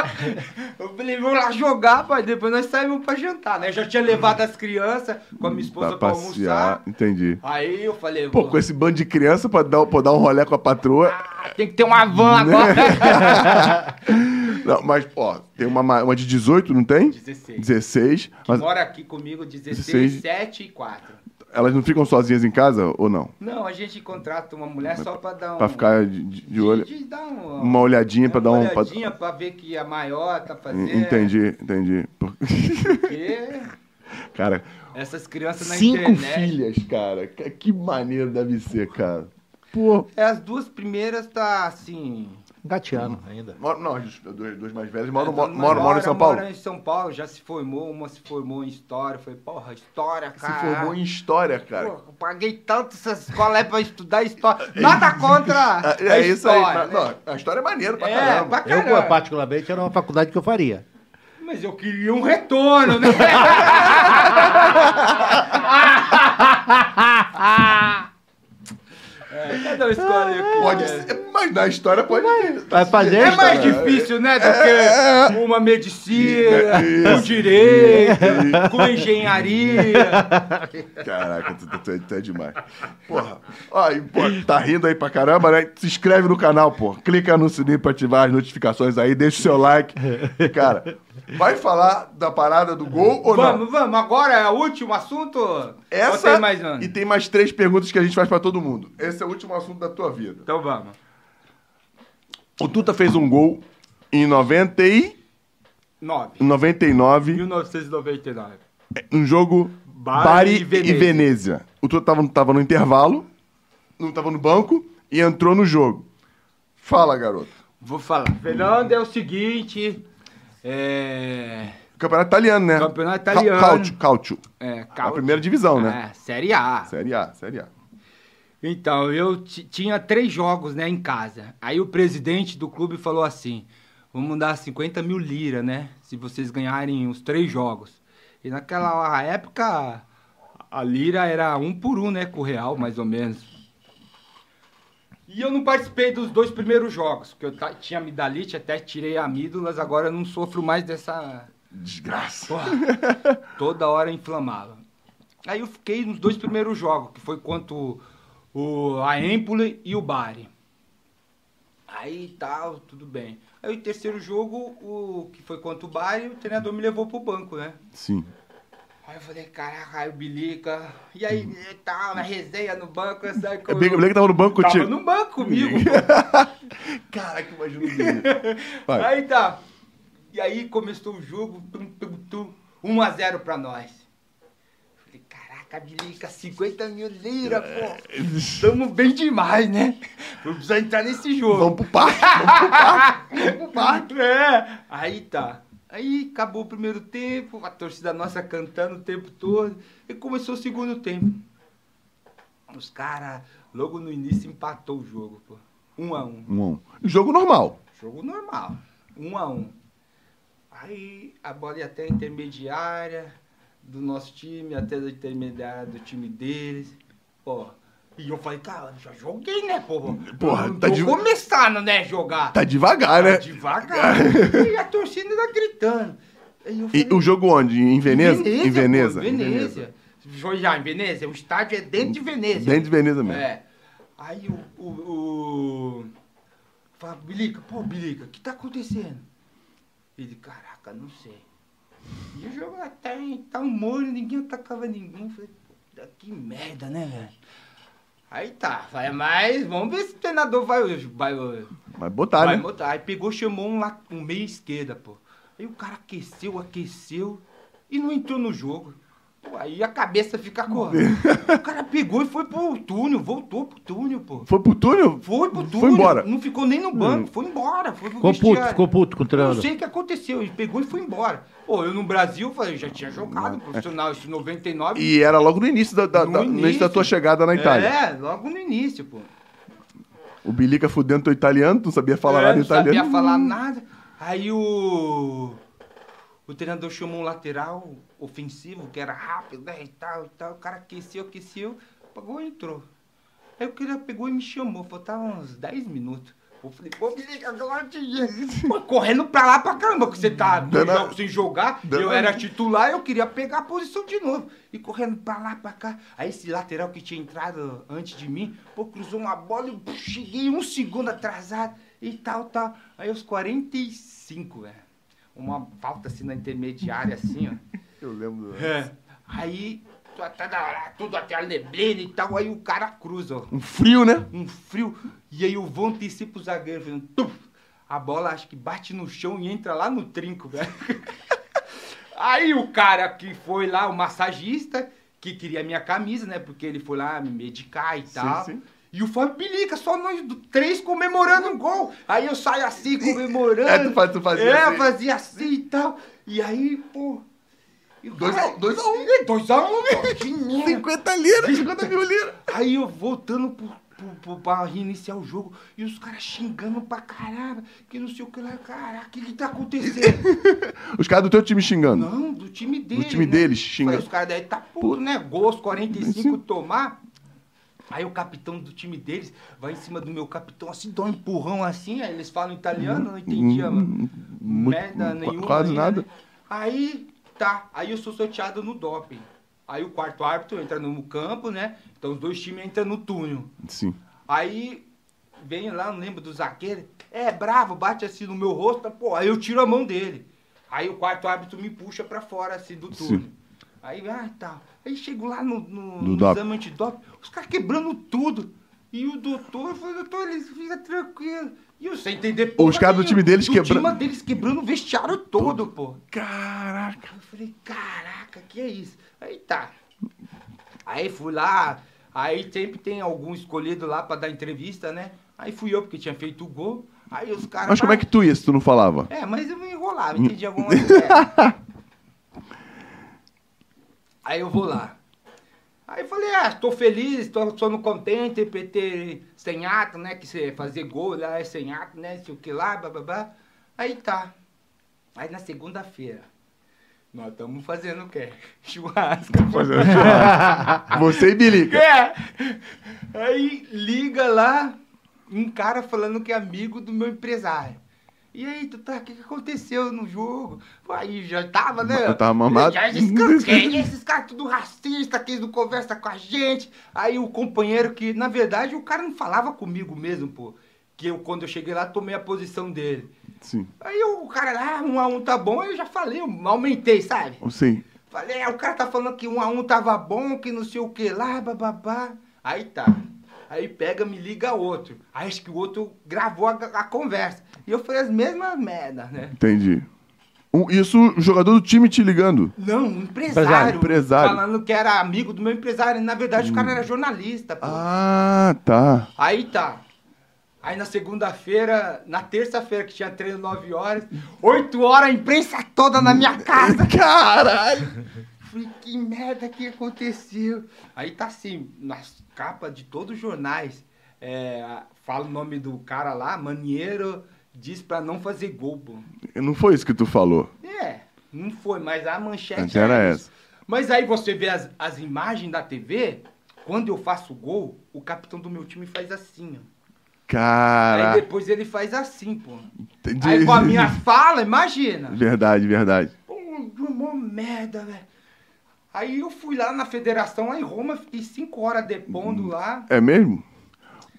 eu falei, vamos lá jogar, pai. Depois nós saímos pra jantar, né? Eu já tinha levado as crianças com a minha esposa Pra pra, passear, almoçar. entendi. Aí eu falei, Pô, com esse bando de criança pra dar, pra dar um rolê com a patroa. "Ah, tem que ter uma van Né? agora. Não, mas, ó, tem uma, ma- uma de 18, não tem? 16. 16. Mas Mora aqui comigo 16, 16. 7 e 4. elas não ficam sozinhas em casa ou não? Não, a gente contrata uma mulher só pra dar um... Pra ficar de, de- de olho. Hum. de dar um- Uma olhadinha pra dar um. pra- olhadinha pra ver que a maior tá fazendo. Entendi, entendi. Por- Porque Cara, essas crianças na cinco internet. filhas, cara. Que- Que maneiro deve ser, cara. Pô. É, as duas primeiras tá assim. Engateando ainda. Moro- não, as duas, duas mais velhas moram, é, moram, dona moram, Maura moram em São Paulo. Mora em São Paulo, já se formou, uma se formou em história. Foi, porra, história, Se cara. formou em história, cara. Pô, eu paguei tanto essas escolas pra estudar história. Nada contra. Ah, é a isso aí. história, mas- né? não, a história é maneira pra É, caramba. pra Eu, caramba. particularmente, era uma faculdade que eu faria. Mas eu queria um retorno, né? é, cada história eu Pode queria. ser, mas na história pode ter. Vai fazer É isso, mais cara? difícil, né? Do que uma É, medicina, com direito, com engenharia. Caraca, tu, tu- tu é- tu é demais. Porra. Ó, e, pô, tá rindo aí pra caramba, né? Se inscreve no canal, pô. Clica no sininho pra ativar as notificações aí, deixa o seu like. Cara, vai falar da parada do gol ou não? Vamos, vamos. Agora é o último assunto? Ou Essa tem mais um? nada? e tem mais três perguntas que a gente faz pra todo mundo. Esse é o último assunto da tua vida. Então vamos. O Tuta fez um gol em 90 e 9. 99, 1999. um jogo Bari Bari e e Venezia. Venezia. O Tuta tava, tava no intervalo, não tava no banco e entrou no jogo. Fala, garoto. Vou falar. Fernando é o seguinte. É. Campeonato italiano, né? Campeonato Ca- italiano. Cautio, cautio. É, A calma. primeira divisão, né? É, Série A. Série A, Série A. Então, eu ti- tinha três jogos, né, em casa. Aí o presidente do clube falou assim: vamos dar 50 mil lira, né? Se vocês ganharem os três jogos. E naquela época, a lira era um por um, né, com o real, mais ou menos. E eu não participei dos dois primeiros jogos, porque eu ta- tinha amidalite, até tirei amígdalas, agora eu não sofro mais dessa, Desgraça. Porra, toda hora inflamava. Aí eu fiquei nos dois primeiros jogos, que foi contra o, o- a Empoli e o Bari. Aí tal, tudo bem. Aí o terceiro jogo, o que foi contra o Bari, o treinador me levou pro banco, né? Sim. Aí eu falei, caraca, aí o Bilica. E aí, e tal, na resenha no banco, eu saí com É O Blake tava no banco tá Tava contigo. no banco comigo. Caraca, imagina o menino. Vai. Aí tá. E aí começou o jogo, tum, tum, tum, 1x0 pra nós. Falei, caraca, Bilica, 50 mil lira, pô. Estamos bem demais, né? Vamos precisar entrar nesse jogo. Vamos pro parque. É, aí tá. Aí acabou o primeiro tempo, a torcida nossa cantando o tempo todo. E começou o segundo tempo. Os caras, logo no início, empatou o jogo, pô. Um a um. Um a um. Jogo normal. Jogo normal. Um a um. Aí a bola ia até a intermediária do nosso time, até da intermediária do time deles. Pô. E eu falei, cara, já joguei, né, porra? Porra, Eu tá tô de- começando, né, jogar. Tá devagar, né? Devagar. e a torcida ainda gritando. Aí eu E falei, o jogo onde? Em Veneza? em Veneza. pô, Veneza. Jogar em Veneza, o estádio é dentro de Veneza. Dentro de Veneza mesmo. É. Aí o. o, o... Fala, Bilica, pô, Bilica, o que tá acontecendo? Ele, caraca, não sei. E o jogo até tá um molho, ninguém atacava ninguém. Eu Falei, puta, que merda, né, velho? Aí tá, falei, mas vamos ver se o treinador vai hoje. Vai, hoje. Vai botar, Vai né? botar. Aí pegou, chamou um, lá, um meia esquerda, pô. Aí o cara aqueceu, aqueceu e não entrou no jogo. Pô, aí a cabeça fica correndo. o cara pegou e foi pro túnel, voltou pro túnel, pô. Foi pro túnel? Foi pro túnel. embora. Não ficou nem no banco, foi embora. Foi pro Ficou puto, vestiário. ficou puto com o Eu treinador. não sei o que aconteceu, ele pegou e foi embora. Pô, eu no Brasil eu falei, já tinha jogado profissional, isso em 99. E era logo no início da, da- No da- no início da início. tua chegada na Itália. É, logo no início, pô. O Bilica fudendo teu italiano, tu não sabia falar É, nada não italiano. sabia falar nada. Aí o. O treinador chamou um lateral ofensivo, que era rápido, né, e tal, e tal. O cara aqueceu, aqueceu, pagou e entrou. Aí o cara pegou e me chamou, faltava uns 10 minutos. Eu falei, pô, Bilica, agora eu te Pô, correndo pra lá pra caramba, que você tá dois Dando- jogos sem jogar. dando- Eu era titular, eu queria pegar a posição de novo. E correndo pra lá, pra cá. Aí esse lateral que tinha entrado antes de mim, pô, cruzou uma bola e eu puf, cheguei um segundo atrasado e tal, tal. Aí os 45, velho. é. Uma falta assim na intermediária, assim, ó. Eu lembro. né? É. Aí, tu até da hora, tudo até a neblina e tal, aí o cara cruza, ó. Um frio, né? Um frio. E aí eu vou antecipo o zagueiro, fazendo tum. A bola acho que bate no chão e entra lá no trinco, velho. Aí o cara que foi lá, o massagista, que queria minha camisa, né? Porque ele foi lá me medicar e tal. sim. E o Fábio Bilica, só nós do- três comemorando um gol. Aí eu saio assim, comemorando. É, tu faz- tu fazia É, assim. fazia assim e tal. E aí, pô... 2x1. Dois a um. né? 2x1, um, que merda. 50 liras, 50 mil liras. Aí eu voltando pro, pro- pro- pra reiniciar o jogo e os caras xingando pra caralho, que não sei o que lá, caraca, o que, que tá acontecendo? Os caras do teu time xingando. Não, do time dele. time né? deles, xinga. Aí os caras daí tá puto, né? Gols 45 tomar. Aí o capitão do time deles vai em cima do meu capitão, assim, dá um empurrão assim, aí eles falam italiano, eu não entendia, Hum, mano. muito- Merda qu- nenhuma. hum, quase aí, nada. né? Aí, tá, aí eu sou sorteado no doping. Aí o quarto árbitro entra no campo, né? Então os dois times entram no túnel. Sim. Aí vem lá, não lembro do zagueiro. É bravo, bate assim no meu rosto, pô, aí eu tiro a mão dele. Aí o quarto árbitro me puxa pra fora, assim, do túnel. Sim. Aí, ah, tá. Aí chego lá no, no, Do no dop. exame antidoping, os caras quebrando tudo. E o doutor, eu falei, doutor, ele fica tranquilo. E eu sem entender porra Os caras do nenhuma. time deles Do quebra- time deles quebrando o vestiário todo, pô. Caraca. Eu falei, caraca, que é isso? Aí tá. Aí fui lá, aí sempre tem algum escolhido lá pra dar entrevista, né? Aí fui eu, porque tinha feito o gol. Aí os caras. Mas como é que tu ia se tu não falava? É, mas eu me enrolava, entendi alguma coisa. Aí eu vou lá. Aí eu falei, ah, tô feliz, tô, tô no contente, PT sem ato, né? Que você fazer gol lá é sem ato, né? Sei o que lá, bababá. Aí tá. Aí na segunda-feira, nós estamos fazendo o quê? Churrasco. Você e Bilica. É. Aí liga lá um cara falando que é amigo do meu empresário. E aí, tu tá, o que, que aconteceu no jogo? Pô, Aí já tava, né? Eu tava mamado. Já escanquei, né? esses caras tudo racista, que eles não conversam com a gente. Aí o companheiro que, na verdade, o cara não falava comigo mesmo, pô. Que eu, quando eu cheguei lá, tomei a posição dele. Sim. Aí o cara lá, um a um tá bom, eu já falei, eu aumentei, sabe? Sim. Falei, ah, o cara tá falando que um a um tava bom, que não sei o que lá, bababá. Aí tá. Aí pega, me liga outro. Aí acho que o outro gravou a, a conversa. E eu falei as mesmas merdas, né? Entendi. Um- isso, o jogador do time te ligando. Não, um empresário. Empresário, empresário. Hum. Falando que era amigo do meu empresário. Na verdade, o cara era jornalista, pô. Ah, tá. Aí tá. Aí na segunda-feira, na terça-feira, que tinha treino 9 horas, 8 horas, a imprensa toda na Hum. minha casa. Caralho. Falei, que merda que aconteceu? Aí tá assim, nas capas de todos os jornais, é, fala o nome do cara lá, Maniero, diz pra não fazer gol, pô. Não foi isso que tu falou. É, não foi, mas a Antes manchete era isso. Mas aí você vê as, as imagens da TV, quando eu faço gol, o capitão do meu time faz assim, ó. Aí Caraca. depois ele faz assim, pô. Entendi. Aí com a minha fala, imagina. Verdade, verdade. Pô, uma merda, velho. Aí eu fui lá na federação, lá em Roma, fiquei cinco horas depondo lá. É mesmo?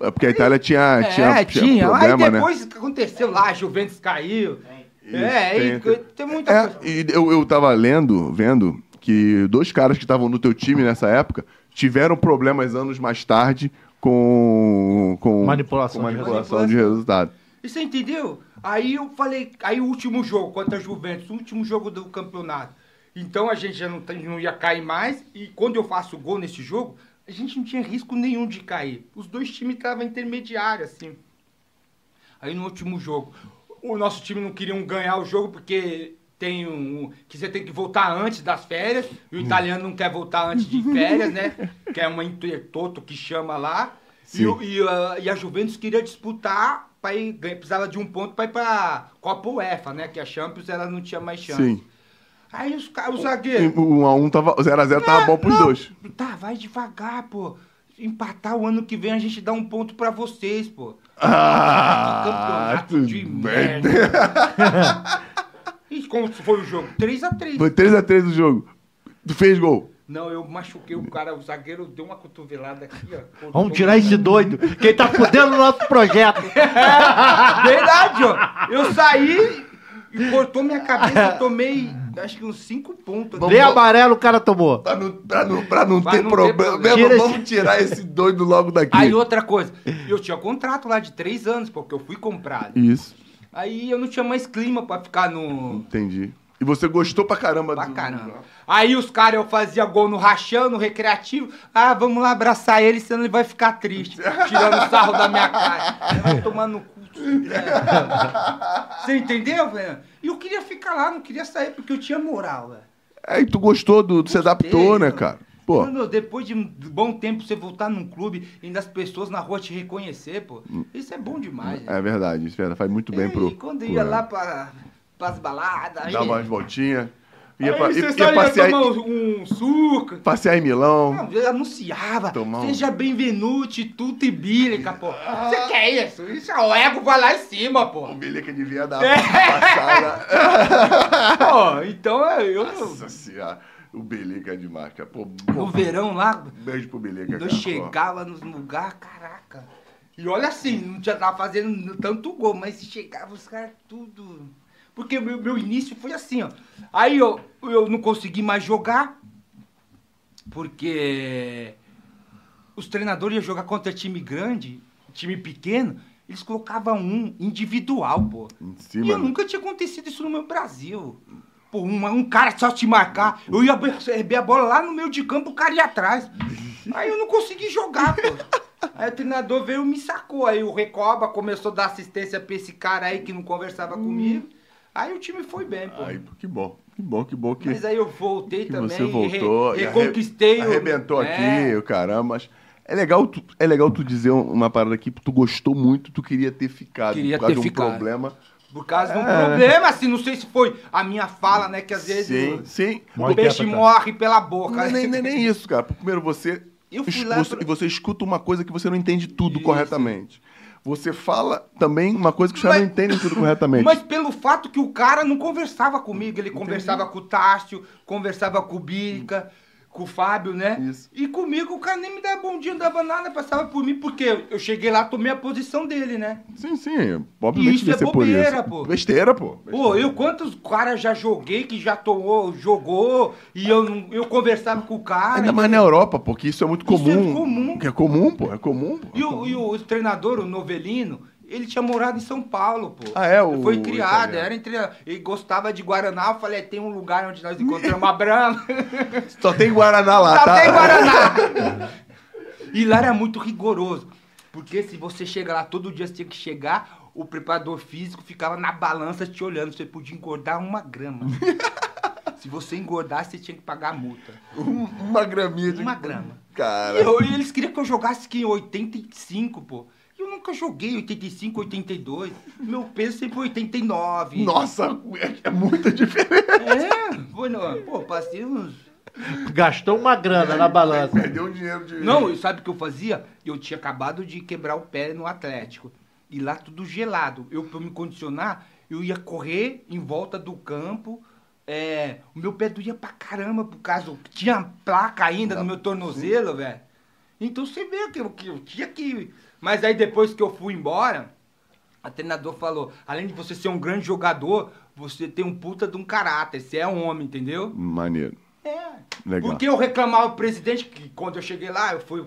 É porque a Itália tinha, tinha, é, tinha, Aí problema, né? depois o que aconteceu lá, a Juventus caiu. Isso, é, tem- aí tem, muita coisa. É, e eu, eu tava lendo, vendo, que dois caras que estavam no teu time nessa época tiveram problemas anos mais tarde com. com Manipulação com de manipulação de resultado. E você entendeu? Aí eu falei, aí o último jogo contra a Juventus, o último jogo do campeonato. Então a gente já não, tem- não ia cair mais. E quando eu faço gol nesse jogo, a gente não tinha risco nenhum de cair. Os dois times estavam intermediários, assim. Aí no último jogo, o nosso time não queria um ganhar o jogo porque tem um. que você tem que voltar antes das férias. Hum. E o italiano não quer voltar antes de férias, né? Que é uma intertoto que chama lá. E, o- e a, e a Juventus queria disputar. pra ir ganhar, precisava de um ponto para ir para Copa UEFA, né? Que a Champions ela não tinha mais chance. Sim. Aí os caras, o E É, zagueiro. O 1x1 tava. 0x0 tava Ah, bom pros não. dois. Tá, vai devagar, pô. Empatar o ano que vem a gente dá um ponto pra vocês, pô. Ah, tudo bem. de merda. e como foi o jogo? 3x3. Foi 3x3 o jogo. Tu fez gol. Não, eu machuquei o cara, o zagueiro deu uma cotovelada aqui, ó. Vamos tirar esse doido. Quem tá fudendo o nosso projeto. Verdade, ó. Eu saí e cortou minha cabeça, eu tomei acho que uns 5 pontos. Nem amarelo o cara tomou. Pra não, pra não, pra não Pra ter não ter problema, problema. Tira vamos tirar esse doido logo daqui. Aí outra coisa, eu tinha contrato lá de 3 anos, porque eu fui comprado. Isso, Aí eu não tinha mais clima pra ficar no, entendi. E você gostou pra caramba Pra do- caramba. Aí os caras, eu fazia gol no rachão, no recreativo. Ah, vamos lá abraçar ele, senão ele vai ficar triste. Tirando sarro da minha cara. Vai tomar no cu. Você entendeu, velho? E eu queria ficar lá, não queria sair, porque eu tinha moral, velho. É, e tu gostou do. Tu se adaptou, né, cara? Pô, Mas, meu, depois de um bom tempo você voltar num clube e ainda as pessoas na rua te reconhecer, pô. Isso é bom demais. né? Hum. é verdade, isso é, faz muito bem e pro. quando pro- ia lá pra, pras baladas, aí... Dava umas voltinhas. aí Ia, pra, você ia, ia saía passear, tomar um, um suco, passear em Milão. Não, eu anunciava. Tomar um- Seja bem-venuti, tutti bilica, pô. Você quer isso? Isso é o ego vai lá em cima, pô. O Bilha que devia dar É. uma passada. Pô, então é, eu. Nossa senhora. O Belica é demais, cara. Pô, No pô, verão lá, Beijo pro Belica, cara. eu chegava nos lugares, caraca. E olha assim, não já tava fazendo tanto gol, mas chegava os caras tudo. Porque meu, meu início foi assim, ó. Aí eu, eu não consegui mais jogar, porque os treinadores iam jogar contra time grande, time pequeno, eles colocavam um individual, pô. Em e eu cima. nunca tinha acontecido isso no meu Brasil. Pô, um, um cara só te marcar, eu ia receber a bola lá no meio de campo, o cara ia atrás. Aí eu não consegui jogar, pô. Aí o treinador veio e me sacou. Aí o Recoba começou a dar assistência pra esse cara aí que não conversava Hum. comigo. Aí o time foi bem, pô. né? Ai, que bom. Que bom, que bom que. Mas aí eu voltei que também. você e re- voltou e arre- reconquistei. o- arrebentou É. aqui, o caramba. Mas é legal, tu, é legal tu dizer um- uma parada aqui, tu gostou muito, tu queria ter ficado Queria por causa ter de um ficado. problema. Por causa de um problema, assim, não sei se foi a minha fala, né? Que às vezes É. Sim, sim. o, o peixe morre pela boca. Não, nem, nem, nem isso, cara. Primeiro você, Eu fui es- lá você- pra- e você escuta uma coisa que você não entende tudo Isso. corretamente. Você fala também uma coisa que você já não Mas- entende tudo corretamente. Mas pelo fato que o cara não conversava comigo, ele conversava com o Tássio, conversava com o Bica, com o Fábio, né? Isso. E comigo o cara nem me dava bom dia, não dava nada, passava por mim, porque eu- eu cheguei lá, tomei a posição dele, né? Sim, sim. Obviamente Isso vai é ser bobeira, por isso. pô. Besteira, pô. Pô, eu quantos caras já joguei que já tomou, jogou, e eu, não- eu conversava com o cara. Ainda mais na Europa, pô, que isso é muito Isso é comum. comum. Que é comum, pô. É comum, pô. E o, e o treinador, o Novelino, ele tinha morado em São Paulo, pô. Ah, é? O Foi criado, italiano. era entre. E gostava de Guaraná. Eu falei, tem um lugar onde nós encontramos a Brama. Só tem Guaraná lá, Só tá? tem Guaraná. e lá era é muito rigoroso. Porque se você chega lá todo dia, você tinha que chegar, o preparador físico ficava na balança te olhando. Você podia engordar uma grama. se você engordasse, você tinha que pagar a multa. Um- uma graminha de. Uma grama. E Cara. eu- e eles queriam que eu jogasse que em 85, pô. E eu nunca joguei 85, 82. Meu peso sempre foi 89. Nossa, é, é muita diferença. É, foi não. Pô, passei uns. Gastou uma grana na balança. Perdeu dinheiro de. Não, e sabe o que eu fazia? Eu tinha acabado de quebrar o pé no Atlético. E lá tudo gelado. Eu, pra me condicionar, eu ia correr em volta do campo. É, o meu pé doía pra caramba, por causa. Tinha placa ainda no meu tornozelo, velho. Então você vê que eu, que eu tinha que. Mas aí depois que eu fui embora, a treinador falou: além de você ser um grande jogador, você tem um puta de um caráter. Você é um homem, entendeu? Maneiro. É. Legal. Porque eu reclamava o presidente, que quando eu cheguei lá, eu fui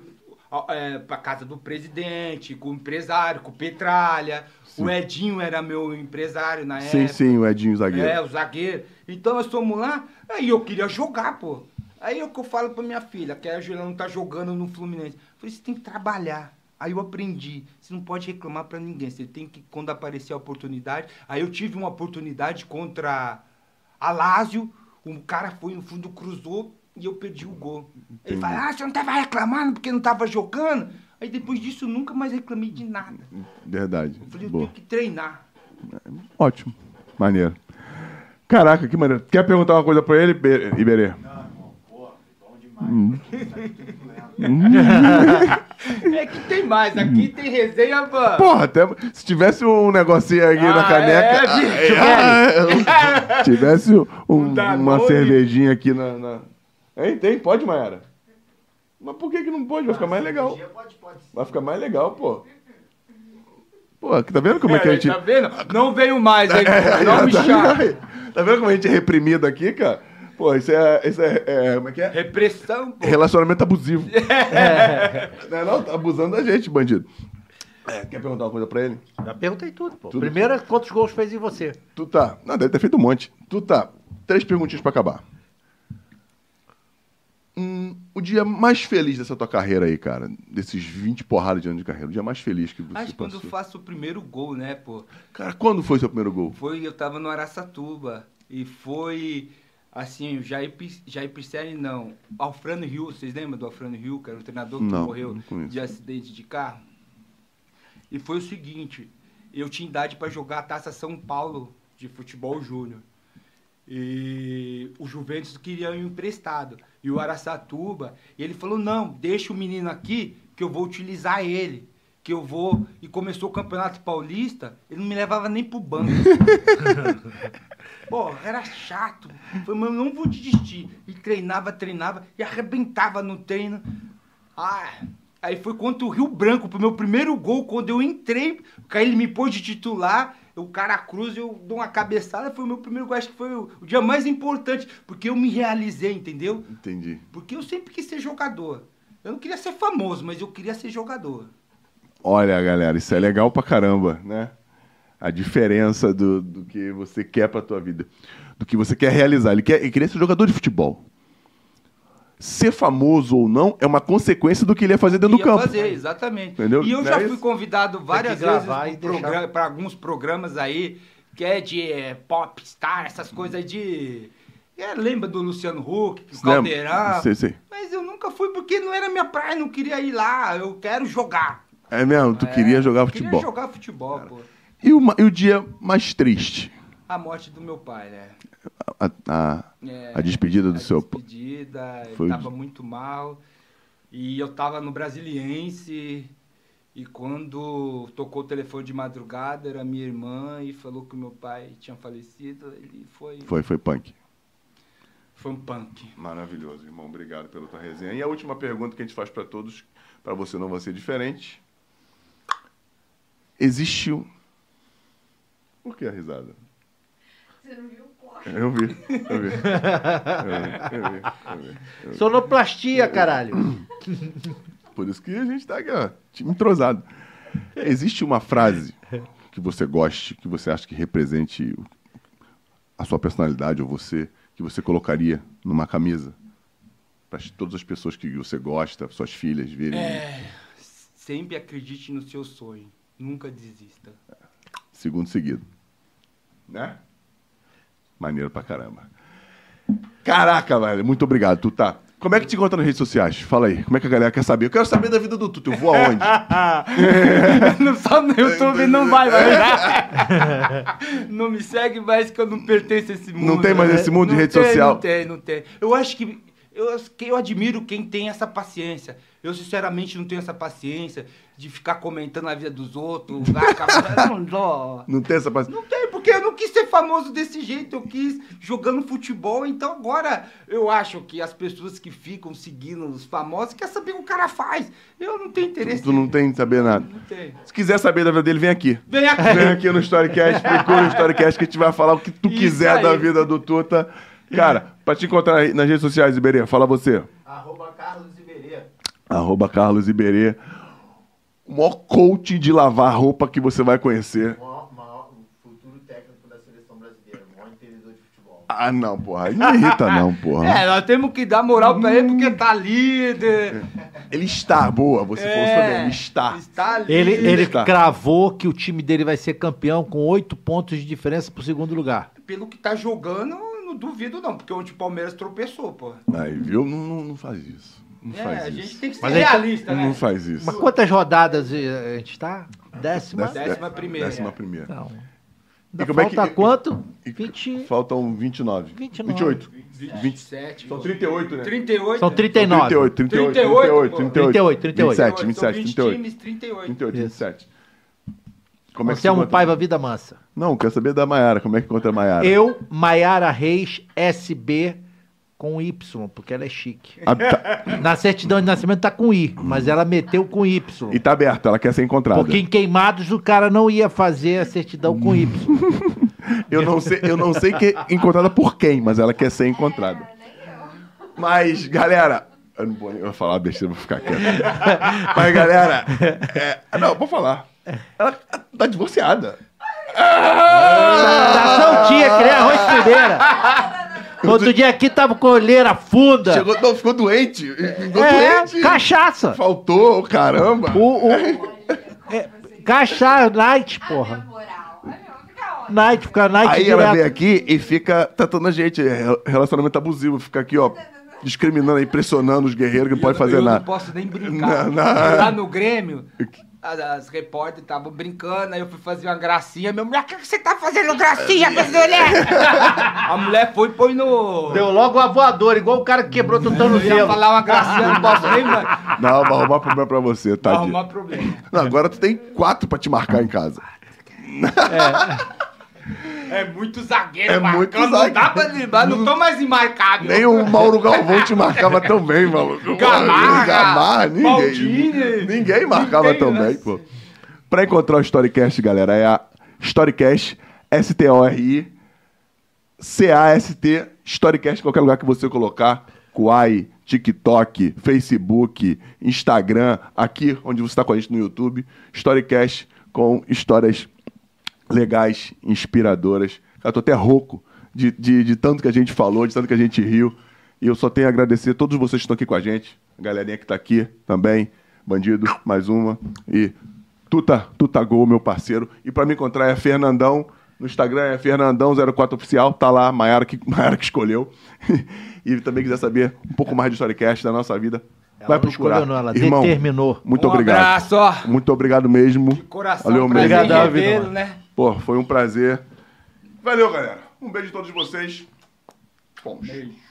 ó, é, pra casa do presidente, com o empresário, com o Petralha. O Edinho era meu empresário na Sim, época. sim, o Edinho zagueiro. É, o zagueiro. Então nós fomos lá, aí eu queria jogar, pô. Aí é o que eu falo pra minha filha, que a Juliana não tá jogando no Fluminense. Eu falei, você tem que trabalhar. Aí eu aprendi, você não pode reclamar pra ninguém, você tem que, quando aparecer a oportunidade. Aí eu tive uma oportunidade contra a Lásio, um cara foi no fundo, cruzou e eu perdi o gol. Ele fala, ah, você não tava reclamando porque não tava jogando? Aí depois disso eu nunca mais reclamei de nada. Verdade. Eu falei, eu Boa. tenho que treinar. Ótimo. Maneiro. Caraca, que maneiro. Quer perguntar uma coisa pra ele, Be- Iberê? É que tem mais, aqui tem resenha, mano. Porra, até se tivesse um negocinho aqui na Tá. Ah, caneca. é, bicho, ah, é, um- tivesse um- uma Danone. cervejinha aqui na. na... Hein, tem? Pode, Mayara? Mas por que, que não pode? Vai ficar mais legal. Ah, Pode, pode. Vai ficar mais legal, pô. Pô, tá vendo como é que a Cara, gente. Tá vendo? Não veio mais, hein? Não me chama. Tá vendo como a gente é reprimido aqui, cara? Pô, isso é. Isso é, é, como é que é? Repressão, pô. Relacionamento abusivo. Não, é não, tá abusando da gente, bandido. É, quer perguntar uma coisa pra ele? Já perguntei tudo, pô. Tudo. Primeiro, é quantos gols fez em você? Tu tá. Não, deve ter feito um monte. Tu tá. Três perguntinhas pra acabar. Hum, o dia mais feliz dessa tua carreira aí, cara. Desses 20 porradas de anos de carreira. O dia mais feliz que você Mas quando eu passou. faço o primeiro gol, né, pô? Cara, quando foi seu primeiro gol? Foi, eu tava no Araçatuba. E foi, assim, o Jair, Pis- Jair Pisselli, não. Alfrano Rio, vocês lembram do Alfrano Rio, que era um treinador que Não, morreu não conheço. de acidente de carro? E foi o seguinte, eu tinha idade pra jogar a Taça São Paulo de futebol júnior. E o Juventus queria um emprestado. E o Araçatuba, e ele falou: não, deixa o menino aqui que eu vou utilizar ele. Que eu vou. E começou o Campeonato Paulista, ele não me levava nem pro banco. Pô, era chato. Falei, mas eu não vou desistir. E treinava, treinava, e arrebentava no treino. Ah, aí foi contra o Rio Branco, pro meu primeiro gol, quando eu entrei, porque aí ele me pôs de titular, o cara cruz, eu dou uma cabeçada, foi o meu primeiro gol, acho que foi o, o dia mais importante, porque eu me realizei, entendeu? Entendi. Porque eu sempre quis ser jogador. Eu não queria ser famoso, mas eu queria ser jogador. Olha, galera, isso é legal pra caramba, né? A diferença do, do que você quer pra tua vida, do que você quer realizar. Ele, quer, ele queria ser jogador de futebol. Ser famoso ou não é uma consequência do que ele ia fazer dentro do Ia campo. fazer, exatamente. Entendeu? E eu Não já é fui isso? convidado várias que gravar vezes e deixar. para alguns programas aí, que é de é, popstar, essas coisas de... É, lembra do Luciano Huck, do Caldeirão? Sei, sei. Mas eu nunca fui porque não era minha praia, não queria ir lá, eu quero jogar. É mesmo, tu É, queria jogar Queria futebol. jogar futebol, pô. E, o, ma- e o dia mais triste? A morte do meu pai, né? A, a- É, a despedida do a seu pai. despedida, Foi o ele tava di- muito mal. E eu tava no Brasiliense. E quando tocou o telefone de madrugada, era minha irmã e falou que o meu pai tinha falecido. Ele foi, Foi, foi punk. foi um punk. Maravilhoso, irmão. Obrigado pela tua resenha. E a última pergunta que a gente faz pra todos, pra você não vai ser diferente. Existe um... Por que a risada? Você não viu o corte? Eu vi, eu vi. Eu vi, eu vi, eu vi. Sonoplastia, caralho. Por isso que a gente tá aqui, ó, time entrosado. Existe uma frase que você goste, que você acha que represente o- a sua personalidade ou você, que você colocaria numa camisa? Para todas as pessoas que você gosta, suas filhas virem. Sempre acredite no seu sonho. Nunca desista. segundo seguido. Né? Maneiro pra caramba. Caraca, velho, muito obrigado, Tuta. Como é que te encontra nas redes sociais? Fala aí, como é que a galera quer saber? Eu quero saber da vida do Tuta, eu vou aonde? Não, Só no YouTube não vai É. mais. Não me segue mais que eu não pertenço a esse mundo. tem mais né? esse mundo de Não rede tem, social. Não tem, não tem. Eu acho que eu, acho que eu admiro quem tem essa paciência. Eu, sinceramente, não tenho essa paciência de ficar comentando a vida dos outros. vai acabar- não, não. Não tem essa parte. Não tem, porque eu não quis ser famoso desse jeito, eu quis jogando futebol, então agora eu acho que as pessoas que ficam seguindo os famosos querem saber o que o cara faz. Eu não tenho interesse. Tu não tem de saber nada. Não tem. Se quiser saber da vida dele, vem aqui. Vem aqui. Vem aqui no Storycast, procura o Storycast que a gente vai falar o que tu Isso quiser aí. da vida do Tuta. Cara, pra te encontrar aí nas redes sociais, Iberê, fala você. Arroba Carlos Iberê. Arroba Carlos Iberê. O maior coach de lavar roupa que você vai conhecer. Maior, maior, o futuro técnico da seleção brasileira. Maior entendedor de futebol. Ah, não, porra. Aí não irrita, não, porra. É, nós temos que dar moral pra ele porque tá líder. Ele está boa, você falou É. isso também. Ele está. Está líder. Ele, ele Tá. cravou que o time dele vai ser campeão com oito pontos de diferença pro segundo lugar. Pelo que tá jogando, eu não duvido não, porque ontem o Palmeiras tropeçou, pô. Aí, viu? Não, não, não faz isso. Não É, faz a isso. tá- gente tem que ser Mas aí- realista, né? Não faz isso. Mas quantas rodadas eh, a gente tá? Décima? Décima- Décima primeira. É, Décima primeira. Não. Ainda E como é que- falta e- quanto? e- um 20. Faltam 29. 29. 28. 27. São 38, né? 38. São 39. 38, 38, 38, 38, pô. 38, 38. 27, 27, 27, 38. times, 38. 38, 27. Como é que Anselmo se conta? um Paiva Vida Mansa. Não, quero saber da Maiara. Como é que conta a Maiara? Eu, Maiara Reis, SB com Y, porque ela é chique. A- tá- Na certidão de nascimento tá com I, mas ela meteu com Y. e tá aberta, ela quer ser encontrada. Porque em Queimados o cara não ia fazer a certidão com Y. Eu não sei, eu não sei que é encontrada por quem, mas ela quer ser encontrada. Mas, galera. Eu não vou, nem- eu vou falar besteira, vou ficar quieto. Mas, galera. é, não, vou falar. Ela tá divorciada. Nação tinha que nem um arroz peneira. Outro dia aqui tava com a olheira funda. Chegou, não, ficou doente. Ficou é, doente. cachaça. Faltou, caramba. O, o, é, cachaça, night, porra. Moral. Olha, vou ficar ótimo. Night, fica night Aí direto. ela vem aqui e fica tratando a gente. É relacionamento abusivo. Fica aqui, ó, discriminando, impressionando os guerreiros que não pode fazer eu nada. não posso nem brincar. Não, não. Lá no Grêmio, as, as repórteres estavam brincando, aí eu fui fazer uma gracinha. Minha mulher, o que que você tá fazendo gracinha com essa mulher? A mulher foi e põe no... Deu logo uma voadora, igual o cara que quebrou tutano no Eu ia gelo. falar uma gracinha, eu não posso nem mais Não, vai arrumar problema pra você, tadinho. arrumar problema. Não, agora tu tem quatro pra te marcar em casa. É muito zagueiro, É marcando, muito não dá zagueiro. pra driblar, não tô mais embarcado. Nem o Mauro Galvão te marcava tão bem, maluco. Gamarra, Gamarra, ninguém. Maldini. ninguém marcava Ninguém, tão né? bem, pô. Pra encontrar o Storycast, galera, é a Storycast, S-T-O-R-I, C-A-S-T, Storycast, qualquer lugar que você colocar. Kuai, TikTok, Facebook, Instagram, aqui onde você está com a gente no YouTube. Storycast com histórias legais, inspiradoras. Cara, tô até rouco de, de, de tanto que a gente falou, de tanto que a gente riu. E eu só tenho a agradecer a todos vocês que estão aqui com a gente, a galerinha que tá aqui também, Bandido, mais uma. E Tuta, Tuta Gol, meu parceiro. E para me encontrar é Fernandão. No Instagram é Fernandão04Oficial, tá lá, Maiara que, Maiara que escolheu. e também quiser saber um pouco mais de Storycast, da nossa vida, Ela vai não procurar. escolheu não, ela Irmão, determinou. Muito Um obrigado. abraço, ó. Muito obrigado mesmo. Coração Valeu pra mesmo. Zé Obrigado, Davi. Ribeiro, né? Pô, foi um prazer. Valeu, galera. Um beijo a todos vocês. Fomos. Beijo.